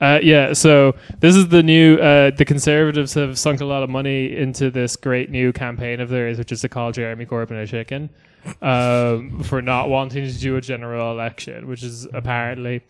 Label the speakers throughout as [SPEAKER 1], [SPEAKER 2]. [SPEAKER 1] Uh, yeah, so this is the new. Uh, the Conservatives have sunk a lot of money into this great new campaign of theirs, which is to call Jeremy Corbyn a chicken um, for not wanting to do a general election, which is apparently.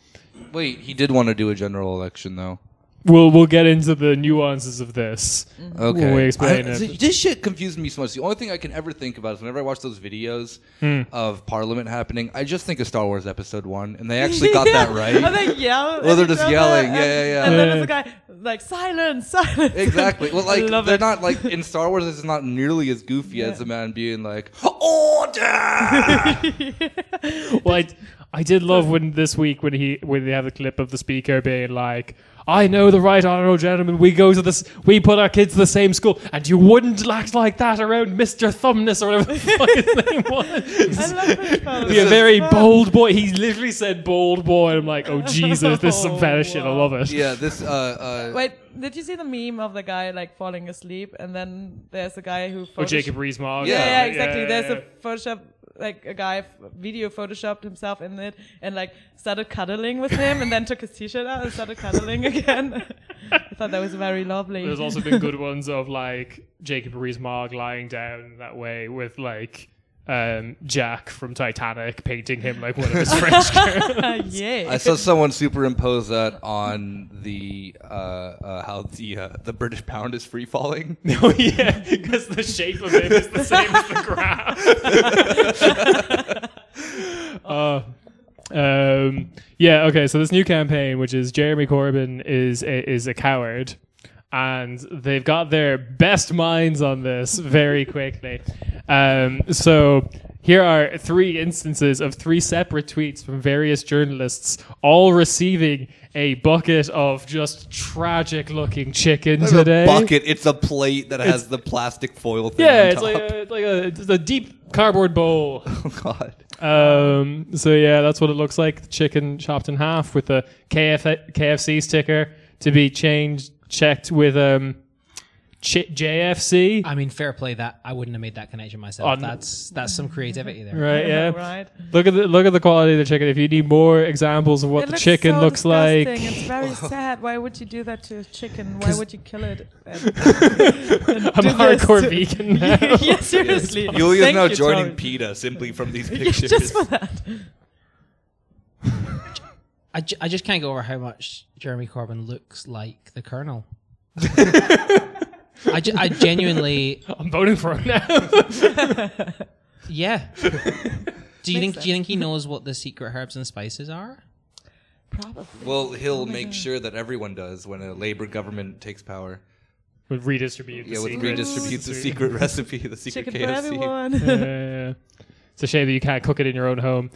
[SPEAKER 2] Wait, he did want to do a general election though.
[SPEAKER 1] We'll we'll get into the nuances of this.
[SPEAKER 2] Okay.
[SPEAKER 1] when we explain
[SPEAKER 2] I-
[SPEAKER 1] it.
[SPEAKER 2] see, this shit confused me so much. The only thing I can ever think about is whenever I watch those videos
[SPEAKER 3] Hmm.
[SPEAKER 2] of Parliament happening, I just think of Star Wars Episode One, and they actually got that right.
[SPEAKER 3] And they yell.
[SPEAKER 2] Well,
[SPEAKER 3] at
[SPEAKER 2] they're
[SPEAKER 3] each
[SPEAKER 2] just
[SPEAKER 3] other,
[SPEAKER 2] yelling.
[SPEAKER 3] And,
[SPEAKER 2] Yeah, yeah, yeah.
[SPEAKER 3] And then there's
[SPEAKER 1] Yeah.
[SPEAKER 3] a guy like silence, silence.
[SPEAKER 2] Exactly. Well,
[SPEAKER 3] I
[SPEAKER 2] like
[SPEAKER 3] love
[SPEAKER 2] they're
[SPEAKER 3] it.
[SPEAKER 2] not like in Star Wars. It's not nearly as goofy as the man being like order.
[SPEAKER 1] well, I, I did love when this week when he when they have the clip of the speaker being like, "I know the right honourable gentleman. We go to this. We put our kids to the same school, and you wouldn't act like that around Mister Thumbness or whatever the fuck his name was."
[SPEAKER 3] I love those fellas.
[SPEAKER 1] Be a very bold boy. He literally said "bold boy." and I'm like, "Oh Jesus, this is some
[SPEAKER 3] Oh,
[SPEAKER 1] better shit. I
[SPEAKER 3] wow.
[SPEAKER 1] love it."
[SPEAKER 2] yeah. This. Uh, uh,
[SPEAKER 3] Wait, did you see the meme of the guy like falling asleep, and then there's a guy who.
[SPEAKER 1] Or
[SPEAKER 3] photoshopped-
[SPEAKER 1] Oh, Jacob Rees-Mogg.
[SPEAKER 3] Yeah,
[SPEAKER 2] Yeah.
[SPEAKER 3] yeah, exactly.
[SPEAKER 1] yeah,
[SPEAKER 3] there's
[SPEAKER 1] yeah.
[SPEAKER 3] a Photoshop, like a guy f- video photoshopped himself in it, and like started cuddling with him, and then took his t-shirt out and started cuddling again. I thought that was very lovely.
[SPEAKER 1] There's also been good ones of like Jacob Rees-Mogg lying down that way with like um, Jack from Titanic painting him like one of his French
[SPEAKER 3] yeah.
[SPEAKER 2] I saw someone superimpose that on the uh, uh, how the uh, the British pound is free falling.
[SPEAKER 1] Oh yeah, because the shape of it is the same as the graph. uh, um, yeah. Okay. So this new campaign, which is Jeremy Corbyn is a, is a coward, and they've got their best minds on this very quickly. Um, so. Here are three instances of three separate tweets from various journalists, all receiving a bucket of just tragic looking chicken
[SPEAKER 2] It's
[SPEAKER 1] today.
[SPEAKER 2] a bucket. It's a plate that has the plastic foil thing.
[SPEAKER 1] Yeah,
[SPEAKER 2] on
[SPEAKER 1] it's
[SPEAKER 2] top.
[SPEAKER 1] like a, it's like a, it's a deep cardboard bowl.
[SPEAKER 2] oh god.
[SPEAKER 1] Um, so yeah, that's what it looks like. Chicken chopped in half with a KF, KFC sticker to be changed checked with um, Ch- JFC.
[SPEAKER 4] I mean, fair play that I wouldn't have made that connection myself.
[SPEAKER 1] On-
[SPEAKER 4] that's that's some creativity there.
[SPEAKER 1] Right, yeah.
[SPEAKER 3] right.
[SPEAKER 1] Look at the look at the quality of the chicken. If you need more examples of what
[SPEAKER 3] It
[SPEAKER 1] the chicken
[SPEAKER 3] so
[SPEAKER 1] looks
[SPEAKER 3] disgusting.
[SPEAKER 1] like,
[SPEAKER 3] It's very sad. Why would you do that to a chicken? Why would you kill it? And-
[SPEAKER 1] I'm
[SPEAKER 3] do
[SPEAKER 1] a hardcore
[SPEAKER 3] this.
[SPEAKER 1] vegan now.
[SPEAKER 3] yeah, seriously.
[SPEAKER 2] Julia's
[SPEAKER 3] Thank
[SPEAKER 2] now
[SPEAKER 3] you,
[SPEAKER 2] joining
[SPEAKER 3] Tony.
[SPEAKER 2] PETA simply from these
[SPEAKER 3] Yeah,
[SPEAKER 2] pictures.
[SPEAKER 3] just for that.
[SPEAKER 4] I, ju- I just can't go over how much Jeremy Corbyn looks like the Colonel. I, ge- I genuinely,
[SPEAKER 1] I'm voting for him now.
[SPEAKER 4] yeah. Do
[SPEAKER 3] Makes
[SPEAKER 4] you think
[SPEAKER 3] sense.
[SPEAKER 4] Do you think he knows what the secret herbs and spices are?
[SPEAKER 3] Probably.
[SPEAKER 2] well, he'll make sure that everyone does when a Labour government takes power.
[SPEAKER 1] would redistribute. the
[SPEAKER 2] Yeah, would
[SPEAKER 1] secret.
[SPEAKER 2] redistribute the secret recipe, the secret
[SPEAKER 3] Chicken for
[SPEAKER 2] KFC.
[SPEAKER 3] everyone.
[SPEAKER 1] Yeah, yeah, yeah. It's a shame that you can't cook it in your own home.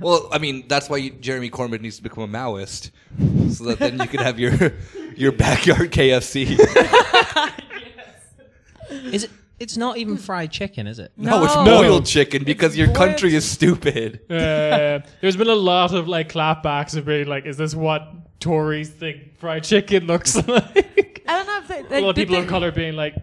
[SPEAKER 2] Well, I mean, that's why you, Jeremy Corbyn needs to become a Maoist, so that then you could have your your backyard KFC.
[SPEAKER 4] Is it? It's not even fried chicken, is it?
[SPEAKER 2] No, it's
[SPEAKER 3] No.
[SPEAKER 2] boiled chicken because your
[SPEAKER 3] boiled
[SPEAKER 2] country is stupid.
[SPEAKER 1] Uh, there's been a lot of like clapbacks of being like, is this what Tories think fried chicken looks like?
[SPEAKER 3] I don't know if they. they
[SPEAKER 1] a lot of
[SPEAKER 3] did
[SPEAKER 1] people
[SPEAKER 3] they,
[SPEAKER 1] of color being like,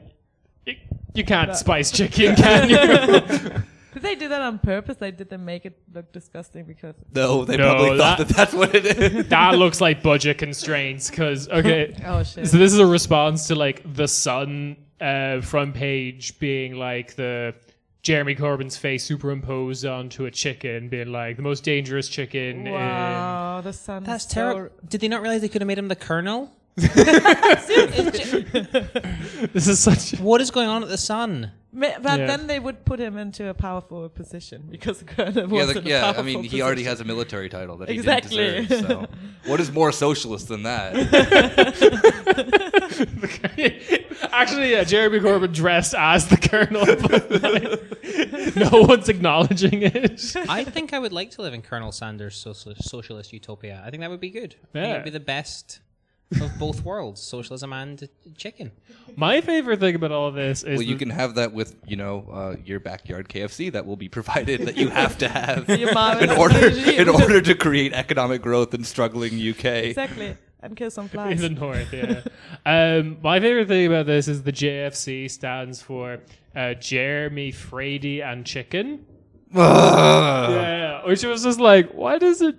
[SPEAKER 1] "You- you can't spice chicken, can you?
[SPEAKER 3] Did they do that on purpose? They did they make it look disgusting because
[SPEAKER 2] No, they
[SPEAKER 1] No,
[SPEAKER 2] probably thought
[SPEAKER 1] that-
[SPEAKER 2] that that's what it is.
[SPEAKER 1] that looks like budget constraints. Because okay,
[SPEAKER 3] oh shit.
[SPEAKER 1] So this is a response to like the Sun uh, front page being like the Jeremy Corbyn's face superimposed onto a chicken, being like the most dangerous chicken. in
[SPEAKER 3] wow, the sun.
[SPEAKER 4] That's
[SPEAKER 3] is
[SPEAKER 4] terrible. Did they not realize they could have made him the Colonel?
[SPEAKER 1] This is such.
[SPEAKER 4] What is going on at the Sun?
[SPEAKER 3] So, ma- but
[SPEAKER 1] Yeah.
[SPEAKER 3] then they would put him into a powerful position because the Colonel
[SPEAKER 2] yeah,
[SPEAKER 3] was
[SPEAKER 2] the-
[SPEAKER 3] in a
[SPEAKER 2] yeah. I
[SPEAKER 3] powerful
[SPEAKER 2] mean, he
[SPEAKER 3] position.
[SPEAKER 2] already has a military title that he
[SPEAKER 3] Exactly.
[SPEAKER 2] didn't deserve. So, what is more socialist than that?
[SPEAKER 1] Actually, yeah, Jeremy Corbyn dressed as the Colonel, but like, no one's acknowledging it.
[SPEAKER 4] I think I would like to live in Colonel Sanders' socialist, socialist utopia. I think that would be good. I think it
[SPEAKER 1] Yeah.
[SPEAKER 4] would be the best of both worlds socialism and chicken.
[SPEAKER 1] My favorite thing about all this is
[SPEAKER 2] well, you can have that with you know uh, your backyard KFC that will be provided that you have to have
[SPEAKER 3] Your mom
[SPEAKER 2] in
[SPEAKER 3] is-
[SPEAKER 2] order in order to create economic growth in struggling UK.
[SPEAKER 3] Exactly, and kill some
[SPEAKER 1] in
[SPEAKER 3] flies.
[SPEAKER 1] the north. Yeah. um, my favorite thing about this is the JFC stands for uh, Jeremy Frady and Chicken.
[SPEAKER 2] Ugh.
[SPEAKER 1] Yeah, which was just like, why does it?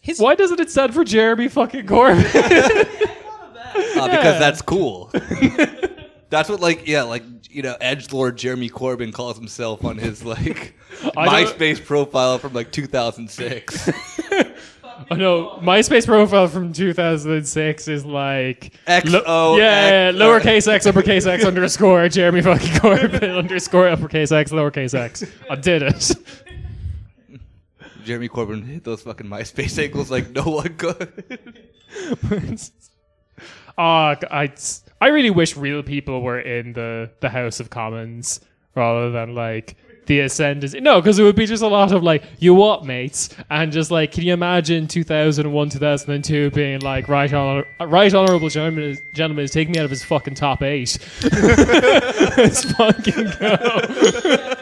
[SPEAKER 4] His
[SPEAKER 1] Why doesn't it stand for Jeremy fucking Corbyn?
[SPEAKER 2] Uh, because that's cool. that's what like yeah like you know edge lord Jeremy Corbyn calls himself on his like
[SPEAKER 1] I don't-
[SPEAKER 2] MySpace profile from like 2006.
[SPEAKER 1] oh no, MySpace profile from 2006 is like
[SPEAKER 2] X O
[SPEAKER 1] yeah,
[SPEAKER 2] X-
[SPEAKER 1] lowercase x uppercase x underscore Jeremy fucking Corbyn underscore uppercase x lowercase x. I did it.
[SPEAKER 2] Jeremy Corbyn hit those fucking MySpace angles like no one could.
[SPEAKER 1] Ah, g- I, I really wish real people were in the, the House of Commons rather than like the Ascendants. No, because it would be just a lot of like, you what, mates? And just like, can you imagine 2001, 2002 being like, right, honor- right honorable gentleman is, gentleman is taking me out of his fucking top eight? Let's fucking go.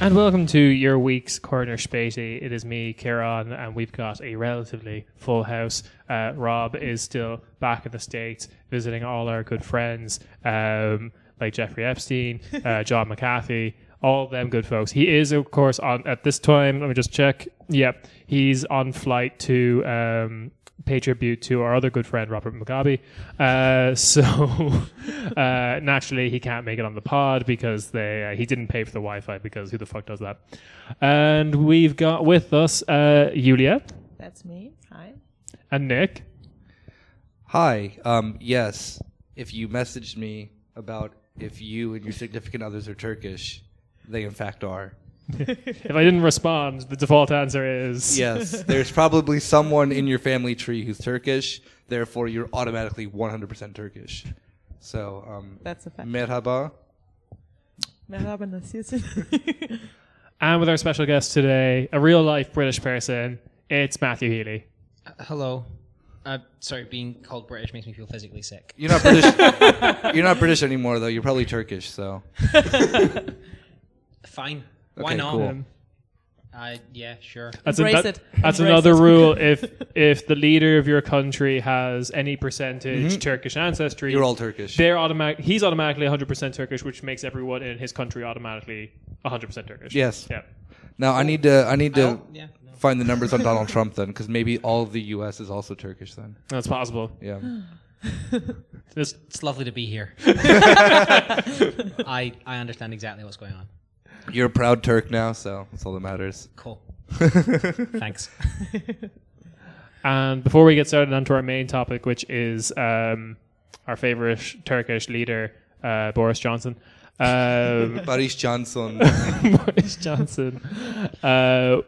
[SPEAKER 1] And welcome to your week's Corner Spatey. It is me, Kieran, and we've got a relatively full house. Uh, Rob is still back in the States visiting all our good friends, um, like Jeffrey Epstein, uh, John McAfee, all them good folks. He is, of course, on at this time. Let me just check. Yep, he's on flight to um, pay tribute to our other good friend Robert Mugabe. Uh, so uh, naturally, he can't make it on the pod because they uh, he didn't pay for the Wi-Fi because who the fuck does that? And we've got with us uh, Yulia
[SPEAKER 3] That's me. Hi.
[SPEAKER 1] and Nick.
[SPEAKER 2] Hi. Um, yes. If you messaged me about if you and your significant others are Turkish, they in fact are.
[SPEAKER 1] If I didn't respond, the default answer is
[SPEAKER 2] Yes. There's probably someone in your family tree who's Turkish. Therefore, you're automatically 100% Turkish. So, um,
[SPEAKER 3] That's a fact.
[SPEAKER 2] merhaba.
[SPEAKER 3] Merhaba, nasılsın?
[SPEAKER 1] And with our special guest today, a real life British person, it's Matthew Healy.
[SPEAKER 4] hello. Uh, sorry, being called British makes me feel physically sick.
[SPEAKER 2] You're not British. you're not British anymore, though. You're probably Turkish. So,
[SPEAKER 4] Fine. Why
[SPEAKER 2] Okay,
[SPEAKER 4] not?
[SPEAKER 2] cool.
[SPEAKER 4] I yeah, sure.
[SPEAKER 1] That's,
[SPEAKER 3] Embrace
[SPEAKER 1] that-
[SPEAKER 3] it.
[SPEAKER 1] that's
[SPEAKER 3] Embrace
[SPEAKER 1] another
[SPEAKER 3] it.
[SPEAKER 1] rule. If if the leader of your country has any percentage
[SPEAKER 3] Mm-hmm.
[SPEAKER 1] Turkish ancestry,
[SPEAKER 2] you're all Turkish.
[SPEAKER 1] they're automatic. He's automatically 100% Turkish, which makes everyone in his country automatically 100% Turkish.
[SPEAKER 2] Yes.
[SPEAKER 1] Yeah.
[SPEAKER 2] Now, I need to. I need to
[SPEAKER 4] Oh, yeah. No.
[SPEAKER 2] find the numbers on Donald Trump then, because maybe all of the U.S. is also Turkish then.
[SPEAKER 1] That's possible.
[SPEAKER 2] Yeah.
[SPEAKER 1] This,
[SPEAKER 4] It's lovely to be here. I I understand exactly what's going on.
[SPEAKER 2] You're a proud Turk now, so that's all that matters.
[SPEAKER 4] Cool. Thanks.
[SPEAKER 1] and before we get started onto our main topic, which is um, our favorite Turkish leader, uh, Boris Johnson. Um,
[SPEAKER 2] Boris Johnson.
[SPEAKER 1] Boris Johnson. Uh,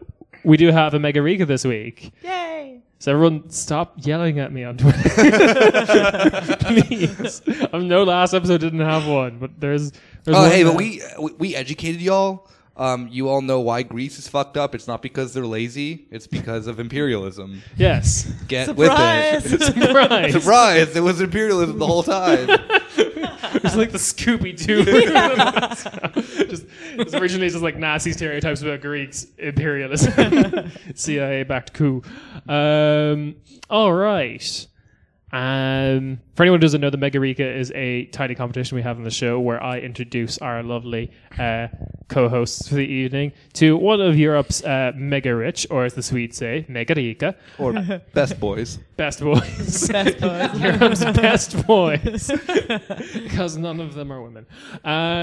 [SPEAKER 1] we do have a mega rika this week.
[SPEAKER 3] Yay!
[SPEAKER 1] So everyone, stop yelling at me on Twitter, please. I know last episode didn't have one, but there's. there's
[SPEAKER 2] oh,
[SPEAKER 1] one
[SPEAKER 2] hey, but
[SPEAKER 1] now.
[SPEAKER 2] we we- we educated y'all. Um, you all know why Greece is fucked up. It's not because they're lazy. It's because of imperialism.
[SPEAKER 1] yes,
[SPEAKER 2] Get
[SPEAKER 3] Surprise!
[SPEAKER 2] with it.
[SPEAKER 1] right.
[SPEAKER 2] Surprise! It was imperialism the whole time.
[SPEAKER 1] It's like the Scooby Doo. just it's originally just like Nazi stereotypes about Greeks, imperialism, CIA backed coup. Um, all right. Um, for anyone who doesn't know, the Mega Rika is a tiny competition we have on the show where I introduce our lovely uh, co-hosts for the evening to one of Europe's uh, mega rich, or as the Swedes say, Mega Rika,
[SPEAKER 2] Or best boys.
[SPEAKER 1] best boys.
[SPEAKER 3] Best boy.
[SPEAKER 1] Europe's best boys, because none of them are women. Um,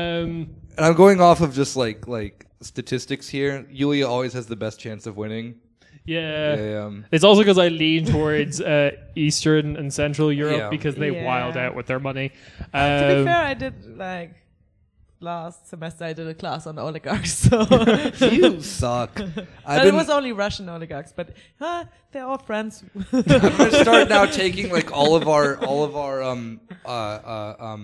[SPEAKER 2] And I'm going off of just like like statistics here. Yulia always has the best chance of winning.
[SPEAKER 1] yeah.
[SPEAKER 2] Um,
[SPEAKER 1] It's also because I lean towards uh, Eastern and Central Europe
[SPEAKER 2] Yeah.
[SPEAKER 1] because they
[SPEAKER 3] Yeah.
[SPEAKER 1] wild out with their money.
[SPEAKER 3] to be
[SPEAKER 1] Um,
[SPEAKER 3] fair, I did like last semester. I did a class on oligarchs, so
[SPEAKER 2] you suck.
[SPEAKER 3] but
[SPEAKER 2] I've
[SPEAKER 3] it
[SPEAKER 2] been,
[SPEAKER 3] was only Russian oligarchs. But uh, they're all friends.
[SPEAKER 2] I'm gonna start now taking like all of our all of our um uh, uh um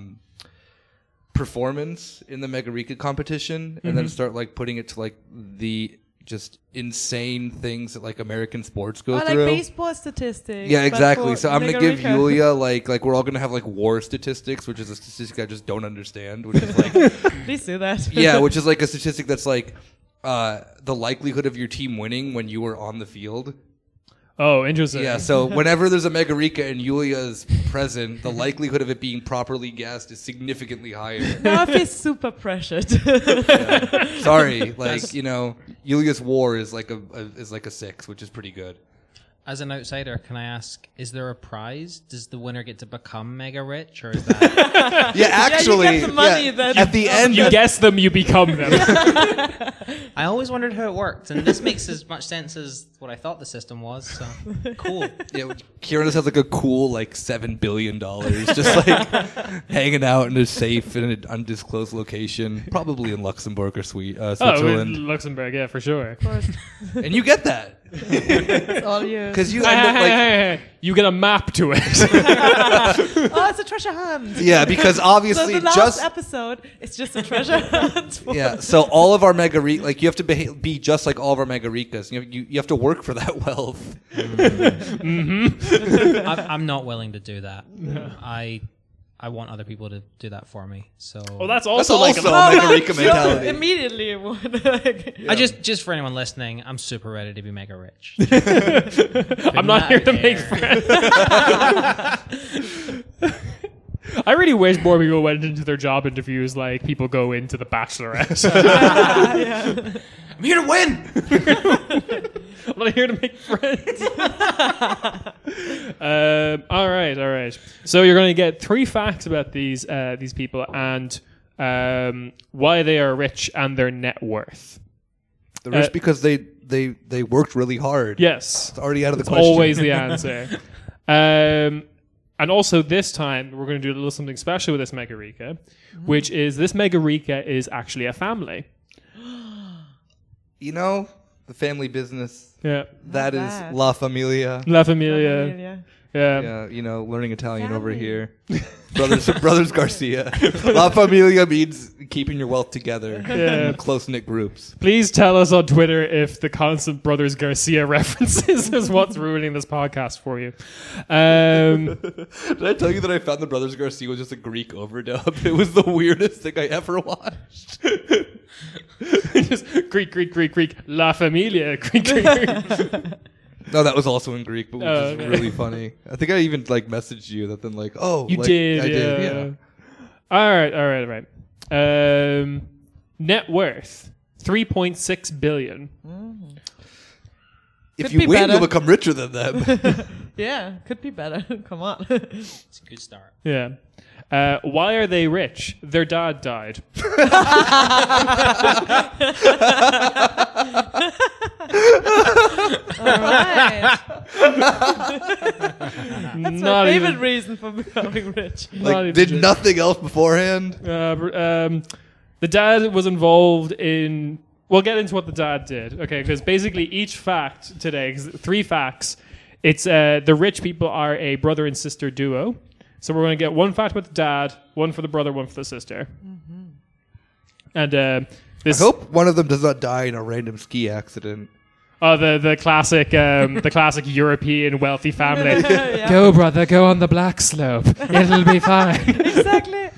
[SPEAKER 2] performance in the Mega Rika competition, and then start like putting it to like the just insane things that like American sports go
[SPEAKER 3] or Oh, like
[SPEAKER 2] through.
[SPEAKER 3] baseball statistics.
[SPEAKER 2] yeah,
[SPEAKER 3] but
[SPEAKER 2] exactly.
[SPEAKER 3] for
[SPEAKER 2] So I'm gonna
[SPEAKER 3] Mega
[SPEAKER 2] give
[SPEAKER 3] Rika.
[SPEAKER 2] Yulia like like we're all gonna have like war statistics, which is a statistic I just don't understand, which is like
[SPEAKER 3] Please do that.
[SPEAKER 2] yeah, which is like a statistic that's like uh, the likelihood of your team winning when you were on the field.
[SPEAKER 1] Oh, interesting.
[SPEAKER 2] Yeah, so whenever there's a Megarica and Yulia is present, the likelihood of it being properly guessed is significantly higher.
[SPEAKER 3] Now I feel super pressured.
[SPEAKER 2] Sorry, like you know, Yulia's war is like a, a is like a six, which is pretty good.
[SPEAKER 4] As an outsider, can I ask, is there a prize? Does the winner get to become mega rich, or is that
[SPEAKER 2] Yeah, actually,
[SPEAKER 3] get the money
[SPEAKER 2] yeah,
[SPEAKER 3] then.
[SPEAKER 2] at the end,
[SPEAKER 1] You guess them, you become them.
[SPEAKER 4] I always wondered how it worked, and this makes as much sense as what I thought the system was. So cool.
[SPEAKER 2] yeah, Kieran just has like a cool like seven billion dollars, just like hanging out in a safe in an undisclosed location, probably in Luxembourg or Swe- uh,
[SPEAKER 1] oh, in
[SPEAKER 2] Switzerland,
[SPEAKER 1] Luxembourg, yeah, for sure.
[SPEAKER 2] and you get that
[SPEAKER 3] It's all you.
[SPEAKER 2] because you
[SPEAKER 1] Hey,
[SPEAKER 2] end up
[SPEAKER 1] hey,
[SPEAKER 2] like.
[SPEAKER 1] hey, hey, You get a map to it.
[SPEAKER 3] Oh, it's a treasure hunt.
[SPEAKER 2] Yeah, because
[SPEAKER 3] So
[SPEAKER 2] obviously,
[SPEAKER 3] the last
[SPEAKER 2] just
[SPEAKER 3] episode is just a treasure hunt.
[SPEAKER 2] yeah. So all of our mega re- like you have to beha- be just like all of our mega ricas. You, you you have to work for that wealth.
[SPEAKER 4] I'm, I'm not willing to do that. I I want other people to do that for me. So
[SPEAKER 1] well, Oh, that's
[SPEAKER 2] That's
[SPEAKER 1] also like
[SPEAKER 2] also
[SPEAKER 1] a
[SPEAKER 2] a mega rica mentality.
[SPEAKER 3] Immediately, would, like,
[SPEAKER 4] I just just for anyone listening, I'm super ready to be mega rich.
[SPEAKER 1] I'm not here to make friends. I really wish more people went into their job interviews like people go into the Bachelorette.
[SPEAKER 2] I'm here to win.
[SPEAKER 1] I'm not here to make friends. um, all right, all right. So you're going to get three facts about these uh, these people and um, why they are rich and their net worth.
[SPEAKER 2] The rich
[SPEAKER 1] Uh,
[SPEAKER 2] because they they they worked really hard.
[SPEAKER 1] Yes,
[SPEAKER 2] It's already out of the question.
[SPEAKER 1] always the answer. Um, and also this time we're going to do a little something special with this Megarica, which is this Megarica is actually a family.
[SPEAKER 2] You know the family business.
[SPEAKER 1] Yeah,
[SPEAKER 2] That is
[SPEAKER 3] bad.
[SPEAKER 2] La Familia.
[SPEAKER 1] La Familia. Yeah.
[SPEAKER 2] Yeah, you know, learning Italian over
[SPEAKER 3] Family.
[SPEAKER 2] here. brothers, brothers Garcia. La Familia means keeping your wealth together
[SPEAKER 1] Yeah.
[SPEAKER 2] in close knit groups.
[SPEAKER 1] Please tell us on Twitter if the constant Brothers Garcia references is what's ruining this podcast for you. Um,
[SPEAKER 2] Did I tell you that I found the Brothers Garcia was just a Greek overdub? It was the weirdest thing I ever watched.
[SPEAKER 1] just Greek, Greek, Greek, Greek, La Familia, Greek, Greek, Greek.
[SPEAKER 2] No, that was also in Greek, but which
[SPEAKER 1] Oh,
[SPEAKER 2] is
[SPEAKER 1] okay.
[SPEAKER 2] really funny. I think I even like messaged you that then like, oh,
[SPEAKER 1] You
[SPEAKER 2] like,
[SPEAKER 1] did,
[SPEAKER 2] I
[SPEAKER 1] yeah.
[SPEAKER 2] did,
[SPEAKER 1] All right, all right, all right. Um, net worth three point six billion.
[SPEAKER 2] If
[SPEAKER 3] Could
[SPEAKER 2] you
[SPEAKER 3] be
[SPEAKER 2] win,
[SPEAKER 3] better.
[SPEAKER 2] you'll become richer than them.
[SPEAKER 3] Yeah, could be better. Come on.
[SPEAKER 4] It's a good start.
[SPEAKER 1] Yeah. Uh, why are they rich? Their dad died.
[SPEAKER 3] All right.
[SPEAKER 1] That's
[SPEAKER 3] It's
[SPEAKER 1] not
[SPEAKER 3] my favorite
[SPEAKER 1] even.
[SPEAKER 3] reason for becoming rich.
[SPEAKER 1] Not even
[SPEAKER 2] like, did
[SPEAKER 1] true.
[SPEAKER 2] nothing else beforehand.
[SPEAKER 1] Uh, br- um, the dad was involved in. We'll get into what the dad did, okay? Because basically, each fact today, 'cause three facts, it's uh, the rich people are a brother and sister duo. So we're going to get one fact about the dad, one for the brother, one for the sister. And uh,
[SPEAKER 2] I
[SPEAKER 1] this,
[SPEAKER 2] hope one of them does not die in a random ski accident.
[SPEAKER 1] oh, the the classic, um, the classic European wealthy family.
[SPEAKER 3] Yeah,
[SPEAKER 1] Go, brother, go on the black slope. It'll be fine.
[SPEAKER 3] exactly.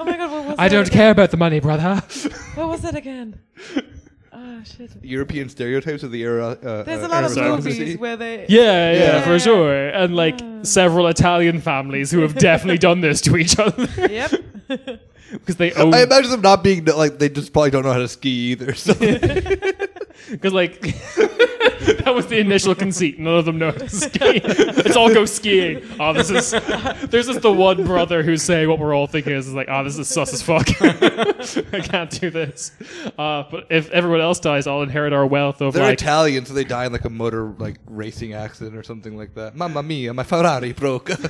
[SPEAKER 3] Oh my god, what was
[SPEAKER 1] I
[SPEAKER 3] that
[SPEAKER 1] don't
[SPEAKER 3] again?
[SPEAKER 1] care about the money, brother.
[SPEAKER 3] What was that again? Oh shit.
[SPEAKER 2] European stereotypes of the era. Uh,
[SPEAKER 3] There's
[SPEAKER 2] uh,
[SPEAKER 3] a lot of
[SPEAKER 1] Arizona.
[SPEAKER 3] movies where they
[SPEAKER 1] Yeah, yeah,
[SPEAKER 2] Yeah.
[SPEAKER 1] for sure. And like several Italian families who have definitely done this to each other
[SPEAKER 3] Yep.
[SPEAKER 1] because they
[SPEAKER 2] I
[SPEAKER 1] own
[SPEAKER 2] imagine them not being like they just probably don't know how to ski either. So
[SPEAKER 1] because like that was the initial conceit. None of them know how to ski. Let's all go skiing. Oh, this is there's just the one brother who's saying what we're all thinking is, is like, oh, this is sus as fuck. I can't do this. Uh, but if everyone else dies, I'll inherit our wealth of
[SPEAKER 2] they're
[SPEAKER 1] like
[SPEAKER 2] Italian, so they die in like a motor like racing accident or something like that. Mamma mia, my Ferrari broke.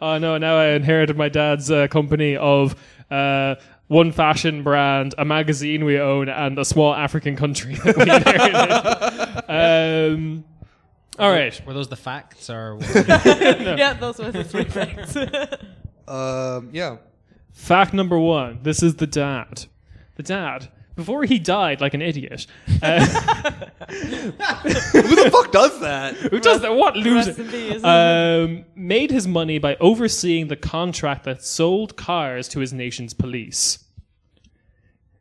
[SPEAKER 1] Oh no! Now I inherited my dad's uh, company of uh, one fashion brand, a magazine we own, and a small African country that we inherited. um, all right.
[SPEAKER 4] Were those the facts, or what?
[SPEAKER 3] Yeah, those were the three facts.
[SPEAKER 2] um, yeah.
[SPEAKER 1] Fact number one: This is the dad. The dad. Before he died, like an idiot. Uh,
[SPEAKER 2] Who the fuck does that?
[SPEAKER 1] who does that? What
[SPEAKER 3] Rest
[SPEAKER 1] loser?
[SPEAKER 3] in peace.
[SPEAKER 1] Um, made his money by overseeing the contract that sold cars to his nation's police.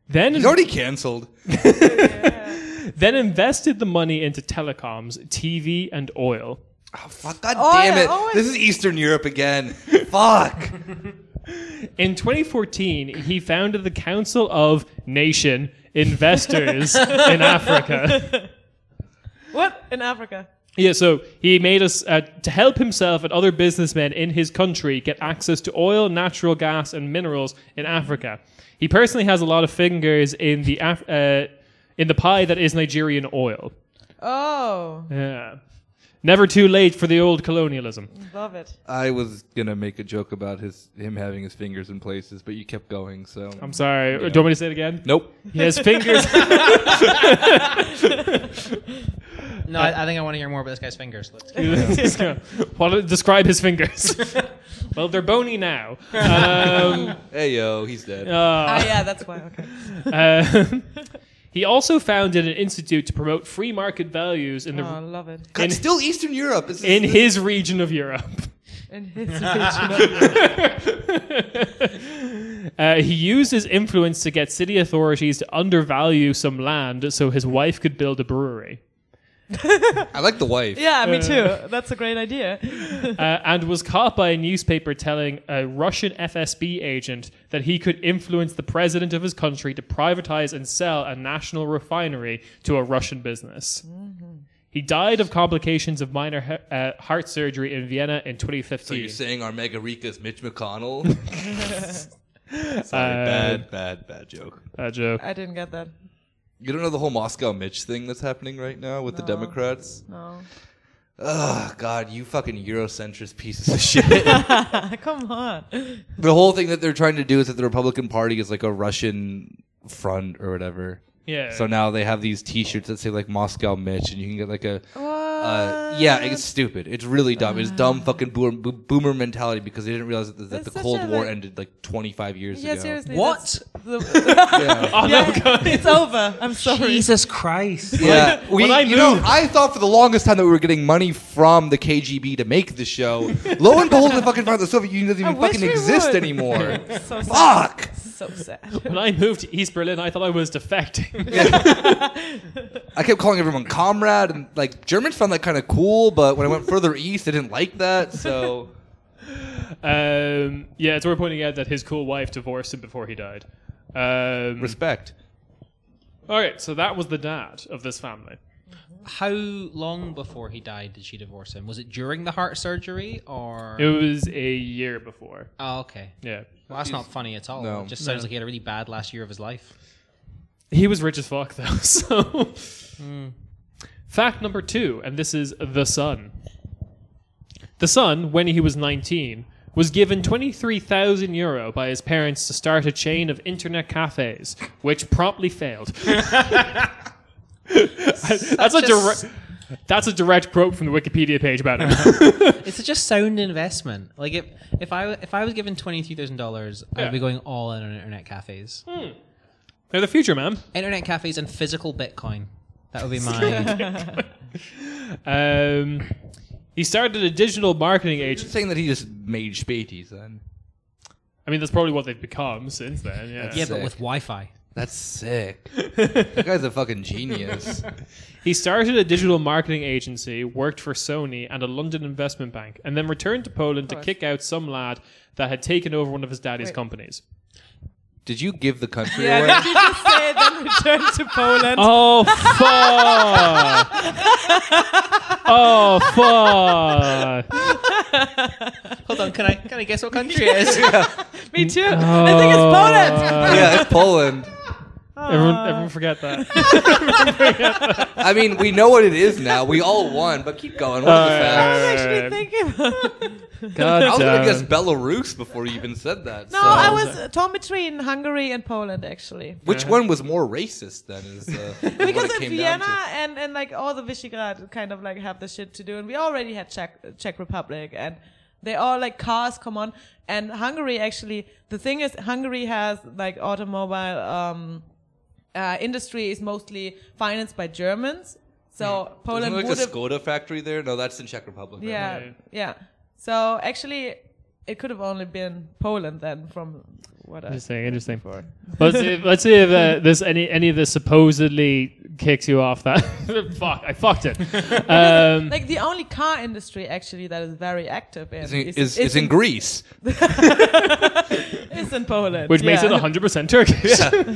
[SPEAKER 1] Then,
[SPEAKER 2] He's already canceled.
[SPEAKER 1] then invested the money into telecoms, TV, and oil.
[SPEAKER 2] Oh, fuck, god
[SPEAKER 3] Oh,
[SPEAKER 2] damn
[SPEAKER 3] yeah,
[SPEAKER 2] it.
[SPEAKER 3] oh,
[SPEAKER 2] this is Eastern Europe again. fuck.
[SPEAKER 1] In 2014, he founded the Council of Nation Investors in Africa.
[SPEAKER 3] What in Africa?
[SPEAKER 1] Yeah, so he made us uh, to help himself and other businessmen in his country get access to oil, natural gas, and minerals in Africa. He personally has a lot of fingers in the Af- uh, in the pie that is Nigerian oil.
[SPEAKER 3] Oh,
[SPEAKER 1] Yeah, never too late for the old colonialism.
[SPEAKER 3] love it.
[SPEAKER 1] Oh.
[SPEAKER 2] I was gonna make a joke about his him having his fingers in places, but you kept going, so
[SPEAKER 1] I'm sorry. Do
[SPEAKER 2] Yeah.
[SPEAKER 1] you want me to say it again?
[SPEAKER 2] Nope.
[SPEAKER 1] He has fingers.
[SPEAKER 4] No, I, I think I want to hear more about this guy's fingers. Let's
[SPEAKER 1] what, describe his fingers. well, they're bony now. Um,
[SPEAKER 2] Hey yo, he's dead.
[SPEAKER 1] uh,
[SPEAKER 3] Ah, yeah, that's why. Okay.
[SPEAKER 1] Um, he also founded an institute to promote free market values in the
[SPEAKER 3] Oh, love it.
[SPEAKER 2] God,
[SPEAKER 1] in-
[SPEAKER 2] still Eastern Europe. This is-
[SPEAKER 1] in his region of Europe.
[SPEAKER 3] In his original.
[SPEAKER 1] Uh, he used his influence to get city authorities to undervalue some land so his wife could build a brewery,
[SPEAKER 2] I like the wife.
[SPEAKER 3] yeah, me too. That's a great idea.
[SPEAKER 1] uh, and was caught by a newspaper telling a Russian FSB agent that he could influence the president of his country to privatize and sell a national refinery to a Russian business.
[SPEAKER 2] Mm-hmm.
[SPEAKER 1] He died of complications of minor he- uh, heart surgery in Vienna in 2015.
[SPEAKER 2] So you're saying our Mega Rica's Mitch McConnell? Sorry,
[SPEAKER 1] Uh,
[SPEAKER 2] bad, bad, bad joke.
[SPEAKER 1] That
[SPEAKER 2] Uh,
[SPEAKER 1] joke.
[SPEAKER 3] I didn't get that.
[SPEAKER 2] You don't know the whole Moscow Mitch thing that's happening right now with the Democrats?
[SPEAKER 3] No.
[SPEAKER 2] Ugh, God, you fucking Eurocentrist pieces of shit.
[SPEAKER 3] Come on.
[SPEAKER 2] Uh, the whole thing that they're trying to do is that the Republican Party is like a Russian front or whatever.
[SPEAKER 1] Yeah.
[SPEAKER 2] So now they have these T-shirts that say like Moscow Mitch, and you can get like a. Uh, yeah, it's stupid. It's really dumb. It's dumb fucking boom, bo- boomer mentality because they didn't realize that the, that
[SPEAKER 3] That's
[SPEAKER 2] the
[SPEAKER 3] such
[SPEAKER 2] Cold
[SPEAKER 3] a,
[SPEAKER 2] War
[SPEAKER 3] like-
[SPEAKER 2] ended like 25 years
[SPEAKER 3] Yeah,
[SPEAKER 2] ago.
[SPEAKER 3] seriously.
[SPEAKER 4] What?
[SPEAKER 3] that's the-
[SPEAKER 2] Yeah.
[SPEAKER 1] oh,
[SPEAKER 3] yeah,
[SPEAKER 1] no, God.
[SPEAKER 3] it's over. I'm
[SPEAKER 4] go.
[SPEAKER 3] sorry.
[SPEAKER 4] Jesus Christ.
[SPEAKER 2] Yeah, we,
[SPEAKER 1] when I
[SPEAKER 2] you know,
[SPEAKER 1] moved-
[SPEAKER 2] I thought for the longest time that we were getting money from the KGB to make the show. Lo and behold, the fucking part of the Soviet Union doesn't
[SPEAKER 3] I
[SPEAKER 2] even
[SPEAKER 3] wish
[SPEAKER 2] fucking
[SPEAKER 3] we
[SPEAKER 2] exist
[SPEAKER 3] would.
[SPEAKER 2] anymore.
[SPEAKER 3] So sad.
[SPEAKER 2] Fuck!
[SPEAKER 3] So sad.
[SPEAKER 1] When I moved to East Berlin, I thought I was defecting.
[SPEAKER 2] I kept calling everyone comrade, and like Germans found that kind of cool, but when I went further east, they didn't like that. So
[SPEAKER 1] um, yeah, it's worth pointing out that his cool wife divorced him before he died. Um,
[SPEAKER 2] respect.
[SPEAKER 1] all right, so that was the dad of this family.
[SPEAKER 4] How long before he died did she divorce him? Was it during the heart surgery or?
[SPEAKER 1] It was a year before.
[SPEAKER 4] Oh, okay.
[SPEAKER 1] Yeah.
[SPEAKER 4] Well, that's not funny at all.
[SPEAKER 2] No.
[SPEAKER 4] It just sounds like he had a really bad last year of his life.
[SPEAKER 1] He was rich as fuck, though. So. Fact number two, and this is The Sun. The Sun, when he was 19, was given 23,000 euro by his parents to start a chain of internet cafes, which promptly failed. that's, a
[SPEAKER 4] Such a s-
[SPEAKER 1] direct, that's a direct quote from the Wikipedia page about him.
[SPEAKER 4] It's just sound investment. Like if if I if I was given twenty three thousand dollars,
[SPEAKER 1] Yeah.
[SPEAKER 4] I'd be going all in on internet cafes,
[SPEAKER 1] They're the future, man.
[SPEAKER 4] internet cafes, and physical Bitcoin. That would be my.
[SPEAKER 1] Um, he started a digital marketing
[SPEAKER 2] You're
[SPEAKER 1] agency.
[SPEAKER 2] saying that he just made Spaties then.
[SPEAKER 1] I mean, that's probably what they've become since then. Yeah.
[SPEAKER 4] yeah,
[SPEAKER 2] Sick.
[SPEAKER 4] but with Wi Fi.
[SPEAKER 2] That's sick. that guy's a fucking genius.
[SPEAKER 1] He started a digital marketing agency, worked for Sony and a London investment bank, and then returned to Poland to kick out some lad that had taken over one of his daddy's
[SPEAKER 3] Wait.
[SPEAKER 1] companies.
[SPEAKER 2] Did you give the country
[SPEAKER 3] Yeah,
[SPEAKER 2] away?
[SPEAKER 3] did you just say then return to Poland?
[SPEAKER 1] Oh fuck! oh fuck!
[SPEAKER 4] Hold on, can I can I guess what country it is?
[SPEAKER 3] Me too. I think it's Poland.
[SPEAKER 2] yeah, it's Poland.
[SPEAKER 1] Oh. Everyone, everyone forget that.
[SPEAKER 2] I mean, we know what it is now. We all won, but keep going. What was the
[SPEAKER 1] Uh,
[SPEAKER 2] fact?
[SPEAKER 3] I'm
[SPEAKER 1] Alright.
[SPEAKER 3] actually thinking.
[SPEAKER 1] God
[SPEAKER 2] I was gonna
[SPEAKER 1] damn.
[SPEAKER 2] guess Belarus before you even said that.
[SPEAKER 3] no,
[SPEAKER 2] so-
[SPEAKER 3] I was torn between Hungary and Poland actually.
[SPEAKER 2] Which one was more racist then? Is uh, is what
[SPEAKER 3] Because
[SPEAKER 2] it
[SPEAKER 3] in
[SPEAKER 2] came
[SPEAKER 3] Vienna
[SPEAKER 2] down to.
[SPEAKER 3] and, and like all the Visegrad kind of like have the shit to do, and we already had Czech Czech Republic, and they all like cars come on, and Hungary actually the thing is Hungary has like automobile um, uh, industry is mostly financed by Germans, so
[SPEAKER 2] Isn't
[SPEAKER 3] Poland
[SPEAKER 2] there
[SPEAKER 3] would
[SPEAKER 2] Mm. like a
[SPEAKER 3] have
[SPEAKER 2] Skoda factory there? No, that's in Czech Republic. right?
[SPEAKER 3] yeah
[SPEAKER 1] Right.
[SPEAKER 3] yeah. So actually, it could have only been Poland then from what I
[SPEAKER 1] Interesting, interesting. Let's see, if- let's see if uh, there's any any of the supposedly kicks you off that. Fuck, I fucked it. Um,
[SPEAKER 3] Like the only car industry actually that is very active in
[SPEAKER 2] Is, in- is, is in Greece.
[SPEAKER 3] is in Poland,
[SPEAKER 1] which makes it
[SPEAKER 3] yeah.
[SPEAKER 1] 100%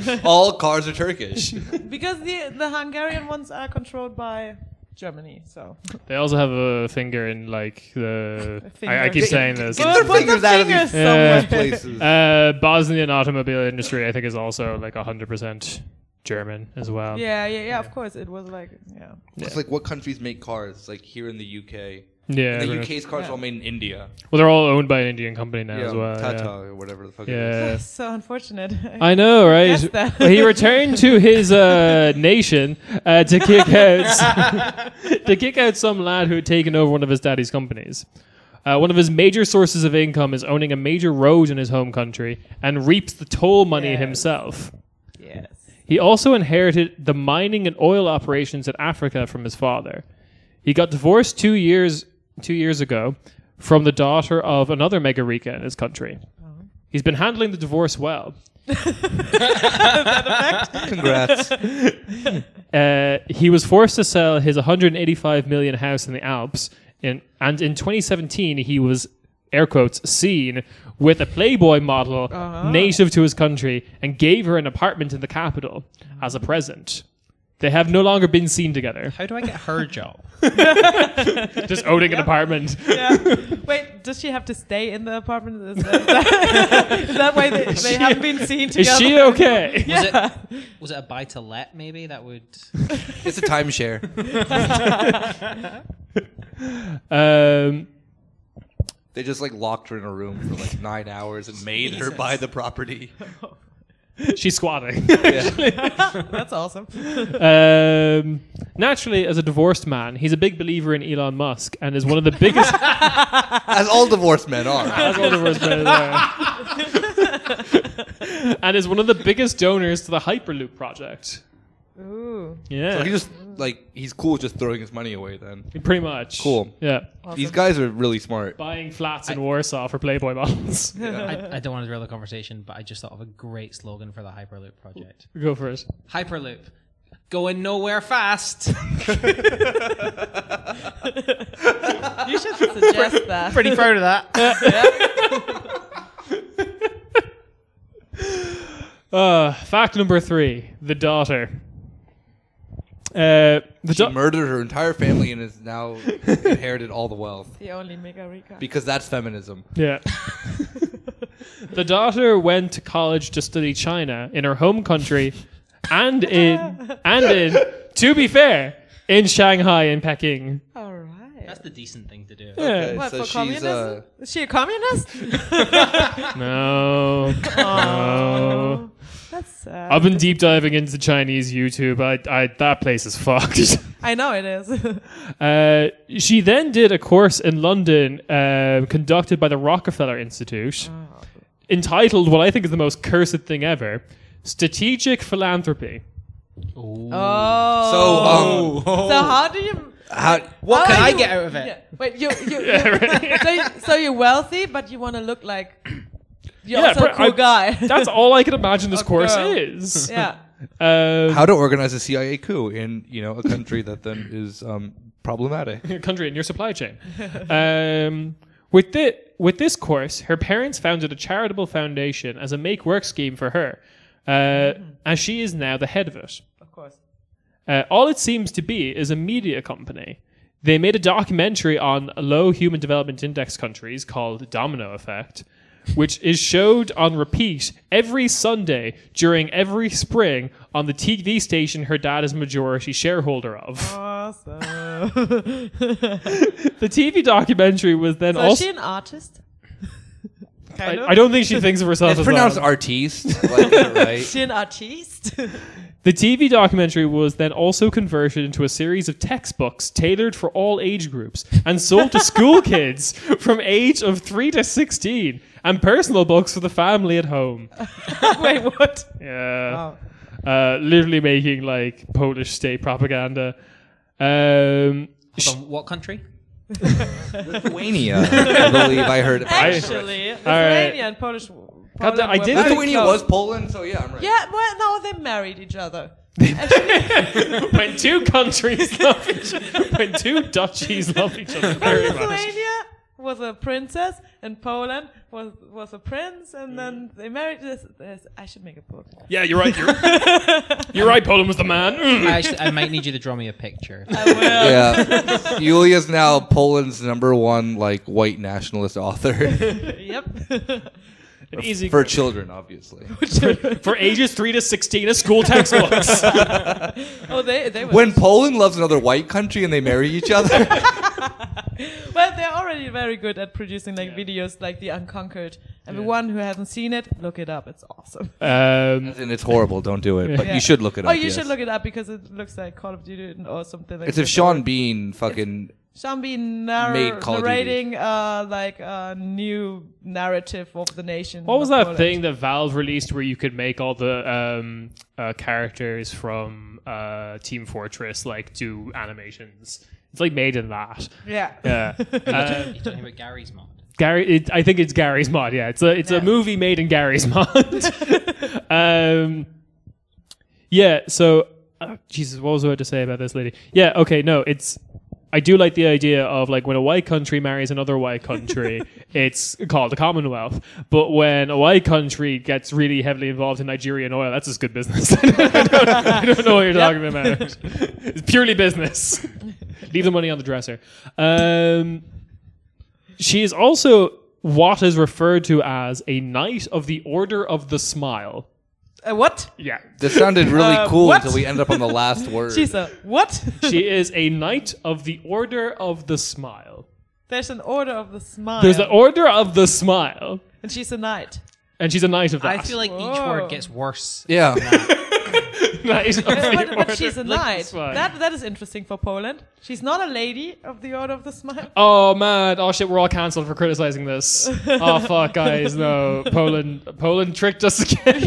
[SPEAKER 1] Turkish.
[SPEAKER 2] Yeah. All cars are Turkish.
[SPEAKER 3] because the the Hungarian ones are controlled by Germany. So
[SPEAKER 1] They also have a finger in like the.
[SPEAKER 3] A
[SPEAKER 1] I, I keep
[SPEAKER 3] finger.
[SPEAKER 1] saying this.
[SPEAKER 2] Get their
[SPEAKER 3] Put the
[SPEAKER 2] fingers out of these
[SPEAKER 3] fingers
[SPEAKER 1] Yeah.
[SPEAKER 3] somewhere.
[SPEAKER 2] places.
[SPEAKER 1] Uh, Bosnian automobile industry, I think, is also like 100% German as well.
[SPEAKER 3] Yeah, yeah, yeah, Of course, it was like yeah.
[SPEAKER 2] It's like what countries make cars? It's like here in the UK.
[SPEAKER 1] Yeah,
[SPEAKER 2] And
[SPEAKER 1] everyone-
[SPEAKER 2] the UK's cars
[SPEAKER 3] Yeah.
[SPEAKER 2] are all made in India.
[SPEAKER 1] well, they're all owned by an Indian company now
[SPEAKER 2] Yeah,
[SPEAKER 1] as well. yeah.
[SPEAKER 2] Tata or whatever the fuck it
[SPEAKER 1] Yeah.
[SPEAKER 3] so unfortunate.
[SPEAKER 1] I know, right?
[SPEAKER 3] Guess that.
[SPEAKER 1] Well, he returned to his uh, nation uh, to kick out to kick out some lad who had taken over one of his daddy's companies. Uh, one of his major sources of income is owning a major road in his home country and reaps the toll money
[SPEAKER 3] Yes.
[SPEAKER 1] himself.
[SPEAKER 3] yes.
[SPEAKER 1] He also inherited the mining and oil operations in Africa from his father. He got divorced two years two years ago from the daughter of another mega Rica in his country. He's been handling the divorce well.
[SPEAKER 2] is. Congrats.
[SPEAKER 1] Uh, he was forced to sell his 185 million house in the Alps, in, and in 2017 he was air quotes seen with a Playboy model native to his country and gave her an apartment in the capital as a present. They have no longer been seen together,
[SPEAKER 4] How do I get her job?
[SPEAKER 1] just owning an apartment.
[SPEAKER 3] Yeah. Wait, does she have to stay in the apartment? Is that, is that- is that why they, they
[SPEAKER 1] she-
[SPEAKER 3] haven't been seen together?
[SPEAKER 1] Is she okay?
[SPEAKER 4] Was it was it a buy to let maybe that would
[SPEAKER 2] it's a timeshare.
[SPEAKER 1] Um,
[SPEAKER 2] They just like locked her in a room for like nine hours and made her buy the property.
[SPEAKER 1] she's squatting.
[SPEAKER 3] That's awesome.
[SPEAKER 1] Um, naturally, as a divorced man, he's a big believer in Elon Musk and is one of the biggest.
[SPEAKER 2] As all divorced men are.
[SPEAKER 1] That's all the worst part of that. and is one of the biggest donors to the Hyperloop project.
[SPEAKER 3] Ooh.
[SPEAKER 1] Yeah.
[SPEAKER 2] So he just like he's cool with just throwing his money away then.
[SPEAKER 1] Pretty much.
[SPEAKER 2] Cool.
[SPEAKER 1] Yeah.
[SPEAKER 2] These guys are really smart.
[SPEAKER 1] Buying flats in Warsaw for Playboy models.
[SPEAKER 4] I, I don't want to derail the conversation, but I just thought of a great slogan for the Hyperloop project.
[SPEAKER 1] Go for it.
[SPEAKER 4] Hyperloop. Going nowhere fast.
[SPEAKER 3] You should suggest that.
[SPEAKER 4] Pretty proud of that.
[SPEAKER 1] Uh, fact number three the daughter. Uh, the
[SPEAKER 2] She
[SPEAKER 1] da-
[SPEAKER 2] murdered her entire family and has now inherited all the wealth
[SPEAKER 3] The only mega Rica.
[SPEAKER 2] because that's feminism.
[SPEAKER 1] yeah. the daughter went to college to study China in her home country and in, and in, to be fair, in Shanghai and Peking.
[SPEAKER 3] All right.
[SPEAKER 4] That's the decent thing to do.
[SPEAKER 1] Yeah.
[SPEAKER 2] Okay,
[SPEAKER 3] What
[SPEAKER 2] so
[SPEAKER 3] for
[SPEAKER 2] she's,
[SPEAKER 3] communism?
[SPEAKER 2] uh,
[SPEAKER 3] Is she a communist?
[SPEAKER 1] No. no.
[SPEAKER 3] Oh, That's sad.
[SPEAKER 1] I've been deep diving into Chinese YouTube. I, I, that place is fucked.
[SPEAKER 3] I know it is.
[SPEAKER 1] Uh, she then did a course in London uh, conducted by the Rockefeller Institute entitled what I think is the most cursed thing ever Strategic Philanthropy.
[SPEAKER 3] oh.
[SPEAKER 2] So um,
[SPEAKER 3] So how do you?
[SPEAKER 2] how,
[SPEAKER 3] how
[SPEAKER 2] what
[SPEAKER 4] Can
[SPEAKER 3] do
[SPEAKER 4] I
[SPEAKER 3] you-
[SPEAKER 4] get out of it?
[SPEAKER 3] Yeah. Wait, you. you, you so, you so you're wealthy, but you want to look like you're
[SPEAKER 1] Yeah,
[SPEAKER 3] also a
[SPEAKER 1] but
[SPEAKER 3] cool
[SPEAKER 1] I-
[SPEAKER 3] guy.
[SPEAKER 1] That's all I can imagine this
[SPEAKER 3] A
[SPEAKER 1] course
[SPEAKER 3] girl.
[SPEAKER 1] is.
[SPEAKER 3] yeah.
[SPEAKER 1] Um,
[SPEAKER 2] how to organize a CIA coup in you know a country that then is um, problematic.
[SPEAKER 1] country in your supply chain. Um, with, thi- with this course, her parents founded a charitable foundation as a make work scheme for her, uh, and she is now the head of it.
[SPEAKER 3] Of course.
[SPEAKER 1] Uh, all it seems to be is a media company. They made a documentary on low human development index countries called Domino Effect, which is showed on repeat every Sunday during every spring on the TV station her dad is majority shareholder of.
[SPEAKER 3] Awesome.
[SPEAKER 1] The TV documentary was then
[SPEAKER 3] so is
[SPEAKER 1] also.
[SPEAKER 3] she an artist?
[SPEAKER 1] I, I don't think she thinks of herself
[SPEAKER 2] It's
[SPEAKER 1] as
[SPEAKER 2] pronounced
[SPEAKER 1] that.
[SPEAKER 2] artiste, like, right?
[SPEAKER 3] She an artiste?
[SPEAKER 1] The TV documentary was then also converted into a series of textbooks tailored for all age groups and sold to school kids from age of 3 to 16 and personal books for the family at home.
[SPEAKER 3] Wait, what?
[SPEAKER 1] Yeah.
[SPEAKER 3] Oh.
[SPEAKER 1] Uh, literally making like Polish state propaganda. Um,
[SPEAKER 4] Hold on, what country?
[SPEAKER 2] Lithuania, I believe I heard.
[SPEAKER 3] Actually, Lithuania and Polish. Poland
[SPEAKER 1] I
[SPEAKER 3] were
[SPEAKER 1] did-
[SPEAKER 3] very
[SPEAKER 2] Lithuania was
[SPEAKER 3] close.
[SPEAKER 2] Poland, so yeah, I'm right.
[SPEAKER 3] Yeah, well, no, they married each other.
[SPEAKER 1] when two countries love each other, when two duchies love each other very much.
[SPEAKER 3] Lithuania was a princess, and Poland was was a prince,
[SPEAKER 2] Mm.
[SPEAKER 3] and then they married. This, this I should make a book.
[SPEAKER 1] Yeah, you're right. You're, you're right. Poland was the man. Mm.
[SPEAKER 4] I, actually, I might need you to draw me a picture.
[SPEAKER 3] I will.
[SPEAKER 2] Yeah, Yulia's now Poland's number one like white nationalist author
[SPEAKER 3] Yep.
[SPEAKER 1] An easy
[SPEAKER 2] for children, obviously.
[SPEAKER 1] for ages three to sixteen of school textbooks.
[SPEAKER 3] oh, they they were.
[SPEAKER 2] When Poland loves another white country and they marry each other,
[SPEAKER 3] well, they're already very good at producing like videos like the Unconquered. Everyone who hasn't seen it, look it up. It's awesome.
[SPEAKER 1] um,
[SPEAKER 2] and it's horrible. Don't do it. But
[SPEAKER 3] Yeah.
[SPEAKER 2] you should look it up.
[SPEAKER 3] oh, you
[SPEAKER 2] yes.
[SPEAKER 3] should look it up because it looks like Call of Duty or something. Like
[SPEAKER 2] It's
[SPEAKER 3] that.
[SPEAKER 2] if Sean Bean fucking
[SPEAKER 3] Sean Bean narr-
[SPEAKER 2] Made Call of Duty.
[SPEAKER 3] narrating uh, like a new narrative of the nation.
[SPEAKER 1] what was
[SPEAKER 3] of
[SPEAKER 1] that
[SPEAKER 3] Poland.
[SPEAKER 1] thing that Valve released where you could make all the um, uh, characters from uh, Team Fortress like do animations? It's like made in that.
[SPEAKER 3] Yeah.
[SPEAKER 1] Yeah. Uh,
[SPEAKER 4] You're talking about Gary's mod.
[SPEAKER 1] Gary, it, I think it's Gary's mod. Yeah, it's a it's
[SPEAKER 3] Yeah.
[SPEAKER 1] a movie made in Gary's mod. um, yeah. So, oh, Jesus, what was I about to say about this lady? Yeah. Okay. No, it's. I do like the idea of like when a white country marries another white country, it's called the Commonwealth. But when a white country gets really heavily involved in Nigerian oil, that's just good business. I, don't, I don't know what you're talking about. It's purely business. Leave the money on the dresser. Um, she is also what is referred to as a knight of the Order of the Smile.
[SPEAKER 3] Uh, what?
[SPEAKER 1] Yeah.
[SPEAKER 2] This sounded really
[SPEAKER 3] Uh,
[SPEAKER 2] cool
[SPEAKER 3] what?
[SPEAKER 2] until we ended up on the last word.
[SPEAKER 3] She's a what?
[SPEAKER 1] She is a knight of the Order of the Smile.
[SPEAKER 3] There's an order of the smile.
[SPEAKER 1] There's the Order of the Smile,
[SPEAKER 3] and she's a knight.
[SPEAKER 1] and she's a knight of that.
[SPEAKER 4] I feel like each
[SPEAKER 3] Whoa.
[SPEAKER 4] word gets worse.
[SPEAKER 2] Yeah,
[SPEAKER 1] Knight of the
[SPEAKER 3] But, but
[SPEAKER 1] Order.
[SPEAKER 3] she's a
[SPEAKER 1] Like,
[SPEAKER 3] knight.
[SPEAKER 1] it's fine.
[SPEAKER 3] That that is interesting for Poland. She's not a lady of the order of the smile.
[SPEAKER 1] Oh man! Oh shit! We're all cancelled for criticizing this. Oh fuck, guys! No, Poland, Poland tricked us again.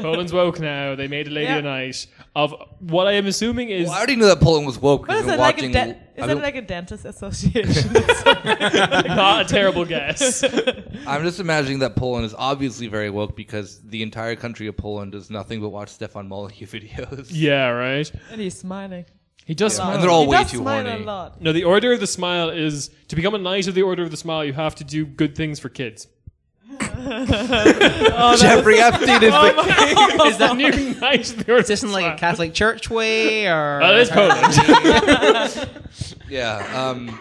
[SPEAKER 1] Poland's woke now. They made a lady
[SPEAKER 3] Yeah.
[SPEAKER 1] a knight of what I am assuming is
[SPEAKER 2] well, I already knew that Poland was woke.
[SPEAKER 3] But
[SPEAKER 2] because I've
[SPEAKER 3] is it
[SPEAKER 2] been
[SPEAKER 3] like a
[SPEAKER 2] watching.
[SPEAKER 3] de- is
[SPEAKER 2] I've
[SPEAKER 3] it
[SPEAKER 2] been-
[SPEAKER 3] like a dentist association?
[SPEAKER 1] not a terrible guess.
[SPEAKER 2] I'm just imagining that Poland is obviously very woke because the entire country of Poland does nothing but watch Stefan Molyneux videos.
[SPEAKER 1] Yeah, right.
[SPEAKER 3] and he's smiling.
[SPEAKER 1] He does
[SPEAKER 2] Yeah.
[SPEAKER 1] smile.
[SPEAKER 2] And they're all
[SPEAKER 3] he
[SPEAKER 2] way
[SPEAKER 3] does
[SPEAKER 2] too
[SPEAKER 3] smile
[SPEAKER 2] horny.
[SPEAKER 3] a lot.
[SPEAKER 1] No, the Order of the Smile is to become a Knight of the Order of the Smile, you have to do good things for kids.
[SPEAKER 3] Oh,
[SPEAKER 2] Jeffrey Epstein is the
[SPEAKER 1] is that new Knight of the Order
[SPEAKER 4] Is this
[SPEAKER 1] of
[SPEAKER 4] in
[SPEAKER 1] the Smile?
[SPEAKER 4] like a Catholic church way or?
[SPEAKER 1] Well, it is Poland.
[SPEAKER 2] yeah. Um,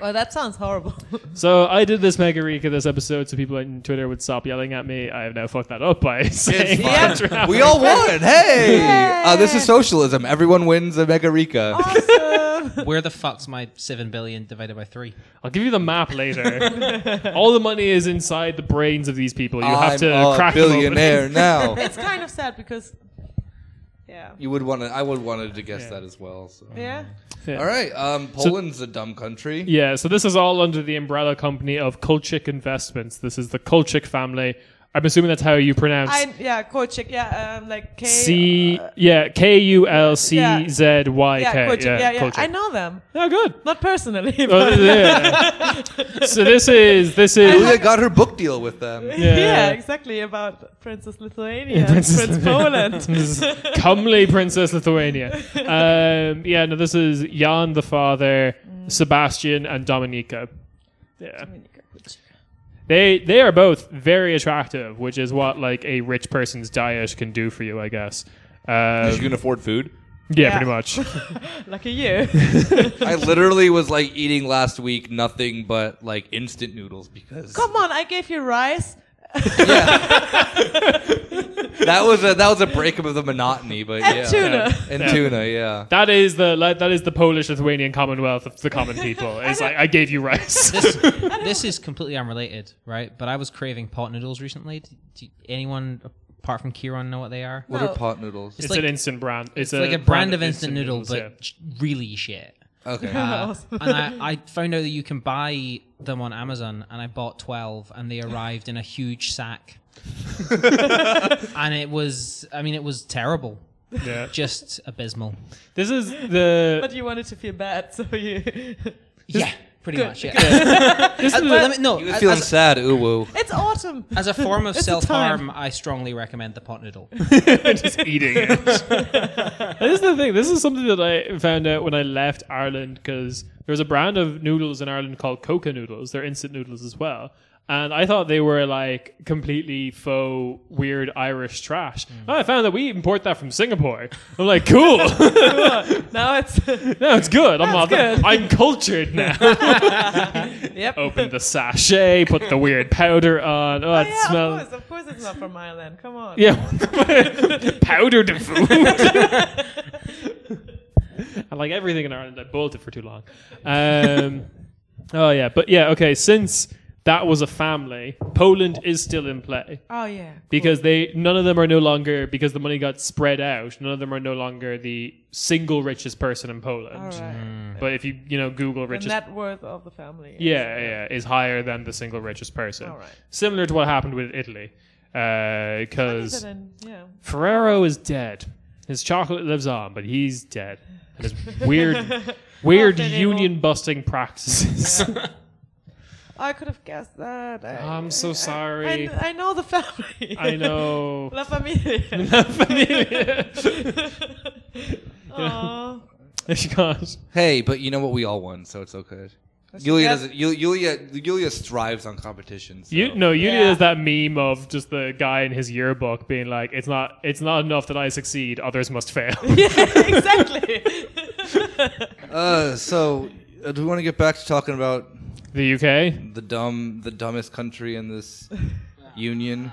[SPEAKER 3] Well, that sounds horrible.
[SPEAKER 1] so I did this mega reek of this episode so people on Twitter would stop yelling at me. I have now fucked that up by saying
[SPEAKER 2] fine.
[SPEAKER 1] that we're
[SPEAKER 2] we
[SPEAKER 1] having-
[SPEAKER 2] all won. Hey, uh, this is socialism. Everyone wins a mega Rika.
[SPEAKER 3] Oh. awesome.
[SPEAKER 4] Where the fuck's my seven billion divided by three?
[SPEAKER 1] I'll give you the map later. all the money is inside the brains of these people. You
[SPEAKER 2] I'm
[SPEAKER 1] have to
[SPEAKER 2] a
[SPEAKER 1] crack them open.
[SPEAKER 2] billionaire now.
[SPEAKER 3] It's kind of sad because, yeah,
[SPEAKER 2] You would want to. I would wanted to guess
[SPEAKER 1] Yeah.
[SPEAKER 2] that as well. So.
[SPEAKER 3] yeah.
[SPEAKER 2] All right. Um, Poland's a dumb country.
[SPEAKER 1] Yeah, so this is all under the umbrella company of Kolchik Investments. This is the Kolchik family. I'm assuming that's how you pronounce
[SPEAKER 3] I yeah, Kochik. Yeah, um, like K.
[SPEAKER 1] C yeah K U L C Z Y
[SPEAKER 3] uh, yeah,
[SPEAKER 1] K
[SPEAKER 3] Kochik. Yeah, yeah.
[SPEAKER 1] Kolchak.
[SPEAKER 3] I know them.
[SPEAKER 1] Yeah, good.
[SPEAKER 3] Not personally,
[SPEAKER 1] Oh,
[SPEAKER 3] but
[SPEAKER 1] yeah. so this is this is
[SPEAKER 2] Julia got her book deal with them.
[SPEAKER 1] yeah.
[SPEAKER 3] yeah. exactly about Princess Lithuania,
[SPEAKER 1] Princess
[SPEAKER 3] Prince Poland.
[SPEAKER 1] This is comely Princess Lithuania. Um, yeah, no, this is Jan the father,
[SPEAKER 3] Mm.
[SPEAKER 1] Sebastian, and Dominika. Yeah, they they are both very attractive, which is what like a rich person's diet can do for you, I guess. Um,
[SPEAKER 2] can afford food.
[SPEAKER 1] yeah,
[SPEAKER 3] Yeah.
[SPEAKER 1] pretty much.
[SPEAKER 3] Lucky you.
[SPEAKER 2] I literally was like eating last week nothing but like instant noodles because
[SPEAKER 3] Come on, I gave you rice.
[SPEAKER 2] that was a that was a breakup of the monotony. But
[SPEAKER 3] And
[SPEAKER 2] yeah,
[SPEAKER 3] tuna.
[SPEAKER 2] and
[SPEAKER 1] Yeah.
[SPEAKER 2] tuna, yeah.
[SPEAKER 1] That is the like, that is the Polish Lithuanian Commonwealth of the common people. It's like I gave you rice.
[SPEAKER 4] This, this is completely unrelated, right? But I was craving pot noodles recently. Do, do anyone apart from Kieran know what they are?
[SPEAKER 2] What
[SPEAKER 3] No.
[SPEAKER 2] are pot noodles?
[SPEAKER 1] It's,
[SPEAKER 4] like-
[SPEAKER 1] an instant brand. It's,
[SPEAKER 4] It's like a brand of instant noodle, but ch- really shit.
[SPEAKER 2] Okay.
[SPEAKER 4] Uh,
[SPEAKER 3] Awesome.
[SPEAKER 4] and I, I found out that you can buy them on Amazon, and I bought 12, and they arrived in a huge sack. and it was, I mean, it was terrible.
[SPEAKER 1] yeah. Yeah.
[SPEAKER 4] Just abysmal.
[SPEAKER 1] This is the
[SPEAKER 3] But you wanted to feel bad, so you.
[SPEAKER 4] Yeah. pretty
[SPEAKER 3] Good.
[SPEAKER 4] much. Yeah.
[SPEAKER 1] This
[SPEAKER 4] Uh,
[SPEAKER 1] is
[SPEAKER 4] let me- no,
[SPEAKER 2] He was
[SPEAKER 4] as-
[SPEAKER 2] feeling
[SPEAKER 4] as-
[SPEAKER 2] sad. Ooh, woo.
[SPEAKER 3] It's autumn.
[SPEAKER 4] As a form of
[SPEAKER 3] It's the
[SPEAKER 4] self
[SPEAKER 3] time.
[SPEAKER 4] harm, I strongly recommend the pot noodle.
[SPEAKER 1] just eating it. this is the thing. This is something that I found out when I left Ireland because there's a brand of noodles in Ireland called Coca noodles. They're instant noodles as well. And I thought they were like completely faux, weird Irish trash.
[SPEAKER 4] Mm.
[SPEAKER 1] Oh, I found that we import that from Singapore. I'm like, cool. no,
[SPEAKER 3] Now it's
[SPEAKER 1] it's good. I'm,
[SPEAKER 3] That's
[SPEAKER 1] not-
[SPEAKER 3] good.
[SPEAKER 1] I'm cultured now.
[SPEAKER 3] yep.
[SPEAKER 1] Open the sachet, put the weird powder on. Oh,
[SPEAKER 3] Oh,
[SPEAKER 1] it
[SPEAKER 3] yeah,
[SPEAKER 1] smells.
[SPEAKER 3] of course, of course, it's not from Ireland. Come on.
[SPEAKER 1] Yeah, powdered in food. I like everything in Ireland. I boiled it for too long. Um, oh yeah, but yeah, okay. Since that was a family, Poland is still in play
[SPEAKER 3] Oh yeah. cool.
[SPEAKER 1] because they none of them are no longer because the money got spread out. None of them are no longer the single richest person in
[SPEAKER 3] All
[SPEAKER 1] Poland.
[SPEAKER 3] right.
[SPEAKER 4] Mm.
[SPEAKER 1] But if you you know Google
[SPEAKER 3] The
[SPEAKER 1] richest
[SPEAKER 3] net worth of the family. is-
[SPEAKER 1] yeah, yeah, is higher than the single richest person.
[SPEAKER 3] All right.
[SPEAKER 1] Similar to what happened with Italy, because
[SPEAKER 3] Is it in- yeah.
[SPEAKER 1] Ferrero is dead. His chocolate lives on, but he's dead. And his weird, weird
[SPEAKER 3] Not that
[SPEAKER 1] union busting practices.
[SPEAKER 3] I could have guessed that. I,
[SPEAKER 1] I'm so
[SPEAKER 3] I-
[SPEAKER 1] sorry.
[SPEAKER 3] I, I know the family.
[SPEAKER 1] I know.
[SPEAKER 3] La familia.
[SPEAKER 1] La familia.
[SPEAKER 3] Aw.
[SPEAKER 1] Gosh.
[SPEAKER 2] Hey, but you know what? We all won, so it's okay. Yulia doesn't. Yu- Yulia Yulia strives on competitions. So.
[SPEAKER 1] You no, you
[SPEAKER 3] Yeah.
[SPEAKER 1] is that meme of just the guy in his yearbook being like, "It's not, it's not enough that I succeed; others must fail."
[SPEAKER 3] yeah, exactly.
[SPEAKER 2] Uh, so uh, do we want to get back to talking about
[SPEAKER 1] the UK.
[SPEAKER 2] the dumb, the dumbest country in this union?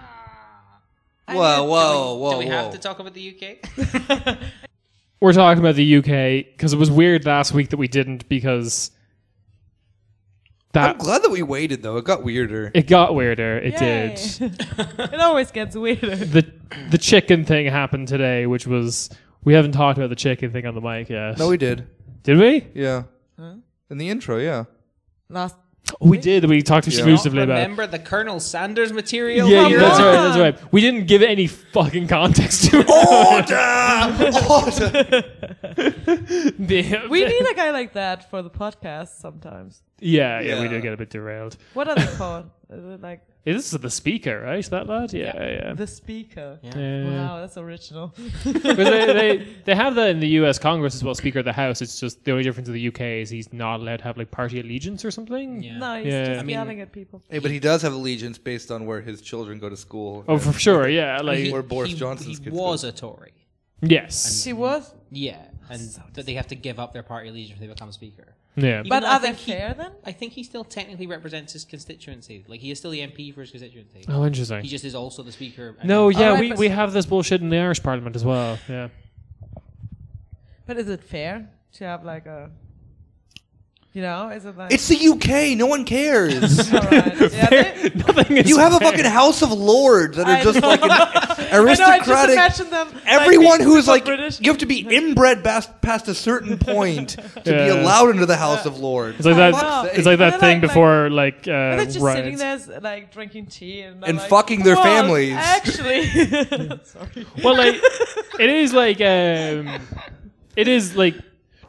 [SPEAKER 3] I
[SPEAKER 2] Whoa,
[SPEAKER 3] mean,
[SPEAKER 2] whoa, whoa,
[SPEAKER 4] Uh, Do we
[SPEAKER 2] whoa.
[SPEAKER 4] have to talk about the UK?
[SPEAKER 1] We're talking about the UK because it was weird last week that we didn't because
[SPEAKER 2] I'm
[SPEAKER 1] that
[SPEAKER 2] glad that we waited though. It got weirder.
[SPEAKER 1] it got weirder. It
[SPEAKER 3] Yay.
[SPEAKER 1] did.
[SPEAKER 3] it always gets weirder.
[SPEAKER 1] the the chicken thing happened today, which was we haven't talked about the chicken thing on the mic yet.
[SPEAKER 2] No, we did.
[SPEAKER 1] did we?
[SPEAKER 2] Yeah. In the intro, yeah.
[SPEAKER 3] Last.
[SPEAKER 1] Oh, we did. We talked exclusively about. it.
[SPEAKER 4] Remember the Colonel Sanders material?
[SPEAKER 1] Yeah,
[SPEAKER 4] here?
[SPEAKER 1] yeah, that's right. That's right. We didn't give any fucking context to
[SPEAKER 3] Oh,
[SPEAKER 1] it.
[SPEAKER 2] Order! Order!
[SPEAKER 3] We need a guy like that for the podcast sometimes.
[SPEAKER 1] yeah, yeah, we
[SPEAKER 2] Yeah.
[SPEAKER 1] do get a bit derailed.
[SPEAKER 3] What are they called? Is it like
[SPEAKER 1] Hey, This is the speaker, right? That lad? Yeah, yeah.
[SPEAKER 3] the speaker?
[SPEAKER 1] Yeah.
[SPEAKER 3] Wow, that's original.
[SPEAKER 1] 'Cause they, they, they have that in the U.S. Congress as well, Speaker of the House. It's just the only difference in the U.K. is he's not allowed to have like party allegiance or something.
[SPEAKER 4] Yeah.
[SPEAKER 3] No, he's
[SPEAKER 1] Yeah. I
[SPEAKER 3] just
[SPEAKER 1] mean-
[SPEAKER 3] yelling at people.
[SPEAKER 2] Hey, but he does have allegiance based on where his children go to school.
[SPEAKER 1] Oh, for sure. Yeah,
[SPEAKER 4] He-
[SPEAKER 1] like
[SPEAKER 2] Or Boris
[SPEAKER 4] he-
[SPEAKER 2] Johnson's
[SPEAKER 4] He
[SPEAKER 2] kids
[SPEAKER 4] was a Tory.
[SPEAKER 1] yes,
[SPEAKER 3] She was,
[SPEAKER 4] Yeah, and that they have to give up their party allegiance if they become Speaker.
[SPEAKER 1] yeah.
[SPEAKER 4] Even
[SPEAKER 3] but
[SPEAKER 4] though
[SPEAKER 3] are
[SPEAKER 4] I
[SPEAKER 3] they
[SPEAKER 4] think he-
[SPEAKER 3] fair then?
[SPEAKER 4] I think he still technically represents his constituency. Like he is still the MP for his constituency.
[SPEAKER 1] Oh, interesting.
[SPEAKER 4] He just is also the speaker. and
[SPEAKER 1] No,
[SPEAKER 4] then-
[SPEAKER 1] yeah,
[SPEAKER 3] Alright,
[SPEAKER 1] we,
[SPEAKER 3] but-
[SPEAKER 1] we have this bullshit in the Irish Parliament as well. Yeah.
[SPEAKER 3] But is it fair to have like a, you know, is it like
[SPEAKER 2] It's the UK. No one cares.
[SPEAKER 3] all right. yeah, they,
[SPEAKER 1] Nothing is
[SPEAKER 2] you have a
[SPEAKER 1] fair.
[SPEAKER 2] fucking House of Lords that
[SPEAKER 3] I
[SPEAKER 2] are just
[SPEAKER 3] know.
[SPEAKER 2] like an aristocratic.
[SPEAKER 3] I know, I just imagine them. like,
[SPEAKER 2] Everyone
[SPEAKER 3] being
[SPEAKER 2] who's
[SPEAKER 3] super
[SPEAKER 2] like,
[SPEAKER 3] British.
[SPEAKER 2] you have to be inbred bas- past a certain point to be
[SPEAKER 1] Yeah.
[SPEAKER 2] allowed into the House of Lords.
[SPEAKER 1] It's like
[SPEAKER 3] I
[SPEAKER 1] that.
[SPEAKER 3] know.
[SPEAKER 1] It's like
[SPEAKER 3] They're
[SPEAKER 1] that thing
[SPEAKER 3] like-
[SPEAKER 1] before like, uh,
[SPEAKER 3] Are they just
[SPEAKER 1] riots.
[SPEAKER 3] sitting there, s- like drinking tea and, they're
[SPEAKER 2] And
[SPEAKER 3] like,
[SPEAKER 2] fucking their
[SPEAKER 3] "Well,
[SPEAKER 2] families."
[SPEAKER 3] Actually, sorry.
[SPEAKER 1] Well, like it is like um, it is like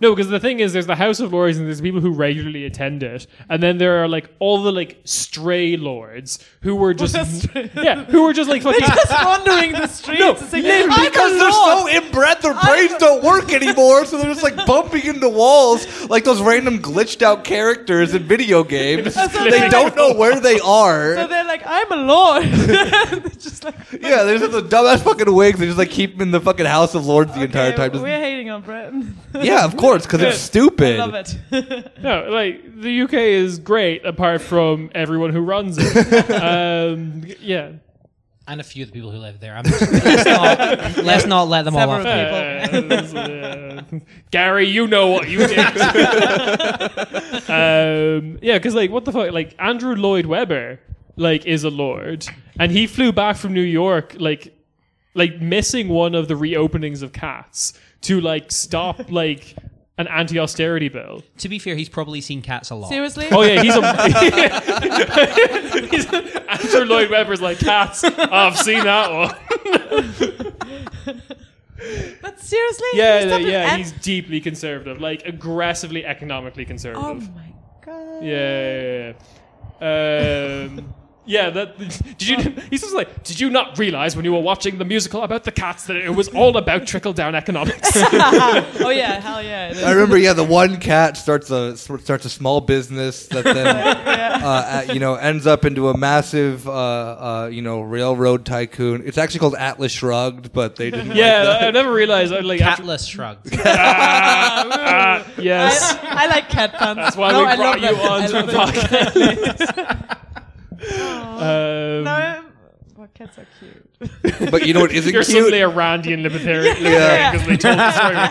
[SPEAKER 1] no, because the thing is, there's the House of Lords and there's people who regularly attend it, and then there are like all the like stray lords who were just
[SPEAKER 3] stray-
[SPEAKER 1] yeah, who were just like fucking
[SPEAKER 3] just wandering the streets.
[SPEAKER 1] No,
[SPEAKER 3] and saying,
[SPEAKER 1] literally,
[SPEAKER 3] "I'm a
[SPEAKER 2] because they're
[SPEAKER 3] lord."
[SPEAKER 2] so inbred, their brains don't work anymore, so they're just like bumping into walls like those random glitched out characters in video games. they
[SPEAKER 3] they're
[SPEAKER 2] don't know where they are.
[SPEAKER 3] So they're like, I'm a lord. They're just like,
[SPEAKER 2] yeah, they just have the dumbass fucking wigs. They just like keep them in the fucking House of Lords the entire
[SPEAKER 3] "Okay,
[SPEAKER 2] time. Just-
[SPEAKER 3] We're hating on Britain.
[SPEAKER 2] yeah, of course, because it's stupid.
[SPEAKER 3] Love it.
[SPEAKER 1] no, like the UK is great apart from everyone who runs it. um, yeah.
[SPEAKER 4] and a few of the people who live there. I'm just, let's, not, let's not let them all
[SPEAKER 3] Several
[SPEAKER 4] off.
[SPEAKER 3] people.
[SPEAKER 4] the hook.
[SPEAKER 1] Uh, Gary, you know what you did. um, yeah, because like, what the fuck? Like Andrew Lloyd Webber, like, is a lord, and he flew back from New York, like, like missing one of the reopenings of Cats to like stop like an anti-austerity bill.
[SPEAKER 4] To be fair, he's probably seen cats a lot.
[SPEAKER 3] Seriously?
[SPEAKER 1] Oh yeah, he's a. he's, Andrew Lloyd Webber's like Cats. I've seen that one.
[SPEAKER 3] But seriously?
[SPEAKER 1] Yeah,
[SPEAKER 3] He's
[SPEAKER 1] yeah,
[SPEAKER 3] not an
[SPEAKER 1] yeah,
[SPEAKER 3] act-
[SPEAKER 1] he's deeply conservative, like aggressively economically
[SPEAKER 3] Oh
[SPEAKER 1] conservative.
[SPEAKER 3] my god.
[SPEAKER 1] Yeah. Um, yeah. That. Did you? He's just like. Did you not realize when you were watching the musical about the cats that it was all about trickle down economics?
[SPEAKER 3] oh yeah, hell yeah. it is.
[SPEAKER 2] I remember, yeah, the one cat starts a starts a small business that then, uh, uh, you know, ends up into a massive, uh, uh, you know, railroad tycoon. It's actually called Atlas Shrugged, but they didn't.
[SPEAKER 1] yeah. I never realized. I, like. after-
[SPEAKER 4] Atlas shrugged.
[SPEAKER 1] ah, ah, yes.
[SPEAKER 3] I, I like cat puns.
[SPEAKER 1] That's why
[SPEAKER 3] no,
[SPEAKER 1] we
[SPEAKER 3] I
[SPEAKER 1] brought
[SPEAKER 3] love
[SPEAKER 1] you
[SPEAKER 3] that. I
[SPEAKER 1] on to
[SPEAKER 3] love
[SPEAKER 1] the
[SPEAKER 3] it.
[SPEAKER 1] podcast. Um,
[SPEAKER 3] No, I'm- well, cats are cute.
[SPEAKER 2] Like, but you know, it isn't
[SPEAKER 1] You're
[SPEAKER 2] cute.
[SPEAKER 1] suddenly a Randian libertarian because
[SPEAKER 2] Yeah.
[SPEAKER 1] they told the story of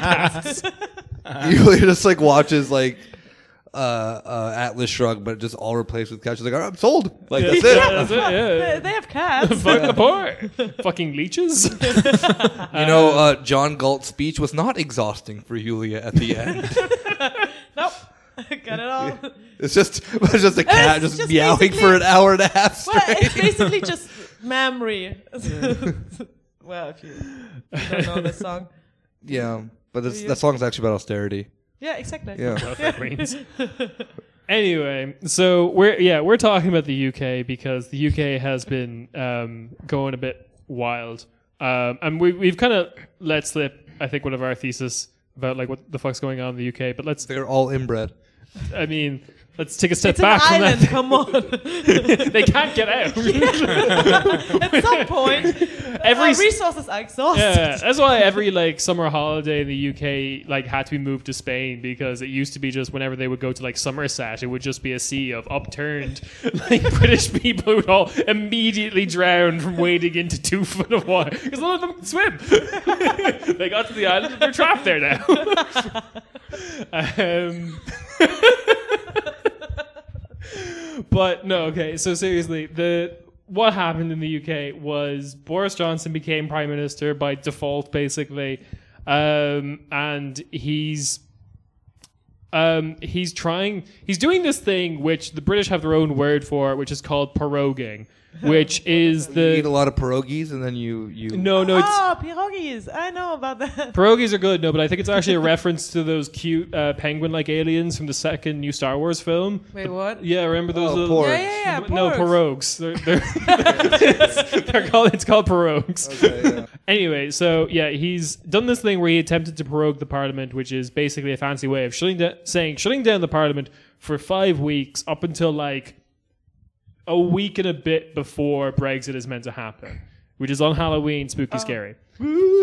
[SPEAKER 1] cats.
[SPEAKER 2] you just like watches like uh, uh, Atlas Shrugged, but just all replaced with cats. She's like, All right, I'm sold. Like that's it.
[SPEAKER 1] That's it, yeah.
[SPEAKER 3] They- They have cats.
[SPEAKER 1] Fuck the poor. Fucking leeches.
[SPEAKER 2] You know, uh, John Galt's speech was not exhausting for Julia at the end.
[SPEAKER 3] nope. Got it all.
[SPEAKER 2] it's just it's just a cat just,
[SPEAKER 3] just
[SPEAKER 2] meowing for
[SPEAKER 3] basically-
[SPEAKER 2] an hour and a half
[SPEAKER 3] Well,
[SPEAKER 2] straight.
[SPEAKER 3] it's basically just memory. well, if you don't know the song.
[SPEAKER 2] yeah, but this,
[SPEAKER 3] Yeah.
[SPEAKER 2] that song's actually about austerity.
[SPEAKER 3] Yeah, exactly.
[SPEAKER 2] Yeah.
[SPEAKER 1] that means. Anyway, so we're yeah we're talking about the UK because the UK has been um, going a bit wild, um, and we, we've kind of let slip I think one of our thesis about like what the fuck's going on in the UK. But let's
[SPEAKER 2] They're all inbred.
[SPEAKER 1] I mean let's take a step
[SPEAKER 3] It's an
[SPEAKER 1] back from
[SPEAKER 3] island,
[SPEAKER 1] that.
[SPEAKER 3] come on.
[SPEAKER 1] they can't get out.
[SPEAKER 3] At some point,
[SPEAKER 1] Every
[SPEAKER 3] our
[SPEAKER 1] s-
[SPEAKER 3] resources are exhausted.
[SPEAKER 1] yeah, that's why every like summer holiday in the UK like had to be moved to Spain because it used to be just whenever they would go to like Somerset, it would just be a sea of upturned like British people who would all immediately drown from wading into two foot of water because none of them could swim. they got to the island, and they're trapped there now. um, but no, okay. So seriously, the what happened in the UK was Boris Johnson became prime minister by default, basically, um, and he's um, he's trying he's doing this thing which the British have their own word for, which is called proroguing, which is
[SPEAKER 2] You eat a
[SPEAKER 1] the
[SPEAKER 2] lot of pierogies and then you you
[SPEAKER 1] no no it's
[SPEAKER 3] oh, pierogies. I know about that.
[SPEAKER 1] Pierogies are good, no, but I think it's actually a reference to those cute uh, penguin-like aliens from the second new Star Wars film.
[SPEAKER 3] Wait, what?
[SPEAKER 1] Yeah, remember those?
[SPEAKER 2] Oh,
[SPEAKER 1] little-
[SPEAKER 2] porgs.
[SPEAKER 3] Yeah, yeah, yeah.
[SPEAKER 1] no,
[SPEAKER 3] porgs.
[SPEAKER 1] pirogues. They're, they're, they're called. It's called pirogues.
[SPEAKER 2] Okay, yeah.
[SPEAKER 1] Anyway, so yeah, he's done this thing where he attempted to prorogue the parliament, which is basically a fancy way of shutting da- saying shutting down the parliament for five weeks up until like a week and a bit before Brexit is meant to happen, which is on Halloween, spooky,
[SPEAKER 4] Oh.
[SPEAKER 1] scary.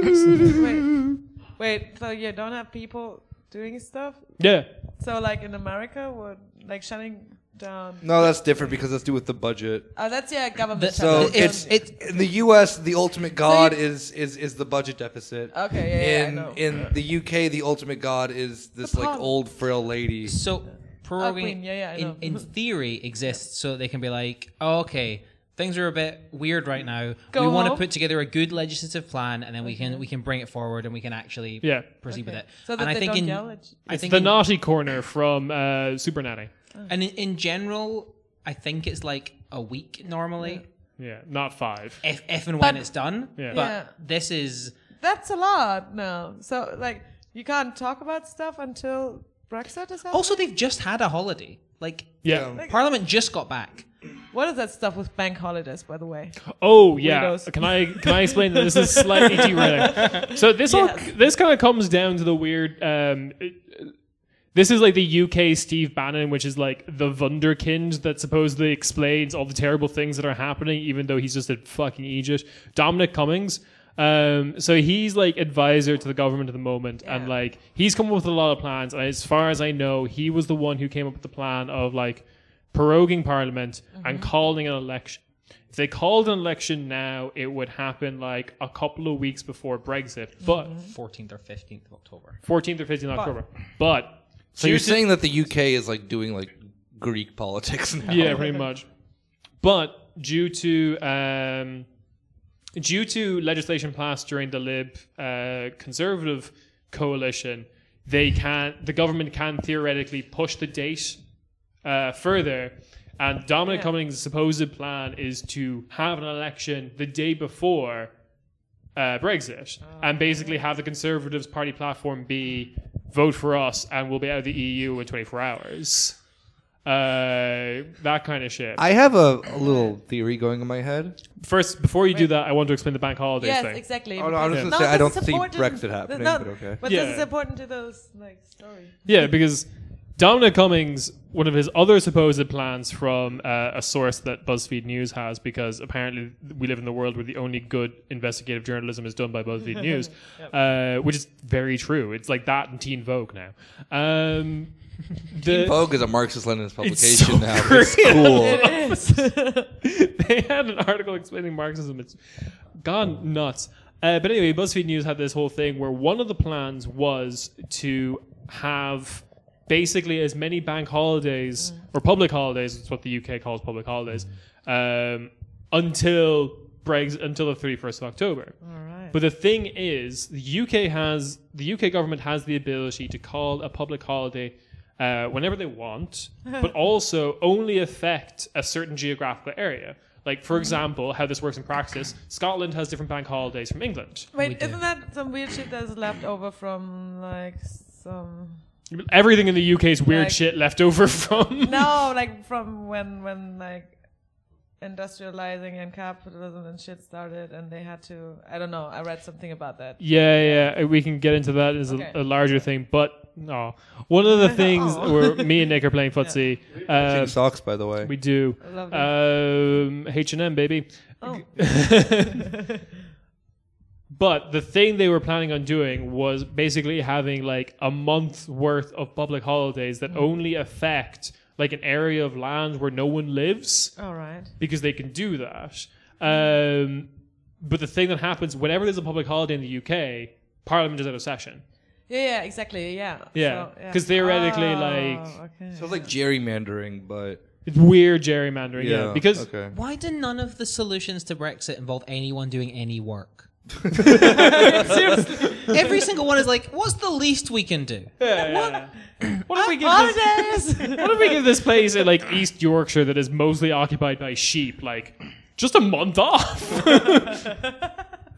[SPEAKER 3] Wait. Wait, so you don't have people doing stuff?
[SPEAKER 1] Yeah,
[SPEAKER 3] So, like in America, we're like shutting down.
[SPEAKER 2] No, that's different because that's due with the budget.
[SPEAKER 3] Oh, that's yeah, government.
[SPEAKER 2] So
[SPEAKER 3] shutdown.
[SPEAKER 2] it's it's in the U.S. the ultimate god is is is the budget deficit.
[SPEAKER 3] Okay, Oh, yeah, yeah, I
[SPEAKER 2] in
[SPEAKER 3] know.
[SPEAKER 2] in the U.K. the ultimate god is this
[SPEAKER 3] The
[SPEAKER 2] like
[SPEAKER 3] pub.
[SPEAKER 2] old frail lady.
[SPEAKER 4] So proroguing
[SPEAKER 3] Oh, queen, yeah, yeah, I
[SPEAKER 4] in,
[SPEAKER 3] know.
[SPEAKER 4] in theory exists so they can be like, oh, okay, things are a bit weird right now.
[SPEAKER 3] Go
[SPEAKER 4] we want to
[SPEAKER 3] home.
[SPEAKER 4] put together a good legislative plan, and then we can we can bring it forward and we can actually
[SPEAKER 1] Yeah.
[SPEAKER 4] proceed with it.
[SPEAKER 3] So that
[SPEAKER 4] and I
[SPEAKER 3] they
[SPEAKER 4] think
[SPEAKER 3] don't
[SPEAKER 4] in
[SPEAKER 3] yell at you.
[SPEAKER 4] I
[SPEAKER 1] it's
[SPEAKER 4] think
[SPEAKER 1] the
[SPEAKER 4] in,
[SPEAKER 1] naughty corner from uh, Super Nanny.
[SPEAKER 4] and in, in general, I think it's like a week normally,
[SPEAKER 1] Yeah, not five.
[SPEAKER 4] if if and
[SPEAKER 3] But-
[SPEAKER 4] when it's done.
[SPEAKER 1] Yeah.
[SPEAKER 4] But
[SPEAKER 3] Yeah.
[SPEAKER 4] this is
[SPEAKER 3] That's a lot now. So like you can't talk about stuff until Brexit is happening.
[SPEAKER 4] also they've just had a holiday. Like
[SPEAKER 1] Yeah.
[SPEAKER 2] Yeah.
[SPEAKER 4] Parliament just got back.
[SPEAKER 3] what is that stuff with bank holidays, by the way?
[SPEAKER 1] Oh yeah.
[SPEAKER 3] Weirdos.
[SPEAKER 1] Can I can I explain that this is slightly derailing? So this all
[SPEAKER 3] Yes.
[SPEAKER 1] this kind of comes down to the weird. Um, this is like the UK Steve Bannon, which is like the wunderkind that supposedly explains all the terrible things that are happening, even though he's just a fucking Egypt. Dominic Cummings. Um, so he's like advisor to the government at the moment, and
[SPEAKER 3] Yeah.
[SPEAKER 1] like he's come up with a lot of plans. And as far as I know, he was the one who came up with the plan of like proroguing parliament and calling an election. If they called an election now, it would happen like a couple of weeks before Brexit, but
[SPEAKER 4] 14th or 15th of October.
[SPEAKER 1] 14th or 15th October. But
[SPEAKER 2] So you're saying that the UK is like doing like Greek politics now?
[SPEAKER 1] Yeah, pretty much. But due to um, due to legislation passed during the Lib uh, Conservative coalition, they can the government can theoretically push the date uh, further. And Dominic Cummings' supposed plan is to have an election the day before uh, Brexit, and basically have the Conservatives' party E platform be vote for us, and we'll be out of the EU in 24 hours. uh, that kind of shit.
[SPEAKER 2] I have a, a little theory going in my head.
[SPEAKER 1] First, before you do that, I want to explain the bank holidays
[SPEAKER 3] Yes,
[SPEAKER 1] thing.
[SPEAKER 3] exactly.
[SPEAKER 2] Oh, no, I was
[SPEAKER 3] because-
[SPEAKER 2] gonna say, I
[SPEAKER 3] this
[SPEAKER 2] don't
[SPEAKER 3] is
[SPEAKER 2] think
[SPEAKER 3] important-
[SPEAKER 2] Brexit
[SPEAKER 3] th-
[SPEAKER 2] happening, but okay.
[SPEAKER 3] But
[SPEAKER 1] Yeah.
[SPEAKER 3] this is important to those like story.
[SPEAKER 1] Yeah, because Dominic Cummings, one of his other supposed plans from uh, a source that BuzzFeed News has, because apparently we live in the world where the only good investigative journalism is done by BuzzFeed News, uh, which is very true. It's like that and Teen Vogue now. Um, the-
[SPEAKER 2] Vogue is a Marxist Leninist publication
[SPEAKER 1] It's so
[SPEAKER 2] now. It's cool.
[SPEAKER 3] It is.
[SPEAKER 1] they had an article explaining Marxism. It's gone nuts. Uh, but anyway, BuzzFeed News had this whole thing where one of the plans was to have basically as many bank holidays or public holidays. It's what the UK calls public holidays um, until Brexit, until the thirty first of October.
[SPEAKER 3] All right.
[SPEAKER 1] But the thing is, the UK has the UK government has the ability to call a public holiday uh, whenever they want, but also only affect a certain geographical area. Like,
[SPEAKER 3] Mm.
[SPEAKER 1] for example, how this works in practice, Scotland has different bank holidays from England.
[SPEAKER 3] Wait, isn't that some weird shit that's left over from like some?
[SPEAKER 1] Everything in the UK is weird
[SPEAKER 3] Like-
[SPEAKER 1] shit left over from.
[SPEAKER 3] No, like from when when like industrializing and capitalism and shit started, and they had to. I don't know. I read something about that.
[SPEAKER 1] Yeah, yeah, we can get into that as
[SPEAKER 3] Okay.
[SPEAKER 1] a, a larger thing, but no. One of the things
[SPEAKER 3] Aw.
[SPEAKER 1] where me and Nick are playing footsie, uh,
[SPEAKER 2] Pink socks, by the way.
[SPEAKER 1] we do
[SPEAKER 3] Lovely.
[SPEAKER 1] um, H&M, baby.
[SPEAKER 3] oh,
[SPEAKER 1] But the thing they were planning on doing was basically having like a month's worth of public holidays that only affect like an area of land where no one lives
[SPEAKER 3] all right.
[SPEAKER 1] because they can do that. Um, but the thing that happens whenever there's a public holiday in the UK, Parliament is out of session.
[SPEAKER 3] Yeah, yeah, exactly. Yeah.
[SPEAKER 1] Yeah,
[SPEAKER 3] So, yeah.
[SPEAKER 1] 'cause theoretically,
[SPEAKER 3] Oh,
[SPEAKER 1] like-
[SPEAKER 3] okay.
[SPEAKER 2] so it's like gerrymandering, but
[SPEAKER 1] It's weird gerrymandering, yeah.
[SPEAKER 2] yeah,
[SPEAKER 1] because
[SPEAKER 2] okay.
[SPEAKER 4] Why do none of the solutions to Brexit involve anyone doing any work? Every single one is like, what's the least we can do?
[SPEAKER 1] Yeah. what if we give this,
[SPEAKER 3] holidays.
[SPEAKER 1] what if we give this place in like East Yorkshire that is mostly occupied by sheep, like just a month off?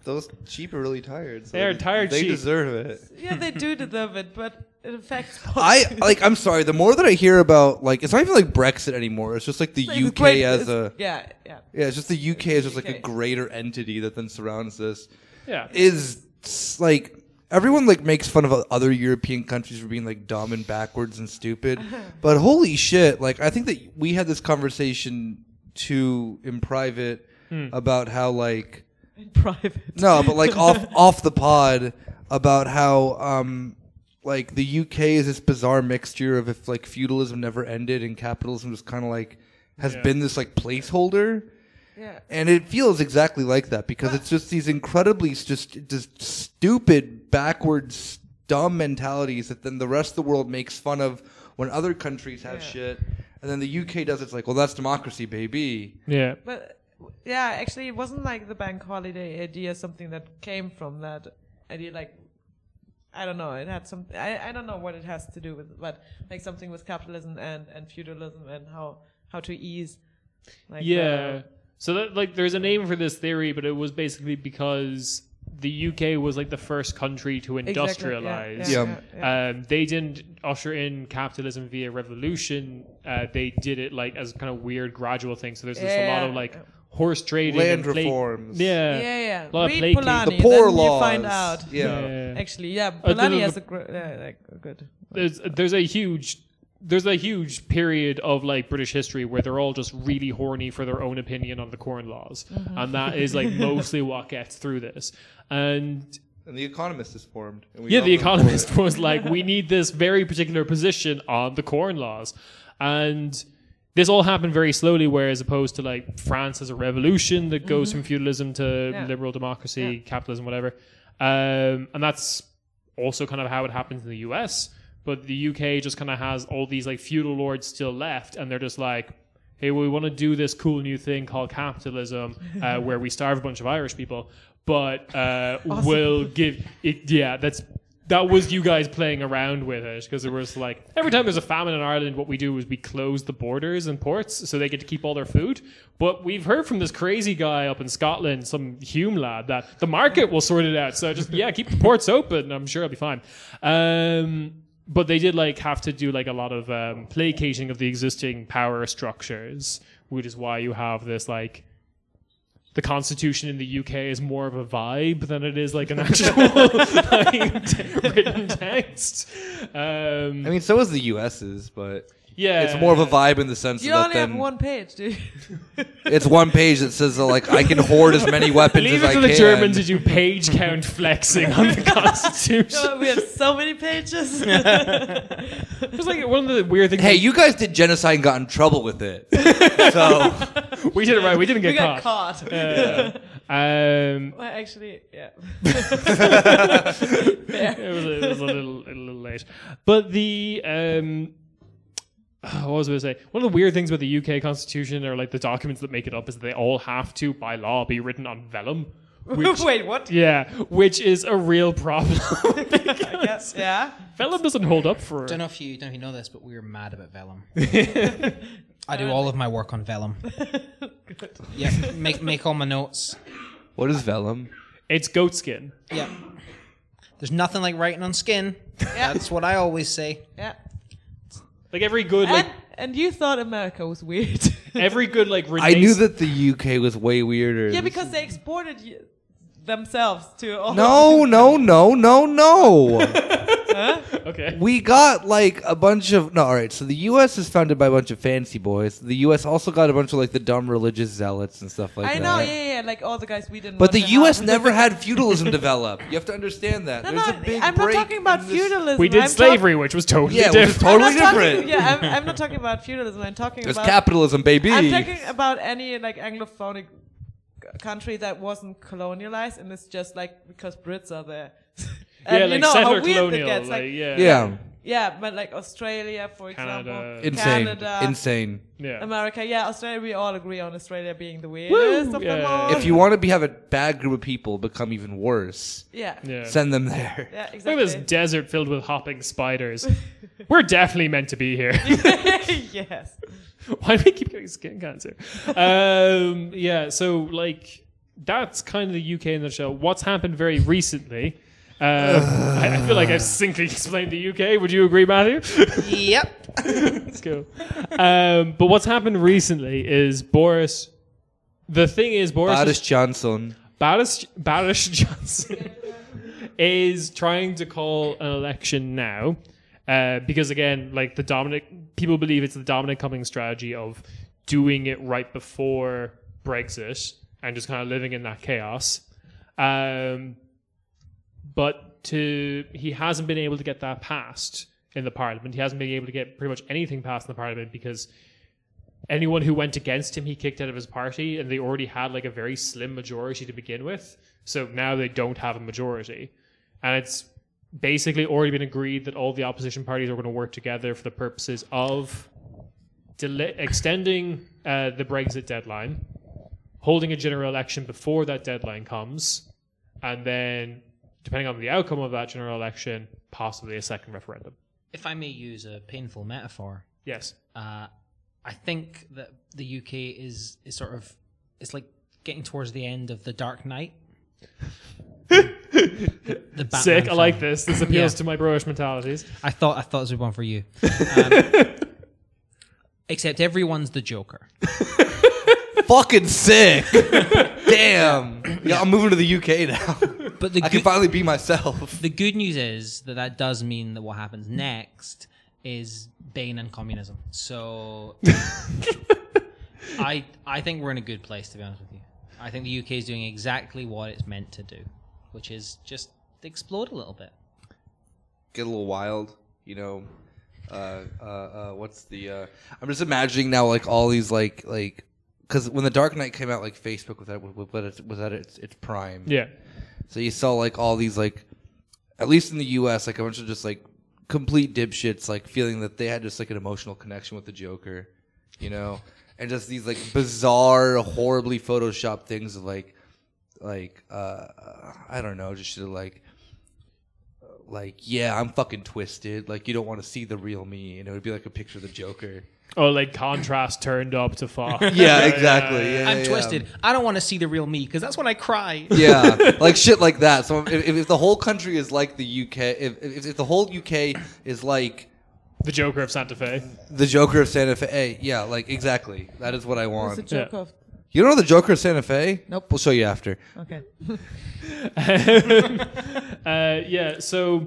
[SPEAKER 2] Those sheep are really tired. So
[SPEAKER 1] They are tired
[SPEAKER 2] They
[SPEAKER 1] sheep.
[SPEAKER 2] deserve it.
[SPEAKER 3] yeah, they do deserve it, but it affects.
[SPEAKER 2] I like. I'm sorry. The more that I hear about, like, it's not even like Brexit anymore. It's just like the
[SPEAKER 3] It's
[SPEAKER 2] UK
[SPEAKER 3] great-
[SPEAKER 2] as
[SPEAKER 3] it's-
[SPEAKER 2] a
[SPEAKER 3] Yeah, yeah.
[SPEAKER 2] yeah. It's just the UK is just like a
[SPEAKER 3] UK.
[SPEAKER 2] greater entity that then surrounds this.
[SPEAKER 1] yeah.
[SPEAKER 2] Is s- like everyone like makes fun of other European countries for being like dumb and backwards and stupid, but holy shit! Like I think that we had this conversation too in private about how like
[SPEAKER 3] In private.
[SPEAKER 2] No, but like off off the pod about how um like the UK is this bizarre mixture of if like feudalism never ended and capitalism just kind of like has
[SPEAKER 1] Yeah.
[SPEAKER 2] been this like placeholder
[SPEAKER 3] Yeah.
[SPEAKER 2] and it feels exactly like that because it's just these incredibly s- just just stupid backwards dumb mentalities that then the rest of the world makes fun of when other countries have
[SPEAKER 3] Yeah.
[SPEAKER 2] shit and then the UK does it's like well that's democracy baby
[SPEAKER 1] Yeah.
[SPEAKER 3] But yeah, actually, it wasn't like the bank holiday idea something that came from that idea. Like, I don't know, it had some. I, I don't know what it has to do with, but like something with capitalism and and feudalism and how how to ease. Like Uh,
[SPEAKER 1] yeah. So that like there's a name for this theory, but it was basically because the UK was like the first country to
[SPEAKER 3] the- Exactly, yeah,
[SPEAKER 1] industrialize.
[SPEAKER 2] Yeah.
[SPEAKER 1] Um, they didn't usher in capitalism via revolution. Uh, they did it like as kind of weird gradual thing. So there's just a lot
[SPEAKER 3] Yeah.
[SPEAKER 1] of like horse trading, and
[SPEAKER 2] Land
[SPEAKER 1] plate-
[SPEAKER 2] reforms.
[SPEAKER 1] Yeah.
[SPEAKER 3] Yeah, yeah.
[SPEAKER 1] lot of
[SPEAKER 3] Read
[SPEAKER 1] plague-
[SPEAKER 2] the
[SPEAKER 3] Polanyi,
[SPEAKER 2] poor
[SPEAKER 3] then
[SPEAKER 2] laws
[SPEAKER 3] you find out.
[SPEAKER 2] yeah.
[SPEAKER 3] Actually, yeah,
[SPEAKER 1] Uh, the-
[SPEAKER 3] Polanyi
[SPEAKER 1] the-
[SPEAKER 3] has a gr- yeah, like a good.
[SPEAKER 1] there's there's a huge there's a huge period of like British history where they're all just really horny for their own opinion on the corn laws, and that is like mostly what gets through this. And
[SPEAKER 2] and the economist is formed and we
[SPEAKER 1] yeah, the
[SPEAKER 2] all voted for it.
[SPEAKER 1] economist was like, we need this very particular position on the corn laws. And this all happened very slowly, where as opposed to like France as a revolution that goes from feudalism to
[SPEAKER 3] Yeah.
[SPEAKER 1] liberal democracy, capitalism, whatever. Um, and that's also kind of how it happens in the US. But the UK just kind of has all these like feudal lords still left, and they're just like, hey, we want to do this cool new thing called capitalism, uh, where we starve a bunch of Irish people, but uh, we'll give it. Yeah, that's that was you guys playing around with it because it was like every time there's a famine in Ireland, what we do is we close the borders and ports so they get to keep all their food. But we've heard from this crazy guy up in Scotland, some Hume lad, that the market will sort it out. So just yeah, keep the ports open. I'm sure it'll be fine. Um, but they did like have to do like a lot of um, placating of the existing power structures, which is why you have this like the Constitution in the UK is more of a vibe than it is like an actual like, t- written text. Um,
[SPEAKER 2] I mean, so is the U.S.'s, but
[SPEAKER 1] yeah,
[SPEAKER 2] it's more of a vibe in the sense
[SPEAKER 3] You
[SPEAKER 2] that
[SPEAKER 3] only
[SPEAKER 2] then
[SPEAKER 3] have one page, dude.
[SPEAKER 2] it's one page that says uh, like I can hoard as many weapons
[SPEAKER 1] Leave
[SPEAKER 2] as
[SPEAKER 1] it to
[SPEAKER 2] I
[SPEAKER 1] the
[SPEAKER 2] can.
[SPEAKER 1] Germans to do page count flexing on the Constitution.
[SPEAKER 3] we have so many pages.
[SPEAKER 1] It's like one of the weird things.
[SPEAKER 2] hey, you guys did genocide and got in trouble with it. so
[SPEAKER 1] we did it right. We didn't get
[SPEAKER 3] we got
[SPEAKER 1] caught.
[SPEAKER 3] caught.
[SPEAKER 1] Yeah. Um,
[SPEAKER 3] Well, actually, yeah.
[SPEAKER 1] it was, it was a little a little late. But the um what was I going to say? One of the weird things about the UK Constitution or like the documents that make it up is that they all have to, by law, be written on vellum. Which,
[SPEAKER 3] Wait, what?
[SPEAKER 1] yeah, which is a real problem.
[SPEAKER 3] Yes. Yeah.
[SPEAKER 1] vellum doesn't hold up for.
[SPEAKER 4] Don't know if you don't know if you know this, but we're mad about vellum. I do all of my work on vellum. yeah, make make all my notes.
[SPEAKER 2] what is vellum?
[SPEAKER 1] It's goatskin.
[SPEAKER 4] Yeah. There's nothing like writing on skin. That's what I always say.
[SPEAKER 3] Yeah.
[SPEAKER 1] Like every good, like
[SPEAKER 3] And, and you thought America was weird.
[SPEAKER 1] every good, like
[SPEAKER 2] I knew
[SPEAKER 1] renaissance-
[SPEAKER 2] that the UK was way weirder.
[SPEAKER 3] yeah, because they exported y- themselves to all.
[SPEAKER 2] no, no, no, no, no.
[SPEAKER 1] Okay,
[SPEAKER 2] we got like a bunch of no all right so the us is founded by a bunch of fancy boys the us also got a bunch of like the dumb religious zealots and stuff like
[SPEAKER 3] I
[SPEAKER 2] that
[SPEAKER 3] know. Yeah, yeah, yeah. Like all the guys we didn't.
[SPEAKER 2] but the
[SPEAKER 3] want to have.
[SPEAKER 2] us never had feudalism develop you have to understand that
[SPEAKER 3] No,
[SPEAKER 2] there's
[SPEAKER 3] no,
[SPEAKER 2] a big
[SPEAKER 3] I'm not
[SPEAKER 2] break
[SPEAKER 3] talking about
[SPEAKER 2] in this-
[SPEAKER 3] feudalism.
[SPEAKER 1] we did
[SPEAKER 3] I'm
[SPEAKER 1] slavery, which was totally
[SPEAKER 2] yeah which is
[SPEAKER 1] different.
[SPEAKER 3] talk- I'm
[SPEAKER 2] totally
[SPEAKER 3] not talking-
[SPEAKER 2] different
[SPEAKER 3] yeah, I'm, I'm not talking about feudalism. I'm talking
[SPEAKER 2] it's
[SPEAKER 3] about
[SPEAKER 2] capitalism baby
[SPEAKER 3] I'm talking about any like anglophonic c- country that wasn't colonialized and it's just like because Brits are there. and
[SPEAKER 1] yeah,
[SPEAKER 3] you
[SPEAKER 1] like
[SPEAKER 3] know how
[SPEAKER 1] settler
[SPEAKER 3] weird
[SPEAKER 1] colonial,
[SPEAKER 3] it gets.
[SPEAKER 1] like, yeah,
[SPEAKER 2] yeah
[SPEAKER 3] yeah, but like Australia, for
[SPEAKER 1] Canada.
[SPEAKER 3] example,
[SPEAKER 2] insane
[SPEAKER 3] Canada,
[SPEAKER 2] insane
[SPEAKER 1] yeah.
[SPEAKER 3] America. Yeah, Australia. We all agree on Australia being the weirdest of them
[SPEAKER 1] Yeah.
[SPEAKER 3] all.
[SPEAKER 2] if you want to be, have a bad group of people become even worse
[SPEAKER 3] yeah, yeah,
[SPEAKER 1] yeah.
[SPEAKER 2] send them there
[SPEAKER 1] Look at this
[SPEAKER 3] exactly.
[SPEAKER 1] desert filled with hopping spiders. We're definitely meant to be here.
[SPEAKER 3] yes.
[SPEAKER 1] Why do we keep getting skin cancer? Um, yeah, so like that's kind of the UK in the show. What's happened very recently? Um, I, I feel like I've succinctly explained the UK. Would you agree, Matthew?
[SPEAKER 4] Yep.
[SPEAKER 1] Let's go. Um, but what's happened recently is Boris. The thing is, Boris is
[SPEAKER 2] Boris Johnson.
[SPEAKER 1] Boris, Boris Johnson is trying to call an election now uh, because, again, like the dominant people believe it's the dominant coming strategy of doing it right before Brexit and just kind of living in that chaos. Um, but to he hasn't been able to get that passed in the parliament. He hasn't been able to get pretty much anything passed in the parliament because anyone who went against him he kicked out of his party and they already had like a very slim majority to begin with so now they don't have a majority and it's basically already been agreed that all the opposition parties are going to work together for the purposes of deli- extending uh, the brexit deadline holding a general election before that deadline comes and then depending on the outcome of that general election possibly a second referendum
[SPEAKER 4] If I may use a painful metaphor,
[SPEAKER 1] yes
[SPEAKER 4] uh, I think that the UK is is sort of it's like getting towards the end of the Dark Knight. the Batman
[SPEAKER 1] sick i
[SPEAKER 4] film.
[SPEAKER 1] like this this appeals
[SPEAKER 4] Yeah.
[SPEAKER 1] to my bro-ish mentalities
[SPEAKER 4] I thought I thought this was one for you. Um, except everyone's the Joker.
[SPEAKER 2] Fucking sick. Damn. Yeah, I'm moving to the UK now.
[SPEAKER 4] But the
[SPEAKER 2] I can
[SPEAKER 4] good,
[SPEAKER 2] finally be myself.
[SPEAKER 4] the good news is that that does mean that what happens next is Bane and communism. So I I think we're in a good place to be honest with you. I think the UK is doing exactly what it's meant to do, which is just explode a little bit.
[SPEAKER 2] Get a little wild, you know. Uh, uh, uh, what's the? Uh, I'm just imagining now, like all these, like, like, because when the Dark Knight came out, like Facebook was at was, was at its, its prime.
[SPEAKER 1] yeah
[SPEAKER 2] So you saw like all these like, at least in the U.S., like a bunch of just like complete dipshits like feeling that they had just like an emotional connection with the Joker, you know, and just these like bizarre, horribly photoshopped things of like, like uh, I don't know, just shit of, like. like, yeah, I'm fucking twisted. Like, you don't want to see the real me, and it would be like a picture of the Joker.
[SPEAKER 1] Oh, like contrast turned up to fuck.
[SPEAKER 2] Yeah, exactly. Yeah,
[SPEAKER 4] I'm
[SPEAKER 2] yeah.
[SPEAKER 4] twisted. I don't want to see the real me because that's when I cry.
[SPEAKER 2] yeah, like shit like that. So if, if the whole country is like the UK, if, if, if the whole UK is like
[SPEAKER 1] The Joker of Santa Fe.
[SPEAKER 2] the Joker of Santa Fe, yeah, like exactly. That is what I
[SPEAKER 3] It's a
[SPEAKER 2] want.
[SPEAKER 3] joke
[SPEAKER 1] Yeah.
[SPEAKER 3] of.
[SPEAKER 2] You don't know the Joker of Santa Fe?
[SPEAKER 3] Nope.
[SPEAKER 2] We'll show you after.
[SPEAKER 3] Okay.
[SPEAKER 2] Mm.
[SPEAKER 1] Uh, yeah, so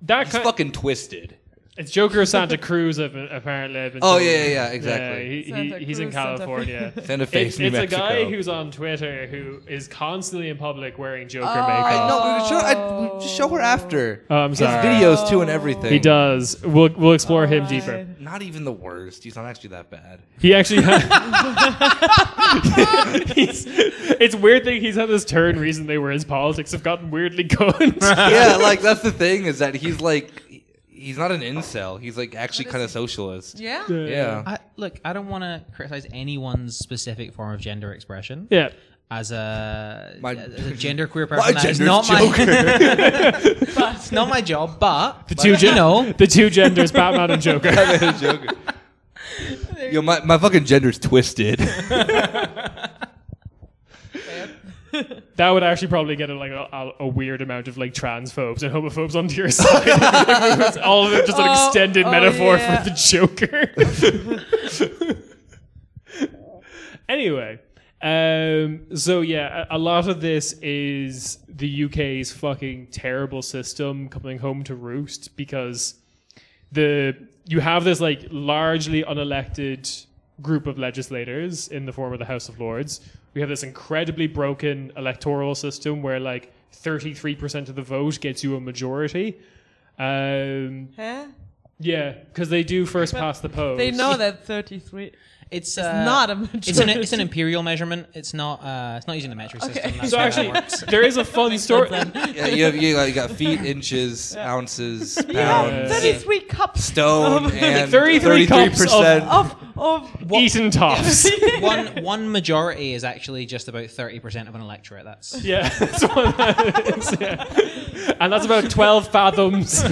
[SPEAKER 1] that
[SPEAKER 2] He's
[SPEAKER 1] kind
[SPEAKER 2] fucking twisted.
[SPEAKER 1] it's Joker of Santa Cruz ap- apparently. I've been
[SPEAKER 2] Oh
[SPEAKER 1] told.
[SPEAKER 2] yeah, yeah, yeah, exactly.
[SPEAKER 1] he- he-
[SPEAKER 3] Santa
[SPEAKER 1] he's in
[SPEAKER 3] Cruz, Santa Fe.
[SPEAKER 1] California.
[SPEAKER 2] Santa Fe,
[SPEAKER 1] It's,
[SPEAKER 2] New
[SPEAKER 1] it's a
[SPEAKER 2] Mexico.
[SPEAKER 1] guy who's on Twitter who is constantly in public wearing Joker
[SPEAKER 2] Oh, I
[SPEAKER 1] makeup.
[SPEAKER 2] know. but we show- I- we just show her after.
[SPEAKER 1] Oh, I'm
[SPEAKER 2] He has
[SPEAKER 1] sorry.
[SPEAKER 2] videos too and everything.
[SPEAKER 1] He does. We'll we'll explore him
[SPEAKER 3] Alright.
[SPEAKER 1] deeper.
[SPEAKER 2] Not even the worst. He's not actually that bad.
[SPEAKER 1] He actually. he's, it's weird thing he's had this turn recently where his politics have gotten weirdly good.
[SPEAKER 2] yeah, like that's the thing is that he's like, he- he's not an incel. He's like actually kind of socialist.
[SPEAKER 3] Yeah.
[SPEAKER 2] Yeah.
[SPEAKER 4] I, look, I don't want to criticize anyone's specific form of gender expression.
[SPEAKER 1] Yeah.
[SPEAKER 4] As a,
[SPEAKER 2] My-
[SPEAKER 4] as a gender queer
[SPEAKER 2] My
[SPEAKER 4] person, that is
[SPEAKER 2] gender's
[SPEAKER 4] not my,
[SPEAKER 2] Joker.
[SPEAKER 4] it's not my job. But
[SPEAKER 1] The two,
[SPEAKER 4] you
[SPEAKER 1] gen-
[SPEAKER 4] know,
[SPEAKER 1] the two genders, Batman and Joker.
[SPEAKER 2] Joker. Yo, my, my fucking gender's twisted.
[SPEAKER 1] That would actually probably get a, like a, a- a weird amount of like transphobes and homophobes onto your side. If it was all of it just an
[SPEAKER 3] Oh,
[SPEAKER 1] extended
[SPEAKER 3] oh,
[SPEAKER 1] metaphor
[SPEAKER 3] yeah.
[SPEAKER 1] for the Joker. anyway, um, so yeah, a, a lot of this is the UK's fucking terrible system coming home to roost because the you have this like largely unelected group of legislators in the form of the House of Lords. We have this incredibly broken electoral system where like 33% of the vote gets you a majority. Um,
[SPEAKER 3] Huh?
[SPEAKER 1] yeah, because they do first past the post.
[SPEAKER 3] They know that 33.
[SPEAKER 4] it's, uh,
[SPEAKER 3] not a
[SPEAKER 4] It's an,
[SPEAKER 3] majority.
[SPEAKER 4] it's an imperial measurement. It's not. Uh, it's not using the metric system. That's
[SPEAKER 1] So
[SPEAKER 4] how
[SPEAKER 1] actually,
[SPEAKER 4] that works.
[SPEAKER 1] there is a fun story.
[SPEAKER 2] yeah, you, have, you, got- you got feet, inches, ounces,
[SPEAKER 1] Yeah.
[SPEAKER 2] pounds,
[SPEAKER 3] 33 cups
[SPEAKER 2] stone, and
[SPEAKER 1] 33 cups of-
[SPEAKER 2] 33%.
[SPEAKER 3] of of
[SPEAKER 1] Eaton tops.
[SPEAKER 4] one one majority is actually just about thirty percent of an electorate. That's
[SPEAKER 1] Yeah, that's what that is. yeah. And that's about 12 fathoms.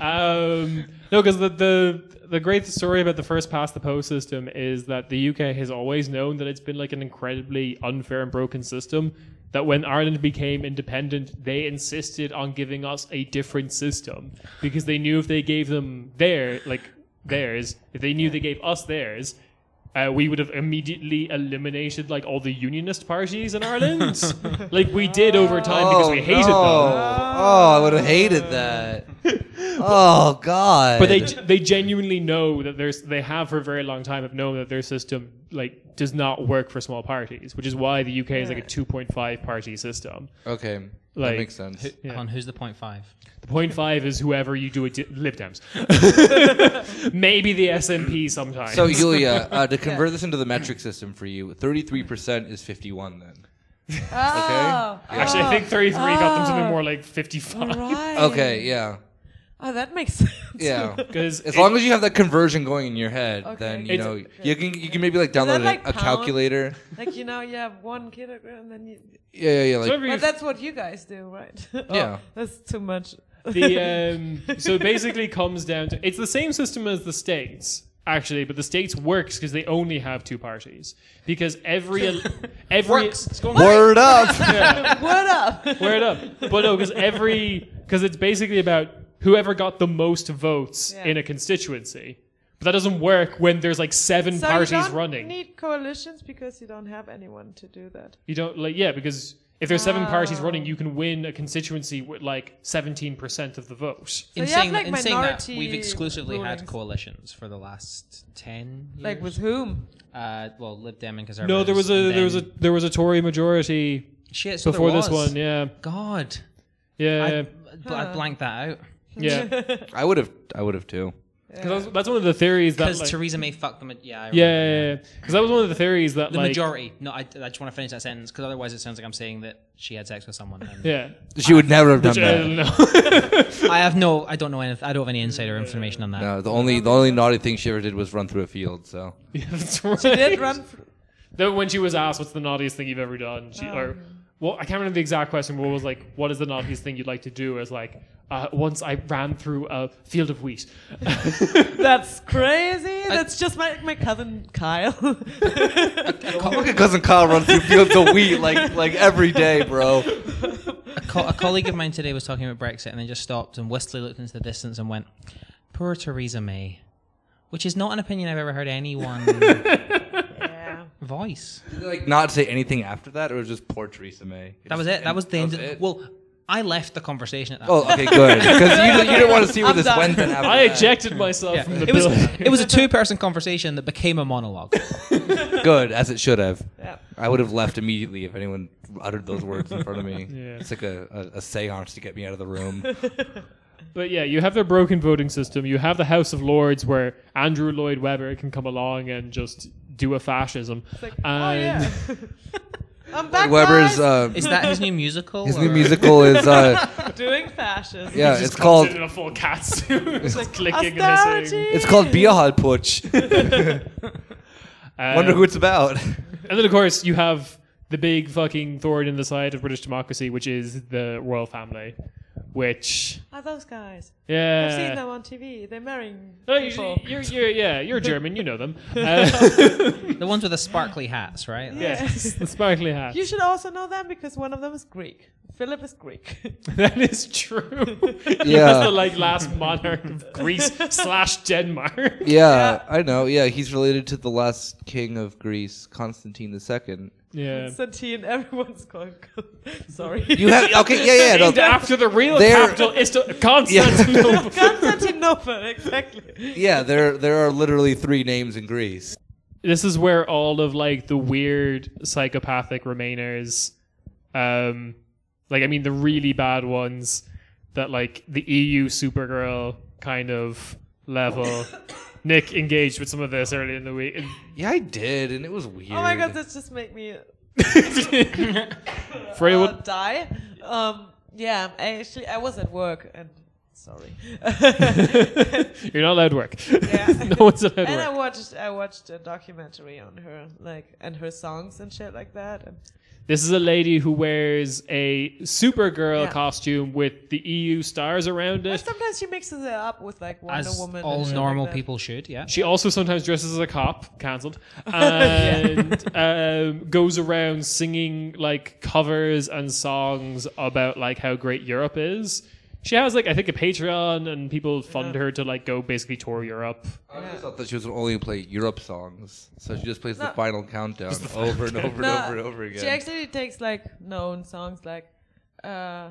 [SPEAKER 1] um, no, because the, the, the great story about the first past the post system is that the UK has always known that it's been like an incredibly unfair and broken system. That when Ireland became independent, they insisted on giving us a different system because they knew if they gave them their, like theirs, if they knew they gave us theirs, uh, we would have immediately eliminated like all the unionist parties in Ireland, like we did over time because we hated
[SPEAKER 2] Oh, no.
[SPEAKER 1] them.
[SPEAKER 2] Oh, I would have hated that. oh God.
[SPEAKER 1] But they they genuinely know that there's they have for a very long time have known that their system like does not work for small parties, which is why the UK is like a 2.5 party system.
[SPEAKER 2] okay, that
[SPEAKER 1] Like-
[SPEAKER 2] makes sense.
[SPEAKER 1] Yeah.
[SPEAKER 4] on who's the point five.
[SPEAKER 1] The point five is whoever you do it to, Lib Dems, maybe the SNP sometimes.
[SPEAKER 2] So Yulia, uh, to convert this into the metric system for you, thirty-three percent is fifty-one. Then.
[SPEAKER 3] Oh,
[SPEAKER 1] actually, I think 33 got them something more like 55.
[SPEAKER 3] right.
[SPEAKER 2] Okay. Yeah.
[SPEAKER 3] Oh, that makes sense.
[SPEAKER 2] Yeah.
[SPEAKER 1] Because
[SPEAKER 2] As long as you have that conversion going in your head,
[SPEAKER 3] Okay.
[SPEAKER 2] then you
[SPEAKER 1] It's-
[SPEAKER 2] know you can you can maybe like download
[SPEAKER 3] that
[SPEAKER 2] a-
[SPEAKER 3] like
[SPEAKER 2] a
[SPEAKER 3] pound?
[SPEAKER 2] calculator.
[SPEAKER 3] like you know, you have one kilogram, and then you.
[SPEAKER 2] Yeah, yeah, yeah. Like,
[SPEAKER 3] But that's what you guys do, right? Oh,
[SPEAKER 2] Yeah.
[SPEAKER 3] that's too much.
[SPEAKER 1] the um, so it basically comes down to it's the same system as the states actually, but the states works because they only have two parties because every el- every
[SPEAKER 4] Works. It's going
[SPEAKER 2] word up.
[SPEAKER 3] what up?
[SPEAKER 1] Wear it up. But no, because every because it's basically about whoever got the most votes
[SPEAKER 3] Yeah.
[SPEAKER 1] in a constituency. But that doesn't work when there's like seven
[SPEAKER 3] So
[SPEAKER 1] parties
[SPEAKER 3] you don't
[SPEAKER 1] running.
[SPEAKER 3] need coalitions because you don't have anyone to do that.
[SPEAKER 1] you don't like yeah because. If there's seven parties
[SPEAKER 3] Oh.
[SPEAKER 1] running, you can win a constituency with like 17% of the vote.
[SPEAKER 4] In
[SPEAKER 3] you have,
[SPEAKER 4] saying,
[SPEAKER 3] like,
[SPEAKER 4] in saying that,
[SPEAKER 3] minority
[SPEAKER 4] we've exclusively had
[SPEAKER 3] rulings.
[SPEAKER 4] coalitions for the last ten years.
[SPEAKER 3] Like with whom?
[SPEAKER 4] uh, well, Lib Dem and Conservatives.
[SPEAKER 1] No, there was a
[SPEAKER 4] and
[SPEAKER 1] there was a
[SPEAKER 4] then-
[SPEAKER 1] there was a Tory majority
[SPEAKER 4] shit so there
[SPEAKER 1] before this
[SPEAKER 4] was.
[SPEAKER 1] one. Yeah,
[SPEAKER 4] God,
[SPEAKER 1] yeah,
[SPEAKER 4] I, bl- I blanked that out
[SPEAKER 1] yeah. Because
[SPEAKER 2] I would have. I would have too.
[SPEAKER 1] that's, that's one of the theories that.
[SPEAKER 4] because
[SPEAKER 1] Like,
[SPEAKER 4] Theresa May fucked them. Yeah,
[SPEAKER 1] yeah,
[SPEAKER 4] I
[SPEAKER 1] yeah, because that was one of the theories that
[SPEAKER 4] The
[SPEAKER 1] like.
[SPEAKER 4] majority. No, I, I just want to finish that sentence because otherwise it sounds like I'm saying that she had sex with someone. And
[SPEAKER 1] Yeah.
[SPEAKER 2] She would never have done
[SPEAKER 1] Which, uh, I don't
[SPEAKER 2] that.
[SPEAKER 1] know.
[SPEAKER 4] I have no. I don't know anything. I don't have any insider information on that.
[SPEAKER 2] No, the only the only naughty thing she ever did was run through a field. So
[SPEAKER 1] yeah, that's right.
[SPEAKER 3] Did run?
[SPEAKER 4] Oh.
[SPEAKER 1] Though when she was asked, "What's the naughtiest thing you've ever done?" She, or well, I can't remember the exact question, but it was like, what is the naughtiest thing you'd like to do? It was like, uh, once I ran through a field of wheat.
[SPEAKER 3] That's crazy. That's just my my cousin Kyle.
[SPEAKER 2] Look at cousin Kyle run through fields of wheat like like every day, bro.
[SPEAKER 4] A, co- a colleague of mine today was talking about Brexit and then just stopped and wistfully looked into the distance and went, "Poor Theresa May," which is not an opinion I've ever heard anyone
[SPEAKER 3] yeah.
[SPEAKER 4] voice.
[SPEAKER 2] Did they, like not say anything after that, or just poor Theresa May.
[SPEAKER 4] That was it. That was the end.
[SPEAKER 2] was
[SPEAKER 4] of-
[SPEAKER 2] it?
[SPEAKER 4] Well, I left the conversation at that.
[SPEAKER 2] Oh,
[SPEAKER 4] point.
[SPEAKER 2] okay, good. Because you, you didn't want to see where
[SPEAKER 3] I'm
[SPEAKER 2] this
[SPEAKER 3] done.
[SPEAKER 2] went. Then after
[SPEAKER 1] I
[SPEAKER 2] that.
[SPEAKER 1] ejected myself from the
[SPEAKER 4] It was
[SPEAKER 1] building.
[SPEAKER 4] it was a two person conversation that became a monologue.
[SPEAKER 2] Good, as it should have.
[SPEAKER 3] Yeah.
[SPEAKER 2] I would have left immediately if anyone uttered those words in front of me.
[SPEAKER 1] Yeah.
[SPEAKER 2] It's like a, a, a seance to get me out of the room.
[SPEAKER 1] But yeah, you have their broken voting system. You have the House of Lords where Andrew Lloyd Webber can come along and just do a fascism.
[SPEAKER 3] It's like,
[SPEAKER 1] and
[SPEAKER 3] oh yeah. I'm back.
[SPEAKER 2] Weber's
[SPEAKER 3] guys.
[SPEAKER 2] uh,
[SPEAKER 4] Is that his new musical?
[SPEAKER 2] his new
[SPEAKER 4] or-
[SPEAKER 2] musical is uh,
[SPEAKER 3] doing fascism.
[SPEAKER 2] yeah,
[SPEAKER 1] he just
[SPEAKER 2] it's
[SPEAKER 1] comes
[SPEAKER 2] called
[SPEAKER 1] in, in a full cat suit, just clicking and
[SPEAKER 3] Austerity.
[SPEAKER 1] hissing.
[SPEAKER 2] it's called Biahal Putsch.
[SPEAKER 1] Um,
[SPEAKER 2] Wonder who it's about.
[SPEAKER 1] And then of course you have the big fucking thorn in the side of British democracy, which is the royal family, which
[SPEAKER 3] Are Ah, those guys?
[SPEAKER 1] yeah.
[SPEAKER 3] I've seen them on TV. They're marrying
[SPEAKER 1] No, Uh, Oh, you-
[SPEAKER 3] people.
[SPEAKER 1] you're, you're, yeah, you're German. You know them. Uh,
[SPEAKER 4] The ones with the sparkly hats, right?
[SPEAKER 1] yes, the sparkly hat.
[SPEAKER 3] You should also know them because one of them is Greek. Philip is Greek.
[SPEAKER 1] That is true. he was
[SPEAKER 2] Yeah.
[SPEAKER 1] the like last monarch of Greece slash Denmark.
[SPEAKER 2] Yeah, I know. Yeah, he's related to the last king of Greece, Constantine the Second.
[SPEAKER 1] Yeah.
[SPEAKER 3] Constantine, everyone's called. Sorry.
[SPEAKER 2] You have okay, yeah, yeah. No,
[SPEAKER 1] Named after the real
[SPEAKER 2] They're-
[SPEAKER 1] capital is Constantinople.
[SPEAKER 3] Constantinople, exactly.
[SPEAKER 2] yeah, there there are literally three names in Greece.
[SPEAKER 1] this is where all of like the weird psychopathic remainers um like i mean the really bad ones that like the eu supergirl kind of level nick engaged with some of this early in the week
[SPEAKER 2] Yeah, I did, and it was weird.
[SPEAKER 3] Oh my god, this just make me
[SPEAKER 1] Frey,
[SPEAKER 3] uh,
[SPEAKER 1] what-
[SPEAKER 3] die. Um, yeah, I actually, I was at work and sorry.
[SPEAKER 1] you're not allowed to work
[SPEAKER 3] Yeah.
[SPEAKER 1] no one's allowed
[SPEAKER 3] and
[SPEAKER 1] to
[SPEAKER 3] I
[SPEAKER 1] work
[SPEAKER 3] watched, I watched a documentary on her, like, and her songs and shit like that. And
[SPEAKER 1] this is a lady who wears a supergirl
[SPEAKER 3] Yeah.
[SPEAKER 1] costume with the eu stars around
[SPEAKER 3] but
[SPEAKER 1] it
[SPEAKER 3] sometimes she mixes it up with like Wonder
[SPEAKER 4] As
[SPEAKER 3] Woman. and
[SPEAKER 4] all
[SPEAKER 3] shit
[SPEAKER 4] normal
[SPEAKER 3] like that.
[SPEAKER 4] people should, yeah.
[SPEAKER 1] She also sometimes dresses as a cop, cancelled, and um, goes around singing like covers and songs about like how great Europe is. She has like I think a Patreon, and people fund her to like go basically tour Europe.
[SPEAKER 2] I just thought that she was only play Europe songs, so she just plays the
[SPEAKER 3] No.
[SPEAKER 2] final countdown over and over and over and over again.
[SPEAKER 3] She actually takes like known songs like uh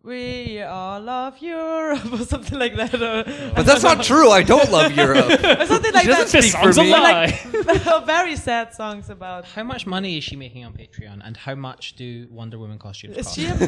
[SPEAKER 3] we all love Europe or something like that, or,
[SPEAKER 2] but that's not true. I don't love Europe.
[SPEAKER 3] or something like
[SPEAKER 2] She doesn't
[SPEAKER 3] that.
[SPEAKER 1] This
[SPEAKER 2] Speak for
[SPEAKER 1] song's a
[SPEAKER 2] me.
[SPEAKER 1] lie.
[SPEAKER 3] Very sad songs about.
[SPEAKER 4] How much money is she making on Patreon, and how much do Wonder Woman costumes
[SPEAKER 3] Is
[SPEAKER 4] cost?
[SPEAKER 3] she a,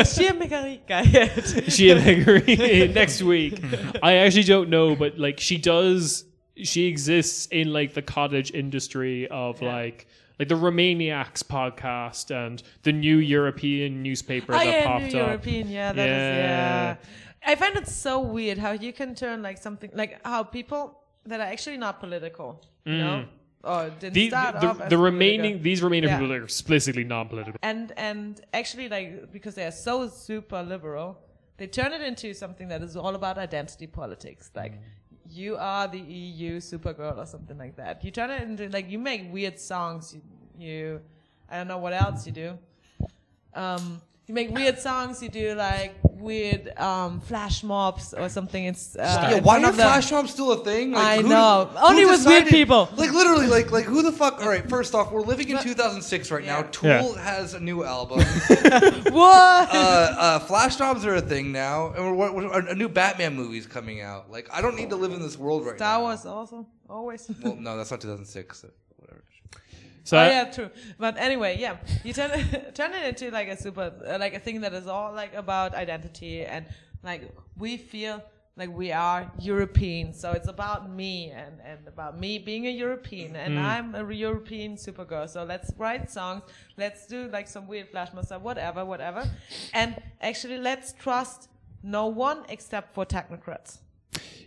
[SPEAKER 3] is she a Megarica yet?
[SPEAKER 1] she and Hickory next week. I actually don't know, but like she does, she exists in like the cottage industry of like. Like the Romaniacs podcast and the new European newspaper
[SPEAKER 3] Oh
[SPEAKER 1] that
[SPEAKER 3] yeah,
[SPEAKER 1] popped
[SPEAKER 3] New
[SPEAKER 1] up.
[SPEAKER 3] European. Yeah, that is
[SPEAKER 1] Yeah.
[SPEAKER 3] yeah. I find it so weird how you can turn like something like how people that are actually not political, you know, or didn't
[SPEAKER 1] Mm. the,
[SPEAKER 3] start
[SPEAKER 1] the,
[SPEAKER 3] off
[SPEAKER 1] the
[SPEAKER 3] as
[SPEAKER 1] remaining
[SPEAKER 3] political.
[SPEAKER 1] these remainder
[SPEAKER 3] Yeah.
[SPEAKER 1] people are explicitly non-political
[SPEAKER 3] and and actually like because they are so super liberal they turn it into something that is all about identity politics like you are the eu supergirl or something like that you turn it into like you make weird songs you, you i don't know what else you do um you make weird songs you do like weird um flash mobs or something it's uh,
[SPEAKER 2] yeah,
[SPEAKER 3] it's
[SPEAKER 2] why
[SPEAKER 3] one
[SPEAKER 2] not
[SPEAKER 3] of the-
[SPEAKER 2] flash mobs still a thing?
[SPEAKER 3] I
[SPEAKER 2] who-
[SPEAKER 3] know.
[SPEAKER 2] who
[SPEAKER 3] Only with weird people.
[SPEAKER 2] Like literally, like like who the fuck? All right, first off, we're living in 2006 right now. Tool
[SPEAKER 1] Yeah.
[SPEAKER 2] has a new album.
[SPEAKER 3] what
[SPEAKER 2] uh, uh, flash mobs are a thing now, and we're, we're, a new Batman movie's coming out. Like, I don't need to live in this world right
[SPEAKER 3] star
[SPEAKER 2] now.
[SPEAKER 3] wars also always
[SPEAKER 2] Well, no, that's not 2006. so Whatever.
[SPEAKER 1] so
[SPEAKER 3] oh
[SPEAKER 1] I-
[SPEAKER 3] yeah, true. But anyway, yeah, you turn turn it into like a super uh, like a thing that is all like about identity and like we feel like we are European, so it's about me and and about me being a European and
[SPEAKER 1] Mm.
[SPEAKER 3] I'm a European supergirl. So let's write songs, let's do like some weird flash mobs or whatever, whatever, and actually let's trust no one except for technocrats.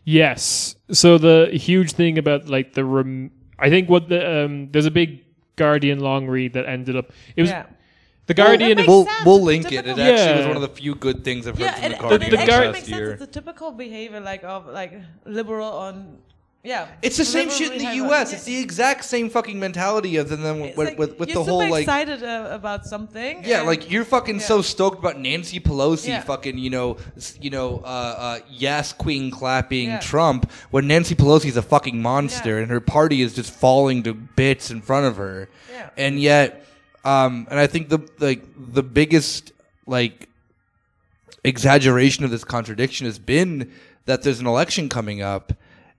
[SPEAKER 1] yes so the huge thing about like the rem- i think what the um there's a big guardian long read that ended up it was
[SPEAKER 3] yeah.
[SPEAKER 1] The Guardian.
[SPEAKER 3] That
[SPEAKER 1] of-
[SPEAKER 3] makes
[SPEAKER 2] We'll,
[SPEAKER 3] sense.
[SPEAKER 2] we'll
[SPEAKER 3] It's
[SPEAKER 2] link it. It
[SPEAKER 3] difficult.
[SPEAKER 2] actually was
[SPEAKER 1] Yeah.
[SPEAKER 2] one of the few good things I've heard
[SPEAKER 3] Yeah,
[SPEAKER 2] from
[SPEAKER 3] and,
[SPEAKER 2] the
[SPEAKER 3] and
[SPEAKER 2] Guardian
[SPEAKER 3] it
[SPEAKER 1] The
[SPEAKER 2] this
[SPEAKER 3] actually
[SPEAKER 1] Guard-
[SPEAKER 2] past
[SPEAKER 3] makes sense.
[SPEAKER 2] year.
[SPEAKER 3] It's a typical behavior, like of like liberal on, yeah.
[SPEAKER 2] It's the same
[SPEAKER 3] liberal
[SPEAKER 2] shit in the
[SPEAKER 3] behavior.
[SPEAKER 2] U.S.
[SPEAKER 3] Yeah.
[SPEAKER 2] It's the exact same fucking mentality of them with,
[SPEAKER 3] It's
[SPEAKER 2] with,
[SPEAKER 3] like
[SPEAKER 2] with, with the
[SPEAKER 3] you're
[SPEAKER 2] whole
[SPEAKER 3] super
[SPEAKER 2] like
[SPEAKER 3] excited uh, about something.
[SPEAKER 2] yeah,
[SPEAKER 3] and-
[SPEAKER 2] like you're fucking
[SPEAKER 3] yeah.
[SPEAKER 2] so stoked about Nancy Pelosi
[SPEAKER 3] Yeah.
[SPEAKER 2] fucking you know s- you know uh, uh, yes queen clapping
[SPEAKER 3] Yeah.
[SPEAKER 2] Trump when Nancy Pelosi's a fucking monster
[SPEAKER 3] Yeah.
[SPEAKER 2] and her party is just falling to bits in front of her,
[SPEAKER 3] Yeah.
[SPEAKER 2] and yet um, and I think the like the biggest like exaggeration of this contradiction has been that there's an election coming up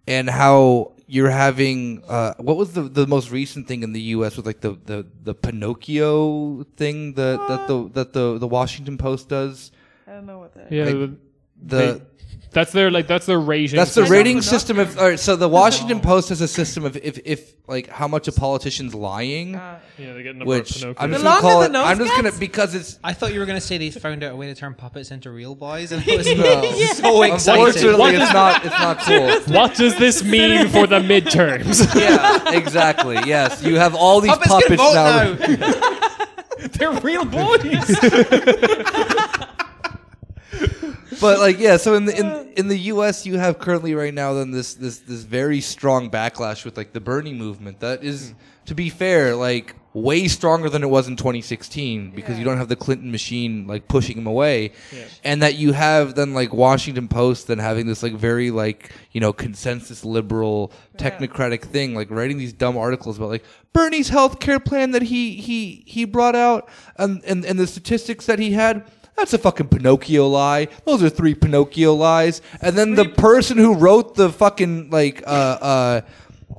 [SPEAKER 2] and how you're having uh, what was the the most recent thing in the US with like the the, the Pinocchio thing that that the that the the Washington Post does
[SPEAKER 3] I don't know what that.
[SPEAKER 1] yeah,
[SPEAKER 2] like,
[SPEAKER 1] the-
[SPEAKER 2] the
[SPEAKER 1] they- that's their like that's their rating.
[SPEAKER 2] that's the
[SPEAKER 1] system.
[SPEAKER 2] rating system of all right, so the Washington Post has a system of if if like how much a politician's lying
[SPEAKER 1] Yeah, they're getting a
[SPEAKER 2] which
[SPEAKER 1] Pinocchio.
[SPEAKER 2] I'm just
[SPEAKER 3] Uh, The
[SPEAKER 2] gonna call
[SPEAKER 3] longer
[SPEAKER 2] it
[SPEAKER 3] the nose
[SPEAKER 2] I'm just gonna
[SPEAKER 3] gets-
[SPEAKER 2] because it's
[SPEAKER 4] I thought you were going to say they found out a way to turn puppets into real boys, and I was
[SPEAKER 2] No.
[SPEAKER 4] so excited.
[SPEAKER 2] unfortunately it's not it's not cool.
[SPEAKER 1] what does this mean for the midterms?
[SPEAKER 2] yeah, exactly. Yes, you have all these
[SPEAKER 4] Puppets,
[SPEAKER 2] puppets,
[SPEAKER 4] can vote now.
[SPEAKER 1] they're real boys.
[SPEAKER 2] But like, yeah. So in the in, in the U.S., you have currently right now then this this this very strong backlash with like the Bernie movement. That
[SPEAKER 4] Hmm.
[SPEAKER 2] is, to be fair, like way stronger than it was in 2016 because you don't have the Clinton machine like pushing him away, and that you have then like Washington Post then having this like very like you know consensus liberal technocratic thing like writing these dumb articles about like Bernie's health care plan that he he he brought out and and, and the statistics that he had. That's a fucking Pinocchio lie. Those are three Pinocchio lies. And then the person who wrote the fucking like uh uh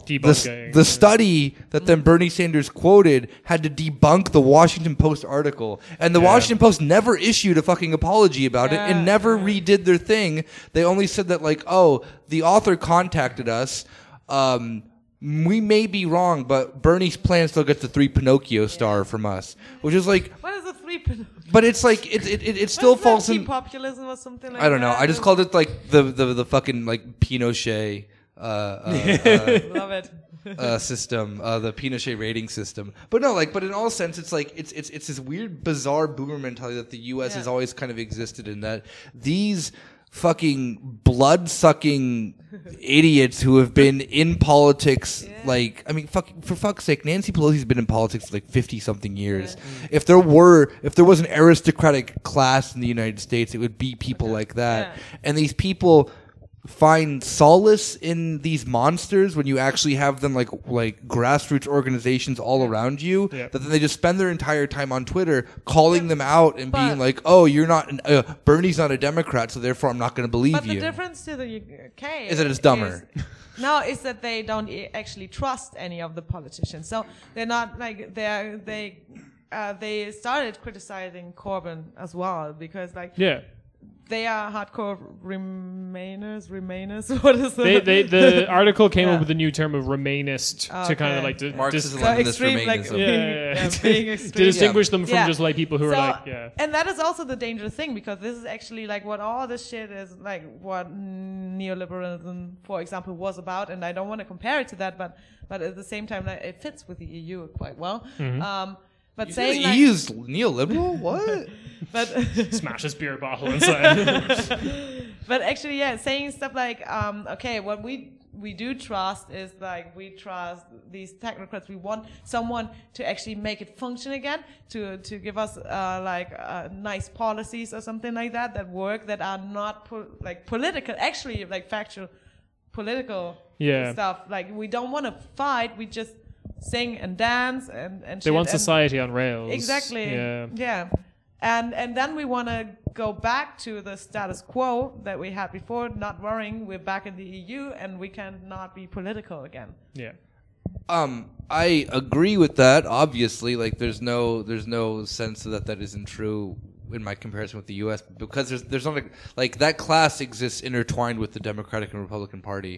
[SPEAKER 2] the, s-
[SPEAKER 1] Debunking.
[SPEAKER 2] the study that
[SPEAKER 3] Mm-hmm.
[SPEAKER 2] then Bernie Sanders quoted had to debunk the Washington Post article. And the
[SPEAKER 1] Yeah.
[SPEAKER 2] Washington Post never issued a fucking apology about it and
[SPEAKER 3] Yeah.
[SPEAKER 2] never redid their thing. They only said that like, "Oh, the author contacted us. Um we may be wrong, but Bernie's plan still gets the three Pinocchio star from us, which is like,
[SPEAKER 3] What is the three? pin-
[SPEAKER 2] but it's like it it, it, it still
[SPEAKER 3] What is that,
[SPEAKER 2] falls in.
[SPEAKER 3] populism or something like
[SPEAKER 2] I don't know.
[SPEAKER 3] that?
[SPEAKER 2] I just called it like the the, the fucking like Pinochet uh, uh,
[SPEAKER 3] Love it.
[SPEAKER 2] uh, uh, system, uh, the Pinochet rating system. But no, like, but in all sense, it's like it's it's it's this weird, bizarre boomer mentality that the U.S. has
[SPEAKER 3] Yeah.
[SPEAKER 2] always kind of existed in that these fucking blood sucking idiots who have been in politics like I mean fuck for fuck's sake Nancy Pelosi's been in politics for like 50 something years if there were if there was an aristocratic class in the United States it would be people like that
[SPEAKER 3] Yeah.
[SPEAKER 2] and these people find solace in these monsters when you actually have them like like grassroots organizations all around you
[SPEAKER 1] Yeah.
[SPEAKER 2] that then they just spend their entire time on Twitter calling them out and being
[SPEAKER 3] But-
[SPEAKER 2] like oh you're not an, uh, Bernie's not a democrat so therefore I'm not going to believe
[SPEAKER 3] But the
[SPEAKER 2] you
[SPEAKER 3] difference to the UK
[SPEAKER 2] Is that it's dumber.
[SPEAKER 3] is- no, is that they don't i- actually trust any of the politicians. So they're not like they're they. Uh, they started criticizing Corbyn as well because, like,
[SPEAKER 1] yeah.
[SPEAKER 3] they are hardcore Remainers. Remainers. What is
[SPEAKER 1] They,
[SPEAKER 3] it?
[SPEAKER 1] they, the article came
[SPEAKER 3] Yeah.
[SPEAKER 1] up with a new term of Remainist to kind of
[SPEAKER 3] Okay.
[SPEAKER 1] like to, dis-
[SPEAKER 2] Marxism
[SPEAKER 1] to
[SPEAKER 3] so
[SPEAKER 2] and this
[SPEAKER 3] extreme, like
[SPEAKER 2] Remainism.
[SPEAKER 1] Yeah, yeah, yeah.
[SPEAKER 3] being extreme.
[SPEAKER 1] distinguish them from
[SPEAKER 3] Yeah.
[SPEAKER 1] just like people who are
[SPEAKER 3] So-
[SPEAKER 1] like yeah.
[SPEAKER 3] And that is also the dangerous thing because this is actually like what all this shit is like what neoliberalism, for example, was about. And I don't want to compare it to that, but but at the same time, like, it fits with the EU quite well.
[SPEAKER 1] Mm-hmm.
[SPEAKER 3] Um, but
[SPEAKER 2] You
[SPEAKER 3] saying
[SPEAKER 2] think
[SPEAKER 3] like,
[SPEAKER 2] the E EU's neoliberal what
[SPEAKER 3] but
[SPEAKER 1] Smash his beer bottle inside.
[SPEAKER 3] but actually, yeah, saying stuff like, um, okay, what we we do trust is like we trust these technocrats. We want someone to actually make it function again, to to give us uh, like uh, nice policies or something like that that work that are not po- like political, actually like factual, political
[SPEAKER 1] Yeah.
[SPEAKER 3] stuff. Like we don't want to fight. We just sing and dance and and
[SPEAKER 1] they
[SPEAKER 3] shit
[SPEAKER 1] want
[SPEAKER 3] and-
[SPEAKER 1] society on rails.
[SPEAKER 3] Exactly.
[SPEAKER 1] Yeah.
[SPEAKER 3] And and then we want to go back to the status quo that we had before, not worrying we're back in the EU and we can not be political again.
[SPEAKER 1] Yeah.
[SPEAKER 2] Um, I agree with that. Obviously, like there's no there's no sense that that isn't true in my comparison with the U.S. because there's there's not a, like that class exists intertwined with the Democratic and Republican Party.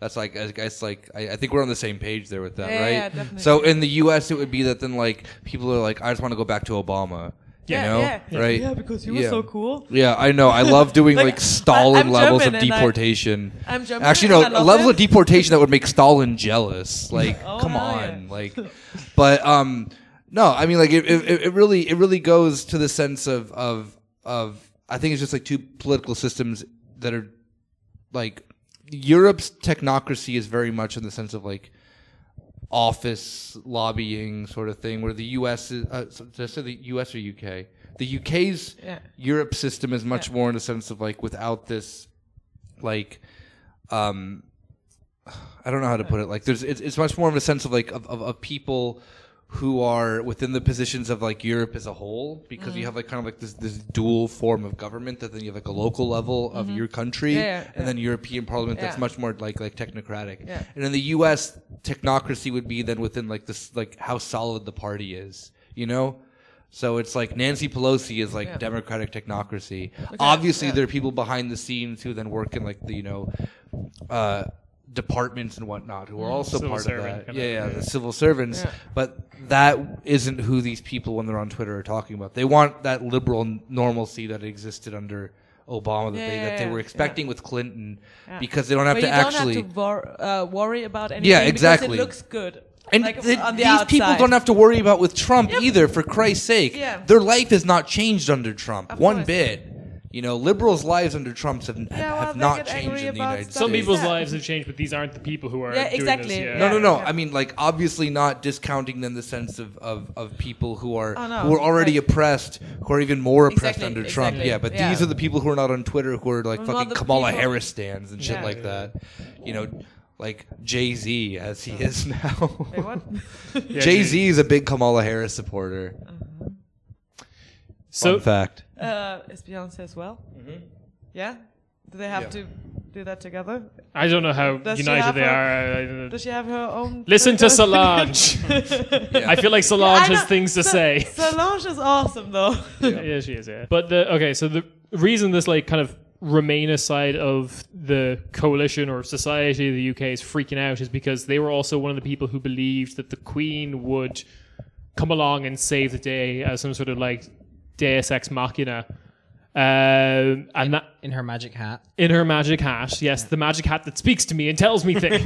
[SPEAKER 2] That's like I guess like I, I think we're on the same page there with that,
[SPEAKER 3] Yeah,
[SPEAKER 2] right?
[SPEAKER 3] yeah, definitely.
[SPEAKER 2] So in the U.S., it would be that then like people are like, I just want to go back to Obama.
[SPEAKER 3] Yeah,
[SPEAKER 2] you know,
[SPEAKER 3] yeah.
[SPEAKER 2] right?
[SPEAKER 3] Yeah, because he was
[SPEAKER 2] Yeah.
[SPEAKER 3] so cool.
[SPEAKER 2] Yeah, I know. I love doing like,
[SPEAKER 3] Like,
[SPEAKER 2] Stalin
[SPEAKER 3] I- I'm
[SPEAKER 2] levels
[SPEAKER 3] German
[SPEAKER 2] of
[SPEAKER 3] and I-
[SPEAKER 2] deportation.
[SPEAKER 3] I'm German
[SPEAKER 2] Actually,
[SPEAKER 3] and
[SPEAKER 2] no,
[SPEAKER 3] I love
[SPEAKER 2] levels
[SPEAKER 3] it.
[SPEAKER 2] of deportation that would make Stalin jealous. Like,
[SPEAKER 3] Oh,
[SPEAKER 2] come
[SPEAKER 3] hell
[SPEAKER 2] on,
[SPEAKER 3] yeah.
[SPEAKER 2] like. But um, No, I mean like it, it, it really it really goes to the sense of of of I think it's just like two political systems that are like Europe's technocracy is very much in the sense of like office lobbying sort of thing where the US is uh, so did I say the US or UK the UK's
[SPEAKER 3] Yeah.
[SPEAKER 2] Europe system is much more in the sense of like without this like um I don't know how to put it. Like there's, it's, it's much more of a sense of like of, of, of people who are within the positions of like Europe as a whole, because
[SPEAKER 3] Mm-hmm.
[SPEAKER 2] you have like kind of like this this dual form of government that then you have like a local level of your country,
[SPEAKER 3] Mm-hmm. Yeah, yeah,
[SPEAKER 2] and then European Parliament that's
[SPEAKER 3] Yeah.
[SPEAKER 2] much more like like technocratic.
[SPEAKER 3] Yeah.
[SPEAKER 2] And in the U.S., technocracy would be then within like this like how solid the party is, you know. So it's like Nancy Pelosi is like democratic technocracy. Obviously,
[SPEAKER 3] yeah.
[SPEAKER 2] there are people behind the scenes who then work in like the you know uh, departments and whatnot who are also
[SPEAKER 1] Civil
[SPEAKER 2] part of
[SPEAKER 1] servant
[SPEAKER 2] that.
[SPEAKER 1] kind of-
[SPEAKER 2] Yeah, yeah, the civil servants.
[SPEAKER 3] Mm-hmm. Yeah.
[SPEAKER 2] But that isn't who these people, when they're on Twitter, are talking about. They want that liberal n- normalcy that existed under Obama that,
[SPEAKER 3] Yeah,
[SPEAKER 2] they,
[SPEAKER 3] yeah,
[SPEAKER 2] that they
[SPEAKER 3] yeah,
[SPEAKER 2] were
[SPEAKER 3] yeah.
[SPEAKER 2] expecting with Clinton because they don't have
[SPEAKER 3] But
[SPEAKER 2] to
[SPEAKER 3] you
[SPEAKER 2] actually.
[SPEAKER 3] don't have to wor- uh, worry about anything.
[SPEAKER 2] Yeah,
[SPEAKER 3] Because
[SPEAKER 2] exactly.
[SPEAKER 3] it looks good.
[SPEAKER 2] and
[SPEAKER 3] like,
[SPEAKER 2] the-
[SPEAKER 3] on the
[SPEAKER 2] these people
[SPEAKER 3] outside.
[SPEAKER 2] don't have to worry about with Trump either, for Christ's sake.
[SPEAKER 3] Yeah.
[SPEAKER 2] Their life has not changed under Trump
[SPEAKER 3] Of
[SPEAKER 2] one
[SPEAKER 3] course.
[SPEAKER 2] bit. You know, liberals' lives under Trump have, have,
[SPEAKER 3] Yeah, well,
[SPEAKER 2] have
[SPEAKER 3] they
[SPEAKER 2] not
[SPEAKER 3] get
[SPEAKER 2] changed
[SPEAKER 3] angry
[SPEAKER 2] in the
[SPEAKER 3] about
[SPEAKER 2] United
[SPEAKER 3] stuff.
[SPEAKER 2] States.
[SPEAKER 1] Some people's
[SPEAKER 3] Yeah.
[SPEAKER 1] lives have changed, but these aren't the people who are
[SPEAKER 3] Yeah, exactly.
[SPEAKER 1] doing this.
[SPEAKER 2] No,
[SPEAKER 1] Yeah.
[SPEAKER 2] no, no.
[SPEAKER 3] yeah.
[SPEAKER 2] I mean, like, obviously not discounting then the sense of, of, of people who are
[SPEAKER 3] Oh, no,
[SPEAKER 2] who are already
[SPEAKER 3] right.
[SPEAKER 2] oppressed, who are even more oppressed
[SPEAKER 3] Exactly,
[SPEAKER 2] under Trump.
[SPEAKER 3] exactly,
[SPEAKER 2] Yeah, but
[SPEAKER 3] yeah.
[SPEAKER 2] these are the people who are not on Twitter who are like
[SPEAKER 3] Well,
[SPEAKER 2] fucking
[SPEAKER 3] the
[SPEAKER 2] Kamala
[SPEAKER 3] people-
[SPEAKER 2] Harris stands and shit
[SPEAKER 3] Yeah.
[SPEAKER 2] like that. You know, like Jay Z as he is now.
[SPEAKER 3] Wait, what?
[SPEAKER 1] Yeah,
[SPEAKER 2] Jay Z is a big Kamala Harris supporter.
[SPEAKER 1] So
[SPEAKER 2] Fun fact.
[SPEAKER 3] uh, is Beyonce as well?
[SPEAKER 2] Mm-hmm.
[SPEAKER 3] Yeah. Do they have
[SPEAKER 2] Yeah.
[SPEAKER 3] to do that together?
[SPEAKER 1] I don't know how
[SPEAKER 3] Does she
[SPEAKER 1] united
[SPEAKER 3] have
[SPEAKER 1] they
[SPEAKER 3] her-
[SPEAKER 1] are. I- I-
[SPEAKER 3] Does she have her own?
[SPEAKER 1] Listen to
[SPEAKER 3] Twitter?
[SPEAKER 1] Solange. I feel like Solange
[SPEAKER 3] I know-
[SPEAKER 1] has things to
[SPEAKER 3] Sol-
[SPEAKER 1] say.
[SPEAKER 3] Solange is awesome though.
[SPEAKER 1] yeah, she is. Yeah, but the okay. So the reason this like kind of Remainer side of the coalition or society of the UK is freaking out is because they were also one of the people who believed that the Queen would come along and save the day as some sort of like Deus ex machina, um, and that
[SPEAKER 4] in her magic hat.
[SPEAKER 1] in her magic hat. Yes, the magic hat that speaks to me and tells me things.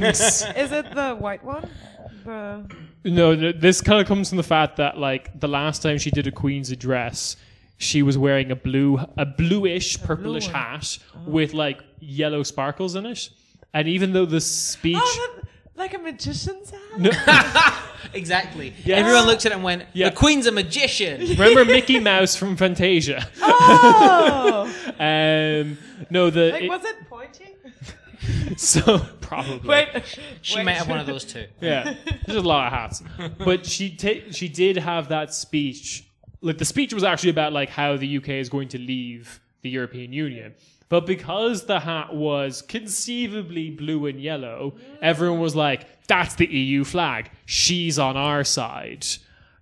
[SPEAKER 3] Is it the white one? The
[SPEAKER 1] No, no, this kind of comes from the fact that like the last time she did a Queen's address, she was wearing a blue, a bluish, purplish
[SPEAKER 3] one. Oh.
[SPEAKER 1] hat with like yellow sparkles in it, and even though the speech,
[SPEAKER 3] oh, the, like a magician's hat.
[SPEAKER 4] Exactly.
[SPEAKER 1] Yes.
[SPEAKER 4] Everyone looked at it and went,
[SPEAKER 1] Yeah.
[SPEAKER 4] "The Queen's a magician."
[SPEAKER 1] remember Mickey Mouse from Fantasia?
[SPEAKER 3] Oh,
[SPEAKER 1] Um, no, the
[SPEAKER 3] like
[SPEAKER 1] it-
[SPEAKER 3] was it pointy?
[SPEAKER 1] so probably
[SPEAKER 3] Wait,
[SPEAKER 4] She
[SPEAKER 3] wait.
[SPEAKER 4] might have one of those too.
[SPEAKER 1] yeah, there's a lot of hats. But she ta- she did have that speech. Like the speech was actually about like how the UK is going to leave the European Union. But because the hat was conceivably blue and yellow,
[SPEAKER 3] Mm.
[SPEAKER 1] everyone was like, "That's the EU flag. She's on our side."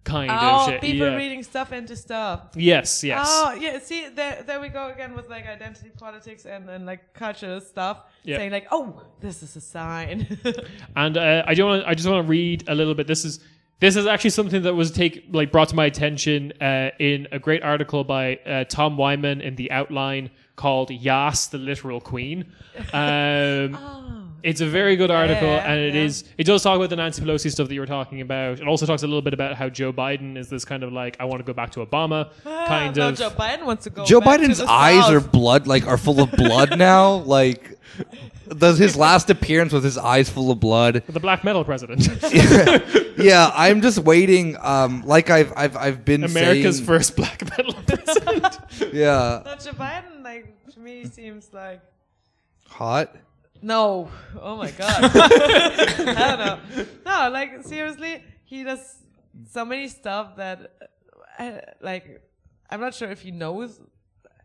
[SPEAKER 1] Kind of
[SPEAKER 3] Oh,
[SPEAKER 1] shit.
[SPEAKER 3] people
[SPEAKER 1] yeah.
[SPEAKER 3] reading stuff into stuff.
[SPEAKER 1] yes, yes.
[SPEAKER 3] Oh yeah, see there, there we go again with like identity politics and then like cultural stuff,
[SPEAKER 1] Yeah.
[SPEAKER 3] saying like, oh, this is a sign.
[SPEAKER 1] And uh, I don't. Wanna, I just want to read a little bit. This is this is actually something that was take like brought to my attention uh, in a great article by uh, Tom Wyman in the Outline called "Yas, the Literal Queen." Um, It's a very good article,
[SPEAKER 3] Yeah,
[SPEAKER 1] and it
[SPEAKER 3] yeah.
[SPEAKER 1] is. It does talk about the Nancy Pelosi stuff that you were talking about. It also talks a little bit about how Joe Biden is this kind of like I want to go back to Obama kind
[SPEAKER 3] no,
[SPEAKER 1] of.
[SPEAKER 3] Joe Biden wants to go.
[SPEAKER 2] Joe
[SPEAKER 3] Oh, back to
[SPEAKER 2] Biden's
[SPEAKER 3] the
[SPEAKER 2] eyes are
[SPEAKER 3] South.
[SPEAKER 2] blood, like are full of blood now. Like, does his last appearance with his eyes full of blood?
[SPEAKER 1] the black metal president,
[SPEAKER 2] Yeah, I'm just waiting. Um, like I've I've I've been
[SPEAKER 1] America's
[SPEAKER 2] saying,
[SPEAKER 1] first black metal president.
[SPEAKER 2] Yeah,
[SPEAKER 3] No, Joe Biden, like to me, seems like
[SPEAKER 2] hot.
[SPEAKER 3] no. Oh my god, I don't know. No, like seriously, he does so many stuff that, uh, I, like, I'm not sure if he knows.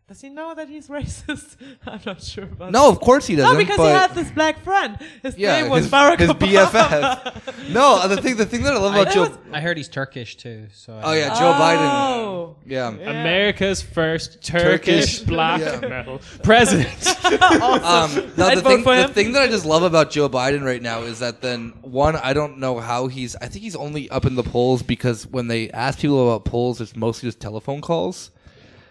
[SPEAKER 3] Does he know that he's racist? I'm not sure about.
[SPEAKER 2] No, of course he doesn't.
[SPEAKER 3] No, because
[SPEAKER 2] but
[SPEAKER 3] he had this black friend. His
[SPEAKER 2] yeah,
[SPEAKER 3] name was
[SPEAKER 2] his,
[SPEAKER 3] Barack
[SPEAKER 2] his
[SPEAKER 3] Obama.
[SPEAKER 2] BFF. no, the thing the thing that I love about
[SPEAKER 3] That
[SPEAKER 2] Joe.
[SPEAKER 3] was-
[SPEAKER 4] I heard he's Turkish too. So uh, I
[SPEAKER 2] oh yeah, Joe
[SPEAKER 3] Oh.
[SPEAKER 2] Biden. Yeah.
[SPEAKER 1] America's first Turkish,
[SPEAKER 2] Turkish-
[SPEAKER 1] black
[SPEAKER 2] Yeah.
[SPEAKER 1] metal president.
[SPEAKER 2] Um, now
[SPEAKER 3] I'd
[SPEAKER 2] the
[SPEAKER 3] vote
[SPEAKER 2] thing,
[SPEAKER 3] for
[SPEAKER 2] the
[SPEAKER 3] him.
[SPEAKER 2] thing that I just love about Joe Biden right now is that then one, I don't know how he's. I think he's only up in the polls because when they ask people about polls, it's mostly just telephone calls.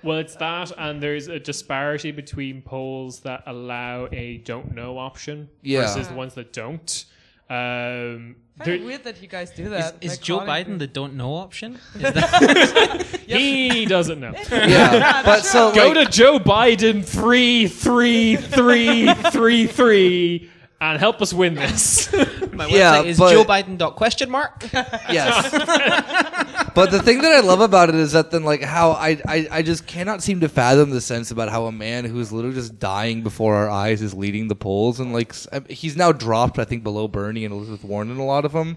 [SPEAKER 1] well, it's that, and there's a disparity between polls that allow a don't know option
[SPEAKER 2] Yeah.
[SPEAKER 1] versus the ones that don't. Um,
[SPEAKER 3] Kind
[SPEAKER 1] there-
[SPEAKER 3] of weird that you guys do
[SPEAKER 4] Is,
[SPEAKER 3] that.
[SPEAKER 4] is
[SPEAKER 3] like
[SPEAKER 4] Joe
[SPEAKER 3] calling
[SPEAKER 4] Biden
[SPEAKER 3] people-
[SPEAKER 4] the don't know option? Is that,
[SPEAKER 1] he doesn't know.
[SPEAKER 2] Yeah, but so
[SPEAKER 1] Go
[SPEAKER 2] like,
[SPEAKER 1] to Joe Biden three three three three three and help us win this.
[SPEAKER 4] my website
[SPEAKER 2] Yeah,
[SPEAKER 4] is
[SPEAKER 2] but-
[SPEAKER 4] Joe Biden dot question mark.
[SPEAKER 2] yes. but the thing that I love about it is that then like how I, I I just cannot seem to fathom the sense about how a man who's literally just dying before our eyes is leading the polls and like s- he's now dropped I think below Bernie and Elizabeth Warren in a lot of them.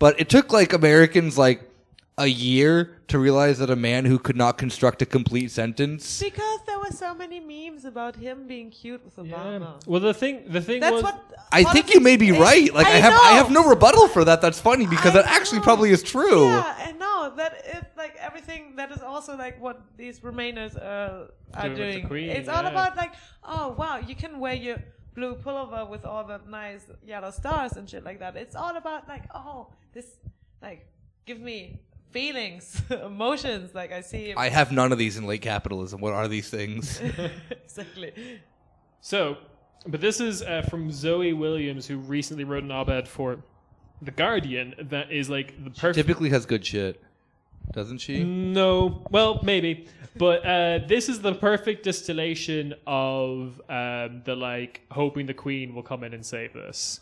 [SPEAKER 2] But it took like Americans like a year to realize that a man who could not construct a complete sentence
[SPEAKER 3] Because there were so many memes about him being cute with Obama.
[SPEAKER 1] well, the thing, the thing
[SPEAKER 3] That's
[SPEAKER 1] was,
[SPEAKER 3] what.
[SPEAKER 2] I think you may be
[SPEAKER 3] politics is.
[SPEAKER 2] right. Like I, have, I
[SPEAKER 3] know.
[SPEAKER 2] have no rebuttal for that. That's funny because
[SPEAKER 3] I
[SPEAKER 2] that actually
[SPEAKER 3] know.
[SPEAKER 2] probably is true.
[SPEAKER 3] Yeah, I know that it's like everything that is also like what these Remainers uh, are
[SPEAKER 1] Doing with the
[SPEAKER 3] doing.
[SPEAKER 1] Queen,
[SPEAKER 3] it's all
[SPEAKER 1] yeah.
[SPEAKER 3] about like, oh wow, you can wear your blue pullover with all the nice yellow stars and shit like that. It's all about like, oh, this like give me feelings, emotions. Like I see
[SPEAKER 2] I have none of these in late capitalism. What are these things?
[SPEAKER 3] exactly.
[SPEAKER 1] So, but this is uh, from Zoe Williams, who recently wrote an op-ed for the Guardian that is like the perfect.
[SPEAKER 2] Typically has good shit, doesn't she?
[SPEAKER 3] Mm.
[SPEAKER 1] No, well, maybe, but uh, this is the perfect distillation of um, the like hoping the Queen will come in and save this.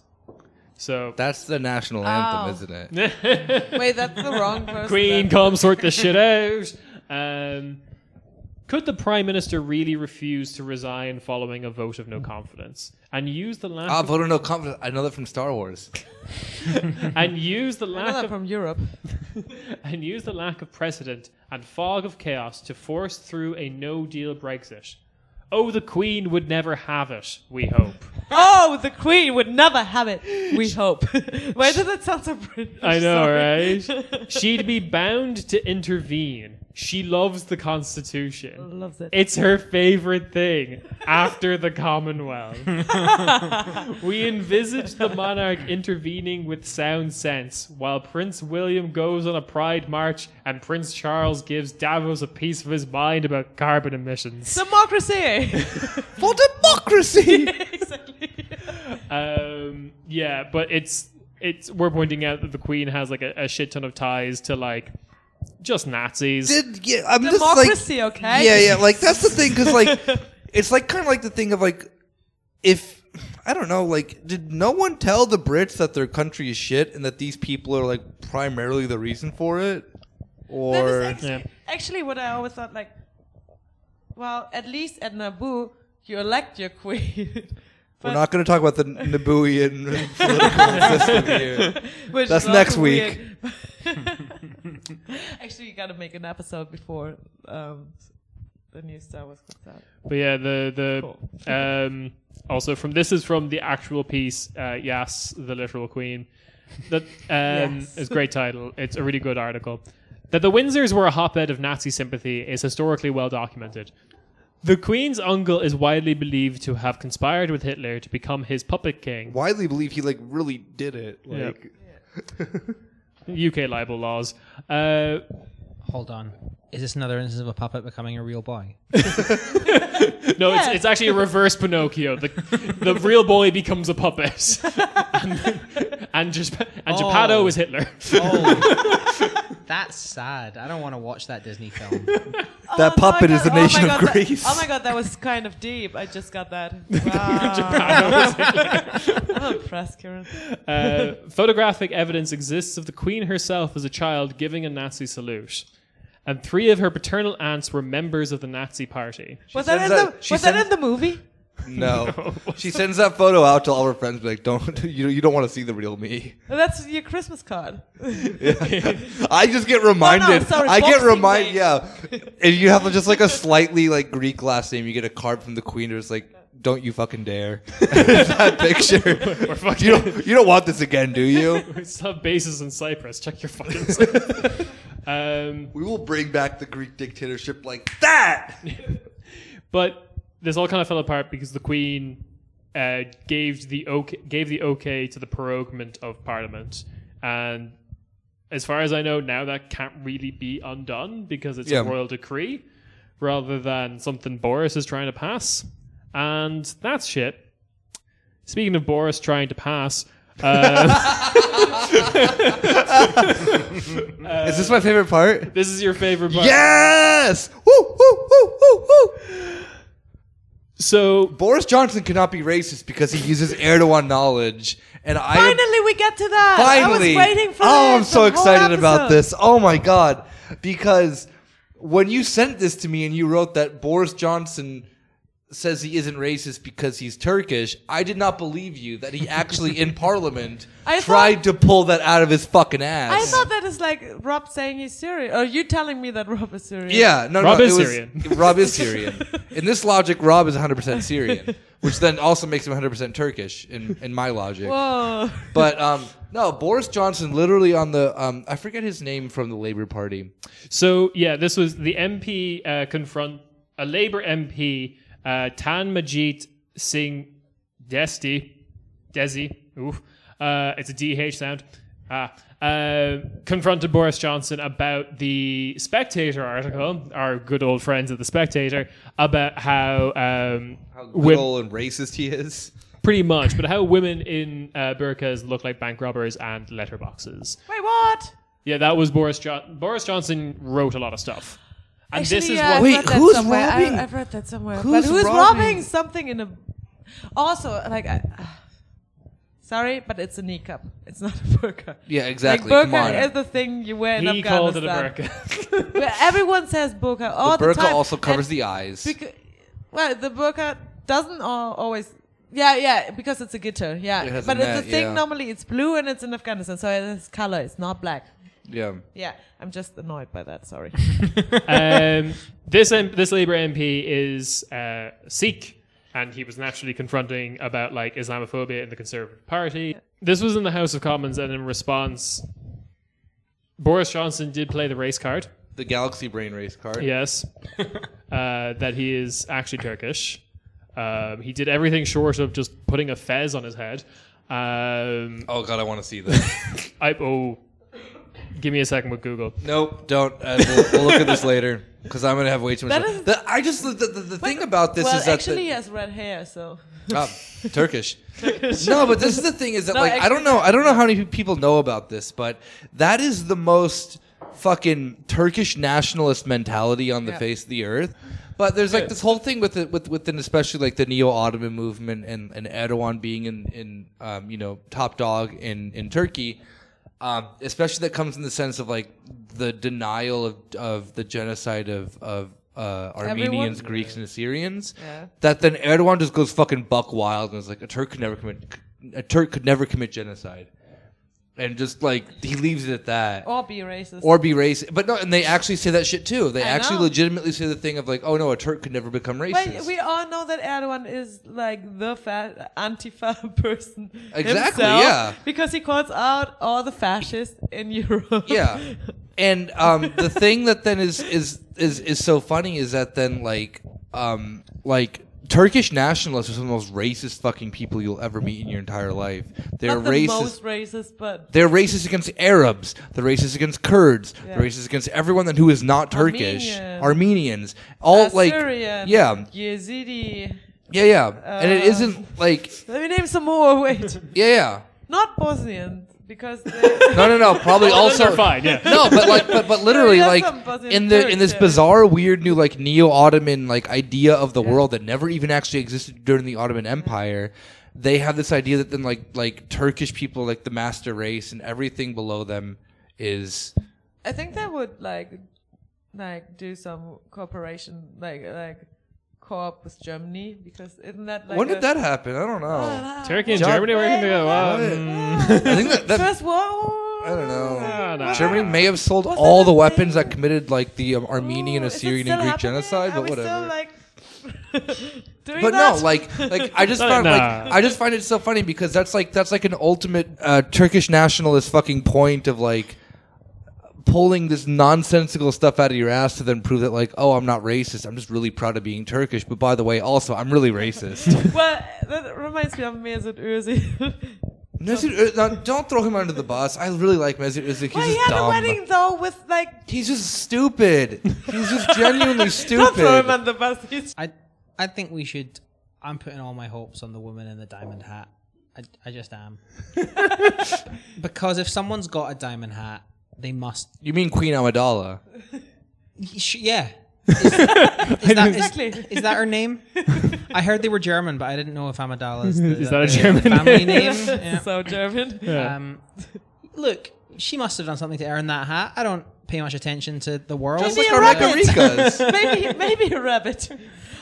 [SPEAKER 1] So,
[SPEAKER 2] That's the national
[SPEAKER 3] Ow.
[SPEAKER 2] anthem, isn't it?
[SPEAKER 3] Wait, that's the wrong person.
[SPEAKER 1] Queen,
[SPEAKER 3] then.
[SPEAKER 1] come sort this shit out. Um, could the prime minister really refuse to resign following a vote of no confidence and use the lack
[SPEAKER 2] Ah,
[SPEAKER 1] of,
[SPEAKER 2] vote of no confidence. I know that from Star Wars.
[SPEAKER 1] and use the lack
[SPEAKER 3] Another
[SPEAKER 1] of
[SPEAKER 3] from Europe.
[SPEAKER 1] and use the lack of precedent and fog of chaos to force through a no deal Brexit. Oh, the Queen would never have it, we hope.
[SPEAKER 3] Oh, the Queen would never have it. We hope. Why does that sound so British?
[SPEAKER 1] I know,
[SPEAKER 3] Sorry.
[SPEAKER 1] right? She'd be bound to intervene. She loves the Constitution.
[SPEAKER 3] Loves it.
[SPEAKER 1] It's her favorite thing after the Commonwealth. we envisage the monarch intervening with sound sense while Prince William goes on a pride march and Prince Charles gives Davos a piece of his mind about carbon emissions.
[SPEAKER 3] Democracy.
[SPEAKER 2] For democracy.
[SPEAKER 3] exactly.
[SPEAKER 1] Um, yeah, but it's it's we're pointing out that the Queen has like a, a shit ton of ties to like just Nazis.
[SPEAKER 2] Did yeah, I'm just
[SPEAKER 3] Democracy,
[SPEAKER 2] like
[SPEAKER 3] okay?
[SPEAKER 2] Yeah, yeah. Like that's the thing because like it's like kind of like the thing of like if I don't know like did no one tell the Brits that their country is shit and that these people are like primarily the reason for it
[SPEAKER 3] That is
[SPEAKER 2] or
[SPEAKER 3] actually,
[SPEAKER 1] Yeah.
[SPEAKER 3] actually what I always thought like, well, at least at Naboo, you elect your Queen.
[SPEAKER 2] we're
[SPEAKER 3] But-
[SPEAKER 2] not going to talk about the Nabooian political system here.
[SPEAKER 3] Which
[SPEAKER 2] That's
[SPEAKER 3] is
[SPEAKER 2] next
[SPEAKER 3] also
[SPEAKER 2] week.
[SPEAKER 3] weird. Actually, you gotta make an episode before um, the new Star Wars comes out.
[SPEAKER 1] But yeah, the the
[SPEAKER 3] Cool.
[SPEAKER 1] um, also from this is from the actual piece. Uh, yes, the literal queen. That um,
[SPEAKER 3] Yes.
[SPEAKER 1] is a great title. It's a really good article. That the Windsors were a hotbed of Nazi sympathy is historically well documented. The Queen's uncle is widely believed to have conspired with Hitler to become his puppet king.
[SPEAKER 2] widely believe he like really did it. Like
[SPEAKER 1] UK libel laws. Uh,
[SPEAKER 4] Hold on. Is this another instance of a puppet becoming a real boy?
[SPEAKER 1] no,
[SPEAKER 3] Yeah.
[SPEAKER 1] it's, it's actually a reverse Pinocchio. The, the real boy becomes a puppet, and and, Gisp- and Geppetto
[SPEAKER 4] Oh.
[SPEAKER 1] is Hitler.
[SPEAKER 4] Oh, that's sad. I don't want to watch that Disney film.
[SPEAKER 2] that
[SPEAKER 3] Oh my
[SPEAKER 2] puppet is
[SPEAKER 3] God.
[SPEAKER 2] the
[SPEAKER 3] Oh my
[SPEAKER 2] nation
[SPEAKER 3] God,
[SPEAKER 2] of
[SPEAKER 3] that-
[SPEAKER 2] Greece.
[SPEAKER 3] oh my god, that was kind of deep. I just got that. Wow.
[SPEAKER 1] Geppetto is Hitler.
[SPEAKER 3] I'm impressed, Karen.
[SPEAKER 1] Uh, photographic evidence exists of the Queen herself as a child giving a Nazi salute. And three of her paternal aunts were members of the Nazi party.
[SPEAKER 3] Was that in
[SPEAKER 2] sends
[SPEAKER 3] the
[SPEAKER 2] that-
[SPEAKER 3] Was
[SPEAKER 2] she
[SPEAKER 3] that
[SPEAKER 2] sends-
[SPEAKER 3] in the movie?
[SPEAKER 2] No. She sends that photo out to all her friends, be like, don't, you, you don't want to see the real me.
[SPEAKER 3] That's your Christmas card.
[SPEAKER 2] I just get reminded.
[SPEAKER 3] sorry,
[SPEAKER 2] I get
[SPEAKER 3] Boxing
[SPEAKER 2] reminded,
[SPEAKER 3] Day.
[SPEAKER 2] yeah. If you have just like a slightly like Greek last name, you get a card from the queen who's like, don't you fucking dare. that picture. you, don't, you don't want this again, do you?
[SPEAKER 1] We still have bases in Cyprus. Check your fucking. self. um,
[SPEAKER 2] We will bring back the Greek dictatorship like that.
[SPEAKER 1] but this all kind of fell apart because the Queen uh, gave the okay, gave the okay to the proroguement of Parliament, and as far as I know now, that can't really be undone because it's
[SPEAKER 2] Yeah.
[SPEAKER 1] a royal decree rather than something Boris is trying to pass, uh, and that's shit. Speaking of Boris trying to pass,
[SPEAKER 2] Is this my favorite part?
[SPEAKER 1] This is your favorite part.
[SPEAKER 2] Yes! Woo, woo, woo, woo, woo!
[SPEAKER 1] So
[SPEAKER 2] Boris Johnson cannot be racist because he uses Erdogan knowledge, and I
[SPEAKER 3] Finally, we get to that.
[SPEAKER 2] finally.
[SPEAKER 3] I was waiting for
[SPEAKER 2] oh, I'm
[SPEAKER 3] this
[SPEAKER 2] so
[SPEAKER 3] the whole
[SPEAKER 2] excited about
[SPEAKER 3] episode.
[SPEAKER 2] this. Oh my god, because when you sent this to me and you wrote that Boris Johnson says he isn't racist because he's Turkish, I did not believe you that he actually in Parliament
[SPEAKER 3] I
[SPEAKER 2] tried to pull that out of his fucking ass.
[SPEAKER 3] I thought that is like Rob saying he's Syrian, or you telling me that Rob is Syrian.
[SPEAKER 2] Yeah, no,
[SPEAKER 1] Rob
[SPEAKER 2] no,
[SPEAKER 1] is
[SPEAKER 2] it was-
[SPEAKER 1] Syrian.
[SPEAKER 2] Rob is Syrian. In this logic, Rob is 100% Syrian, which then also makes him 100% Turkish in, in my logic.
[SPEAKER 3] Whoa.
[SPEAKER 2] But um, no, Boris Johnson literally on the um, I forget his name from the Labour Party.
[SPEAKER 1] So yeah, this was the MP uh, confront a Labour MP, uh, Tan Majit Singh Desti, Desi. Oof, uh, it's a DH sound. Ah, uh, confronted Boris Johnson about the Spectator article, our good old friends at the Spectator, about how um,
[SPEAKER 2] How
[SPEAKER 1] wom-
[SPEAKER 2] little and racist he is.
[SPEAKER 1] pretty much, but how women in uh, burqas look like bank robbers and letterboxes.
[SPEAKER 3] Wait, what?
[SPEAKER 1] Yeah, that was Boris John. Boris Johnson wrote a lot of stuff, and this
[SPEAKER 3] Actually,
[SPEAKER 1] is
[SPEAKER 3] uh, yeah,
[SPEAKER 1] what.
[SPEAKER 3] I've
[SPEAKER 2] Wait,
[SPEAKER 3] read that
[SPEAKER 2] who's
[SPEAKER 3] somewhere. I-
[SPEAKER 2] robbing?
[SPEAKER 3] I've read that somewhere.
[SPEAKER 2] Who's
[SPEAKER 3] but who's
[SPEAKER 2] robbing?
[SPEAKER 3] robbing? something in a? Also, like, I, uh, sorry, but it's a kneecap. It's not a burqa.
[SPEAKER 2] Yeah, exactly.
[SPEAKER 3] Like
[SPEAKER 2] Come on.
[SPEAKER 3] burqa is the thing you wear in
[SPEAKER 1] he
[SPEAKER 3] Afghanistan.
[SPEAKER 1] called it a burqa.
[SPEAKER 3] But everyone says burqa all the,
[SPEAKER 2] Burqa
[SPEAKER 3] time.
[SPEAKER 2] also covers
[SPEAKER 3] and
[SPEAKER 2] the eyes.
[SPEAKER 3] Because, well, the burqa doesn't al- always. Yeah, yeah, because it's a guitar. Yeah,
[SPEAKER 2] It has a
[SPEAKER 3] but it's a
[SPEAKER 2] net,
[SPEAKER 3] thing.
[SPEAKER 2] yeah.
[SPEAKER 3] Normally, it's blue and it's in Afghanistan, so it's color. It's not black.
[SPEAKER 2] yeah.
[SPEAKER 3] Yeah, I'm just annoyed by that. Sorry.
[SPEAKER 1] um, this M- this Labour MP is uh, Sikh, and he was naturally confronting about like Islamophobia in the Conservative Party. This was in the House of Commons, and in response, Boris Johnson did play the race card.
[SPEAKER 2] The Galaxy Brain race card.
[SPEAKER 1] Yes, uh, that he is actually Turkish. Um, he did everything short of just putting a fez on his head. Um,
[SPEAKER 2] Oh god, I want to see that.
[SPEAKER 1] I oh, give me a second with Google.
[SPEAKER 2] nope, don't. Uh, we'll, we'll look at this later because I'm gonna have way too much.
[SPEAKER 3] That is-
[SPEAKER 2] The- I just the, the, the thing about this
[SPEAKER 3] well,
[SPEAKER 2] is that
[SPEAKER 3] actually,
[SPEAKER 2] the-
[SPEAKER 3] he has red hair, so
[SPEAKER 2] Ah, Turkish. No, but this is the thing is that
[SPEAKER 3] No,
[SPEAKER 2] like I
[SPEAKER 3] actually-
[SPEAKER 2] don't know I don't know how many people know about this, but that is the most fucking Turkish nationalist mentality on the
[SPEAKER 3] Yeah.
[SPEAKER 2] face of the earth. But there's like this whole thing with it with within especially like the neo Ottoman movement and, and Erdogan being in, in um, you know, top dog in, in Turkey. Um, especially that comes in the sense of like the denial of of the genocide of, of uh, Armenians,
[SPEAKER 3] Everyone?
[SPEAKER 2] Greeks, and Assyrians
[SPEAKER 3] Yeah.
[SPEAKER 2] that then Erdogan just goes fucking buck wild and is like, a Turk could never commit, a Turk could never commit genocide, and just like he leaves it at that,
[SPEAKER 3] or be racist.
[SPEAKER 2] or be racist. But no, and they actually say that shit too. They
[SPEAKER 3] I
[SPEAKER 2] actually
[SPEAKER 3] know.
[SPEAKER 2] legitimately say the thing of like, oh no, a Turk could never become racist.
[SPEAKER 3] But we all know that Erdogan is like the fa- anti-fa person.
[SPEAKER 2] Exactly,
[SPEAKER 3] himself
[SPEAKER 2] yeah.
[SPEAKER 3] Because he calls out all the fascists in Europe.
[SPEAKER 2] yeah, and um, the thing that then is is is is so funny is that then like um like. Turkish nationalists are some of the most racist fucking people you'll ever meet in your entire life. They're
[SPEAKER 3] Not the
[SPEAKER 2] racist.
[SPEAKER 3] most racist, but
[SPEAKER 2] They're racist against Arabs. They're racist against Kurds. They're
[SPEAKER 3] Yeah.
[SPEAKER 2] racist against everyone that who is not Turkish.
[SPEAKER 3] Armenian.
[SPEAKER 2] Armenians. All
[SPEAKER 3] Assyrian,
[SPEAKER 2] like yeah,
[SPEAKER 3] Yazidi.
[SPEAKER 2] yeah, yeah. and it
[SPEAKER 3] Uh.
[SPEAKER 2] isn't like
[SPEAKER 3] Let me name some more. Wait,
[SPEAKER 2] yeah, yeah.
[SPEAKER 3] not Bosnians because they-
[SPEAKER 2] No, no, no. Probably
[SPEAKER 1] Those
[SPEAKER 2] also
[SPEAKER 1] are fine. Yeah.
[SPEAKER 2] no, but like, but but literally,
[SPEAKER 3] Yeah, we
[SPEAKER 2] like
[SPEAKER 3] have some Bosnian
[SPEAKER 2] in the in this
[SPEAKER 3] Turks, yeah.
[SPEAKER 2] bizarre, weird new like neo Ottoman like idea of the world that never even actually existed during the Ottoman Empire. They have this idea that then like like Turkish people like the master race and everything below them is
[SPEAKER 3] I think they would like like do some cooperation, like like co-op with Germany because isn't that like
[SPEAKER 2] when
[SPEAKER 3] a- Ah,
[SPEAKER 2] did that happen? I don't know.
[SPEAKER 1] Turkey and
[SPEAKER 2] John-
[SPEAKER 1] Germany working together. Wow.
[SPEAKER 2] Right.
[SPEAKER 1] Mm.
[SPEAKER 2] I think that, that
[SPEAKER 3] First World War?
[SPEAKER 2] I don't know.
[SPEAKER 1] Ah, nah.
[SPEAKER 2] Germany may have sold
[SPEAKER 3] Wasn't
[SPEAKER 2] all
[SPEAKER 3] that
[SPEAKER 2] the
[SPEAKER 3] a
[SPEAKER 2] weapons
[SPEAKER 3] thing?
[SPEAKER 2] that committed like the um, Armenian,
[SPEAKER 3] Ooh, is it
[SPEAKER 2] Assyrian,
[SPEAKER 3] still
[SPEAKER 2] and Greek
[SPEAKER 3] happening?
[SPEAKER 2] genocide,
[SPEAKER 3] Are
[SPEAKER 2] but
[SPEAKER 3] we
[SPEAKER 2] whatever.
[SPEAKER 3] Still, like, doing
[SPEAKER 2] but
[SPEAKER 3] that?
[SPEAKER 2] no, like, like I just
[SPEAKER 1] No,
[SPEAKER 2] found
[SPEAKER 1] nah.
[SPEAKER 2] like I just find it so funny because that's like that's like an ultimate uh, Turkish nationalist fucking point of like pulling this nonsensical stuff out of your ass to then prove that like oh I'm not racist I'm just really proud of being Turkish but by the way also I'm really racist.
[SPEAKER 3] well, that reminds me of Mesut Özil.
[SPEAKER 2] Mesut Ö- uh, now, don't throw him under the bus. I really like Mesut Özil. He's
[SPEAKER 3] well, he
[SPEAKER 2] just
[SPEAKER 3] had
[SPEAKER 2] dumb.
[SPEAKER 3] a wedding though with like.
[SPEAKER 2] He's just stupid. He's just genuinely stupid.
[SPEAKER 3] Don't throw him on the bus. He's
[SPEAKER 4] I I think we should. I'm putting all my hopes on the woman in the diamond hat I, I just am. because if someone's got a diamond hat, they must.
[SPEAKER 2] You mean Queen Amidala?
[SPEAKER 4] sh- Yeah. Is, is that, is-
[SPEAKER 3] Exactly.
[SPEAKER 4] is that her name? I heard they were German, but I didn't know if Amidala is, the,
[SPEAKER 1] Is that a
[SPEAKER 4] the
[SPEAKER 1] German
[SPEAKER 4] family
[SPEAKER 1] name?
[SPEAKER 4] name. Yeah.
[SPEAKER 3] so German.
[SPEAKER 1] Yeah.
[SPEAKER 4] Um, look, she must have done something to earn that hat. I don't pay much attention to the world.
[SPEAKER 3] Just
[SPEAKER 2] Like
[SPEAKER 3] Yeah,
[SPEAKER 2] our
[SPEAKER 3] right.
[SPEAKER 2] Macaricas.
[SPEAKER 3] maybe maybe a rabbit.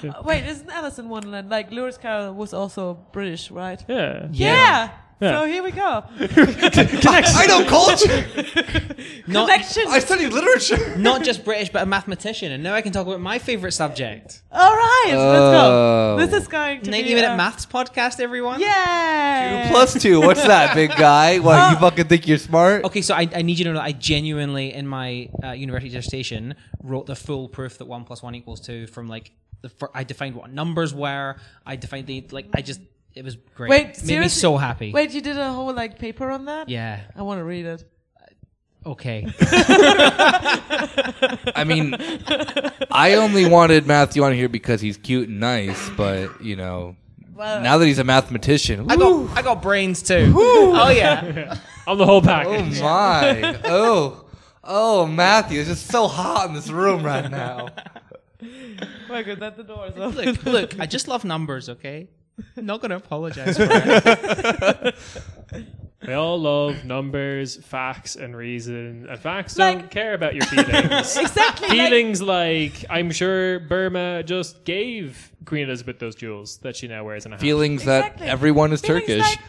[SPEAKER 3] Uh, Wait, isn't Alice in Wonderland like Lewis Carroll was also British, right?
[SPEAKER 1] yeah.
[SPEAKER 3] Yeah.
[SPEAKER 1] Yeah.
[SPEAKER 3] So here we go.
[SPEAKER 2] I know culture.
[SPEAKER 4] not,
[SPEAKER 3] Connection.
[SPEAKER 2] I studied literature.
[SPEAKER 4] not just British, but a mathematician. And now I can talk about my favorite subject.
[SPEAKER 3] All right,
[SPEAKER 2] Oh.
[SPEAKER 3] let's go. This is going to
[SPEAKER 4] Ninety
[SPEAKER 3] be
[SPEAKER 4] minute
[SPEAKER 3] um,
[SPEAKER 4] maths podcast, everyone.
[SPEAKER 3] Yeah.
[SPEAKER 2] Plus two. What's that, big guy? What you fucking think you're smart?
[SPEAKER 4] Okay, so I, I need you to know that I genuinely, in my uh, university dissertation, wrote the full proof that one plus one equals two from like the fir- I defined what numbers were. I defined the like I just it was great.
[SPEAKER 3] Wait,
[SPEAKER 4] made me
[SPEAKER 3] seriously?
[SPEAKER 4] so happy.
[SPEAKER 3] Wait, you did a whole like paper on that?
[SPEAKER 4] Yeah.
[SPEAKER 3] I want to read it.
[SPEAKER 4] Okay.
[SPEAKER 2] I mean, I only wanted Matthew on here because he's cute and nice, but you know,
[SPEAKER 3] Well-
[SPEAKER 2] now that he's a mathematician,
[SPEAKER 4] I got I got brains too. Oh yeah.
[SPEAKER 1] On the whole
[SPEAKER 2] oh
[SPEAKER 1] package.
[SPEAKER 2] my, oh, oh, Matthew, it's just so hot in this room right now.
[SPEAKER 3] My God, that the door is open.
[SPEAKER 4] look, look. I just love numbers. Okay. I'm not gonna apologize for it.
[SPEAKER 1] We all love numbers, facts, and reason. And facts don't
[SPEAKER 3] Like-
[SPEAKER 1] care about your feelings.
[SPEAKER 3] exactly. like-
[SPEAKER 1] feelings like I'm sure Burma just gave Queen Elizabeth those jewels that she now wears in a hat.
[SPEAKER 2] Feelings that
[SPEAKER 3] Exactly.
[SPEAKER 2] everyone is
[SPEAKER 3] feelings
[SPEAKER 2] Turkish.
[SPEAKER 3] Like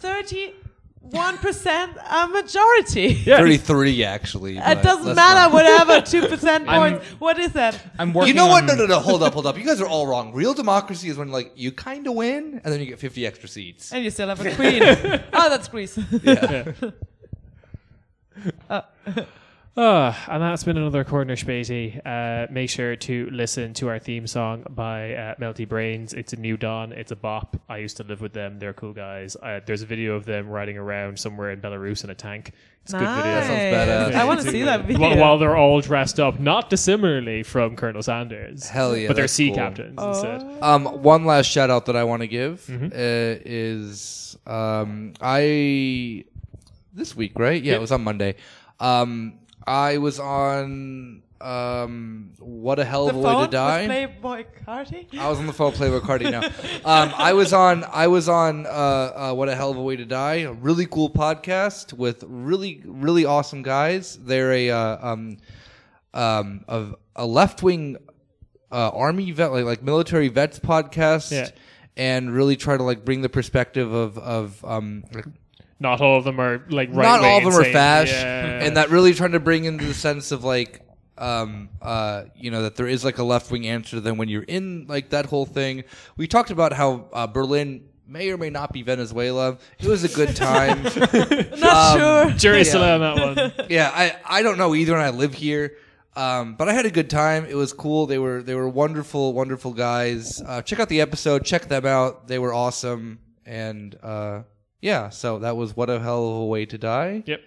[SPEAKER 3] Thirty-one percent a majority.
[SPEAKER 1] yeah.
[SPEAKER 2] Thirty-three, actually.
[SPEAKER 3] It
[SPEAKER 2] but
[SPEAKER 3] doesn't
[SPEAKER 2] let's
[SPEAKER 3] matter
[SPEAKER 2] not-
[SPEAKER 3] whatever two percent
[SPEAKER 4] I'm-
[SPEAKER 3] points. What is that?
[SPEAKER 4] I'm working.
[SPEAKER 2] You know what?
[SPEAKER 4] on-
[SPEAKER 2] No, no, no. Hold up, hold up. You guys are all wrong. Real democracy is when like you kind of win, and then you get fifty extra seats.
[SPEAKER 3] And you still have a queen. oh, that's Greece.
[SPEAKER 1] Ah, and that's been another corner spatey. Uh, make sure to listen to our theme song by uh, Melty Brains. It's a new dawn. It's a bop. I used to live with them. They're cool guys. Uh, there's a video of them riding around somewhere in Belarus in a tank. It's a good video.
[SPEAKER 3] Nice.
[SPEAKER 2] badass.
[SPEAKER 3] I want
[SPEAKER 1] It's
[SPEAKER 3] to
[SPEAKER 1] a
[SPEAKER 3] see
[SPEAKER 1] good
[SPEAKER 3] that
[SPEAKER 1] video.
[SPEAKER 3] video.
[SPEAKER 1] While, while they're all dressed up, not dissimilarly from Colonel Sanders.
[SPEAKER 2] Hell yeah,
[SPEAKER 1] But they're
[SPEAKER 2] that's
[SPEAKER 1] sea
[SPEAKER 2] cool.
[SPEAKER 1] captains instead.
[SPEAKER 2] Um, one last shout out that I want to give uh, is um, I this week, right? Yeah, it was on Monday. Um, I was on um, what a hell
[SPEAKER 3] the
[SPEAKER 2] of a way
[SPEAKER 3] phone
[SPEAKER 2] to die. Um,
[SPEAKER 3] was Playboy Carti.
[SPEAKER 2] I was on the phone playing with Cardi now. Um, I was on. I was on. Uh, uh, what a hell of a way to die! A really cool podcast with really, really awesome guys. They're a uh, um, um, of a left wing uh, army vet, like, like military vets podcast,
[SPEAKER 1] Yeah.
[SPEAKER 2] and really try to like bring the perspective of of um,
[SPEAKER 1] Not all of them are like right
[SPEAKER 2] not all of them are fash,
[SPEAKER 1] Yeah.
[SPEAKER 2] and that really trying to bring into the sense of like, um, uh, you know, that there is like a left wing answer to them when you're in like that whole thing. We talked about how uh, Berlin may or may not be Venezuela. It was a good time.
[SPEAKER 3] Not sure.
[SPEAKER 1] Jury's still
[SPEAKER 2] Yeah.
[SPEAKER 1] out on that one.
[SPEAKER 2] yeah, I I don't know either, and I live here. Um, but I had a good time. It was cool. They were they were wonderful, wonderful guys. Uh, check out the episode. Check them out. They were awesome. And uh, yeah, so that was what a hell of a way to die.
[SPEAKER 1] Yep.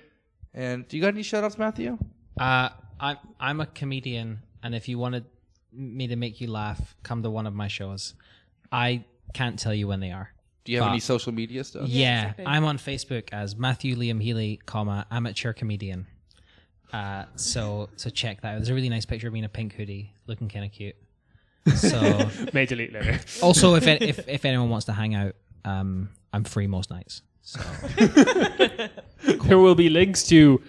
[SPEAKER 2] And do you got any shout outs, Matthew?
[SPEAKER 4] Uh, I'm I'm a comedian, and if you wanted me to make you laugh, come to one of my shows. I can't tell you when they are.
[SPEAKER 2] Do you have
[SPEAKER 4] Fuck.
[SPEAKER 2] any social media stuff?
[SPEAKER 4] Yeah,
[SPEAKER 3] exactly.
[SPEAKER 4] I'm on Facebook as Matthew Liam Healy, comma amateur comedian. Uh, so so check that out. There's a really nice picture of me in a pink hoodie, looking kind of cute. So
[SPEAKER 1] May delete later.
[SPEAKER 4] also, if, an- if if anyone wants to hang out, um, I'm free most nights. So
[SPEAKER 1] There will be links to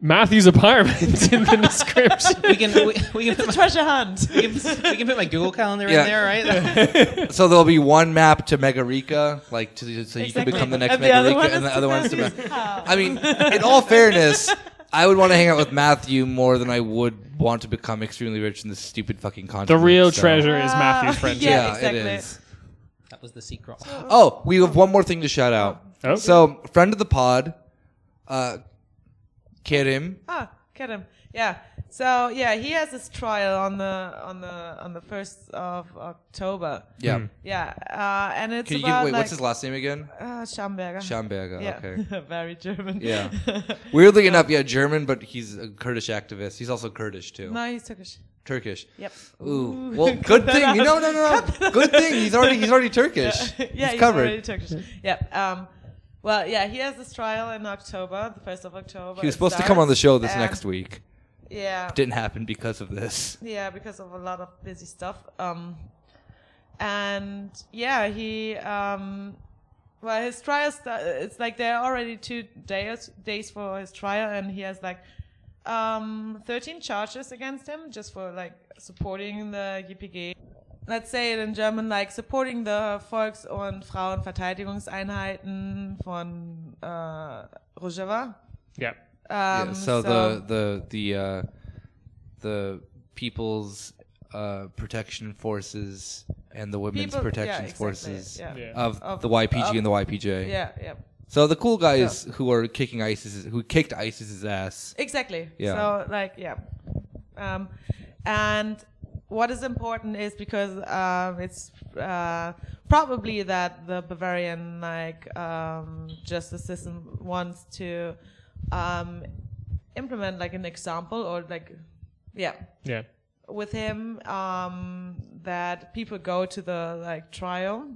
[SPEAKER 1] Matthew's apartment in the description.
[SPEAKER 4] we can we, we can
[SPEAKER 3] It's
[SPEAKER 4] put
[SPEAKER 3] a
[SPEAKER 4] my,
[SPEAKER 3] treasure hunt.
[SPEAKER 4] we can, we can put my Google calendar
[SPEAKER 2] Yeah.
[SPEAKER 4] in there, right?
[SPEAKER 2] So there'll be one map to Megarica, like to, so you
[SPEAKER 3] Exactly.
[SPEAKER 2] can become the next
[SPEAKER 3] and the other
[SPEAKER 2] Megarica,
[SPEAKER 3] one is Ah,
[SPEAKER 2] and the other one's to. Me-
[SPEAKER 3] Matthew's house.
[SPEAKER 2] I mean, in all fairness, I would want to hang out with Matthew more than I would want to become extremely rich in this stupid fucking continent.
[SPEAKER 1] The real
[SPEAKER 2] so-
[SPEAKER 1] treasure is
[SPEAKER 3] Ah,
[SPEAKER 1] Matthew's friendship.
[SPEAKER 3] yeah.
[SPEAKER 2] Yeah, it
[SPEAKER 3] exactly.
[SPEAKER 2] is.
[SPEAKER 4] That was the secret.
[SPEAKER 2] Oh, we have one more thing to shout out.
[SPEAKER 1] Oh.
[SPEAKER 2] So, friend of the pod, uh, Kerim.
[SPEAKER 3] Ah, get him. Yeah. So yeah, he has his trial on the on the on the first of October.
[SPEAKER 2] Yeah.
[SPEAKER 3] Yeah, uh, and it's
[SPEAKER 2] Can you
[SPEAKER 3] about
[SPEAKER 2] give, wait,
[SPEAKER 3] like
[SPEAKER 2] what's his last name again?
[SPEAKER 3] uh, Schamberger.
[SPEAKER 2] Schamberger.
[SPEAKER 3] yeah,
[SPEAKER 2] Okay.
[SPEAKER 3] very German.
[SPEAKER 2] Yeah. Weirdly enough, yeah, German, but he's a Kurdish activist. He's also Kurdish too.
[SPEAKER 3] no, he's Turkish.
[SPEAKER 2] Turkish.
[SPEAKER 3] Yep.
[SPEAKER 2] Ooh. Well, good
[SPEAKER 3] that
[SPEAKER 2] thing.
[SPEAKER 3] out.
[SPEAKER 2] No, no, no, no. Good thing. He's already he's already Turkish.
[SPEAKER 3] yeah,
[SPEAKER 2] he's
[SPEAKER 3] he's
[SPEAKER 2] covered.
[SPEAKER 3] already Turkish. Yep. Um, well, yeah, he has this trial in October, the first of October.
[SPEAKER 2] He was
[SPEAKER 3] It
[SPEAKER 2] supposed to come on the
[SPEAKER 3] starts,
[SPEAKER 2] show this
[SPEAKER 3] and-
[SPEAKER 2] next week.
[SPEAKER 3] Yeah.
[SPEAKER 2] Didn't happen because of this.
[SPEAKER 3] Yeah, because of a lot of busy stuff. Um, and yeah, he um, well, his trial sta- it's like there are already two days days for his trial, and he has like um, thirteen charges against him just for like supporting the YPG. Let's say it in German, like supporting the Volks- und Frauenverteidigungseinheiten von uh, Rojava.
[SPEAKER 1] Yeah.
[SPEAKER 3] Um,
[SPEAKER 2] yeah, so, the the the uh, the people's uh, protection forces and the women's
[SPEAKER 3] People- yeah,
[SPEAKER 2] protection
[SPEAKER 3] exactly,
[SPEAKER 2] forces
[SPEAKER 3] yeah.
[SPEAKER 1] Yeah.
[SPEAKER 2] of,
[SPEAKER 3] Of-
[SPEAKER 2] the YPG
[SPEAKER 3] of-
[SPEAKER 2] and the YPJ.
[SPEAKER 3] yeah, yeah.
[SPEAKER 2] So the cool guys who are kicking ISIS who kicked ISIS's ass.
[SPEAKER 3] Exactly.
[SPEAKER 2] Yeah.
[SPEAKER 3] So like yeah, um, and what is important is because um, it's uh, probably that the Bavarian like um, justice system wants to um, implement like an example or like yeah
[SPEAKER 1] Yeah.
[SPEAKER 3] with him um, that people go to the like trial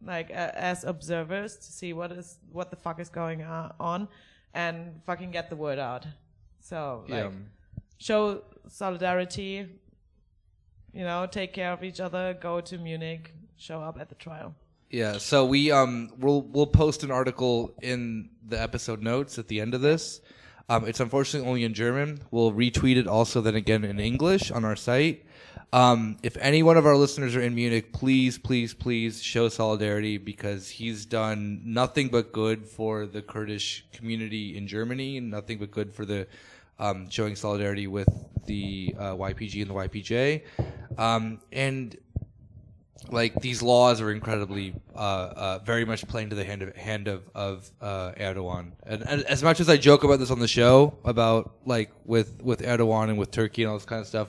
[SPEAKER 3] like a as observers to see what is what the fuck is going uh, on and fucking get the word out so like
[SPEAKER 2] yeah.
[SPEAKER 3] show solidarity you know take care of each other go to munich show up at the trial
[SPEAKER 2] Yeah, so we um we'll we'll post an article in the episode notes at the end of this. Um, it's unfortunately only in German. We'll retweet it also then again in English on our site. Um, if any one of our listeners are in Munich, please, please, please show solidarity because he's done nothing but good for the Kurdish community in Germany, and nothing but good for the um, showing solidarity with the uh, YPG and the YPJ. Um, and like these laws are incredibly uh, uh, very much playing to the hand of hand of, of uh, Erdogan. And, and as much as I joke about this on the show about like with with Erdogan and with Turkey and all this kind of stuff,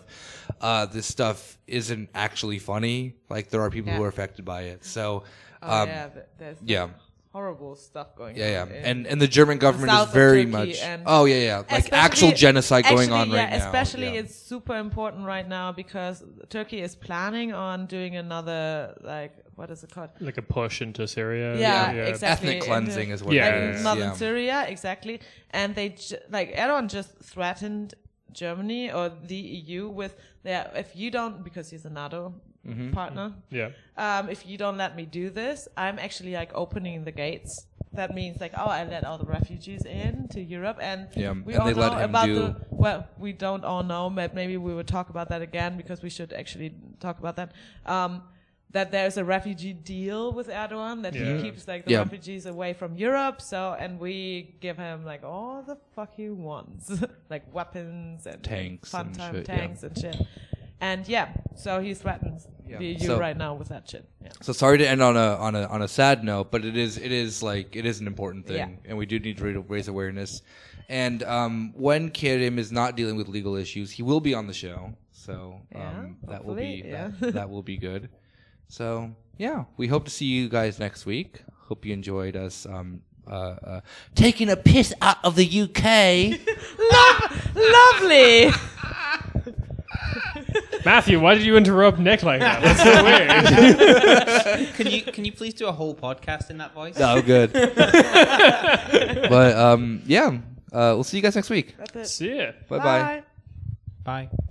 [SPEAKER 2] uh, this stuff isn't actually funny. Like there are people who
[SPEAKER 3] Yeah.
[SPEAKER 2] are affected by it. So um,
[SPEAKER 3] oh yeah th- there's
[SPEAKER 2] yeah.
[SPEAKER 3] horrible stuff going on
[SPEAKER 2] yeah, yeah,
[SPEAKER 3] in-
[SPEAKER 2] and and the German government is
[SPEAKER 3] south of
[SPEAKER 2] very
[SPEAKER 3] Turkey
[SPEAKER 2] much.
[SPEAKER 3] and-
[SPEAKER 2] Oh yeah, yeah, like
[SPEAKER 3] Especially-
[SPEAKER 2] actual genocide going
[SPEAKER 3] actually,
[SPEAKER 2] on
[SPEAKER 3] yeah,
[SPEAKER 2] right now.
[SPEAKER 3] Especially,
[SPEAKER 2] yeah.
[SPEAKER 3] it's super important right now because Turkey is planning on doing another like what is it called?
[SPEAKER 1] Like a push into Syria.
[SPEAKER 3] Yeah, exactly.
[SPEAKER 2] ethnic
[SPEAKER 3] into-
[SPEAKER 2] cleansing is what
[SPEAKER 1] Yeah,
[SPEAKER 2] it
[SPEAKER 3] like
[SPEAKER 2] is.
[SPEAKER 3] northern
[SPEAKER 2] yeah.
[SPEAKER 3] Syria, exactly. And they ju- like Erdogan just threatened Germany or the EU with their if you don't because he's a NATO
[SPEAKER 2] Mm-hmm.
[SPEAKER 3] partner.
[SPEAKER 1] Yeah.
[SPEAKER 3] Um, if you don't let me do this, I'm actually like opening the gates. That means like, oh, I let all the refugees in to Europe, and
[SPEAKER 2] Yeah,
[SPEAKER 3] we
[SPEAKER 2] and
[SPEAKER 3] all
[SPEAKER 2] they
[SPEAKER 3] know
[SPEAKER 2] let him
[SPEAKER 3] about
[SPEAKER 2] do-
[SPEAKER 3] the. Well, we don't all know, but maybe we will talk about that again because we should actually talk about that. Um, that there's a refugee deal with Erdogan that
[SPEAKER 1] Yeah.
[SPEAKER 3] he keeps like the
[SPEAKER 2] Yeah.
[SPEAKER 3] refugees away from Europe. So and we give him like all the fuck he wants, like weapons and
[SPEAKER 2] Tanks
[SPEAKER 3] fun
[SPEAKER 2] and
[SPEAKER 3] time
[SPEAKER 2] shit, yeah.
[SPEAKER 3] tanks and shit. And yeah, so he threatens
[SPEAKER 2] Yeah.
[SPEAKER 3] the EU
[SPEAKER 2] So-
[SPEAKER 3] right now with that shit. Yeah.
[SPEAKER 2] So sorry to end on a on a on a sad note, but it is it is like it is an important thing,
[SPEAKER 3] Yeah.
[SPEAKER 2] and we do need to ra- raise awareness. And um, when Kerim is not dealing with legal issues, he will be on the show, so um,
[SPEAKER 3] Yeah,
[SPEAKER 2] that will
[SPEAKER 3] hopefully,
[SPEAKER 2] be
[SPEAKER 3] yeah.
[SPEAKER 2] that, that will be good. So yeah, we hope to see you guys next week. Hope you enjoyed us um, uh, uh, taking a piss out of the UK.
[SPEAKER 3] Lovely.
[SPEAKER 1] Matthew, why did you interrupt Nick like that? That's so weird.
[SPEAKER 4] Can you can you please do a whole podcast in that voice?
[SPEAKER 2] no, good. but um, yeah, uh, we'll see you guys next week.
[SPEAKER 3] That's it.
[SPEAKER 1] See ya.
[SPEAKER 2] Bye bye.
[SPEAKER 4] Bye.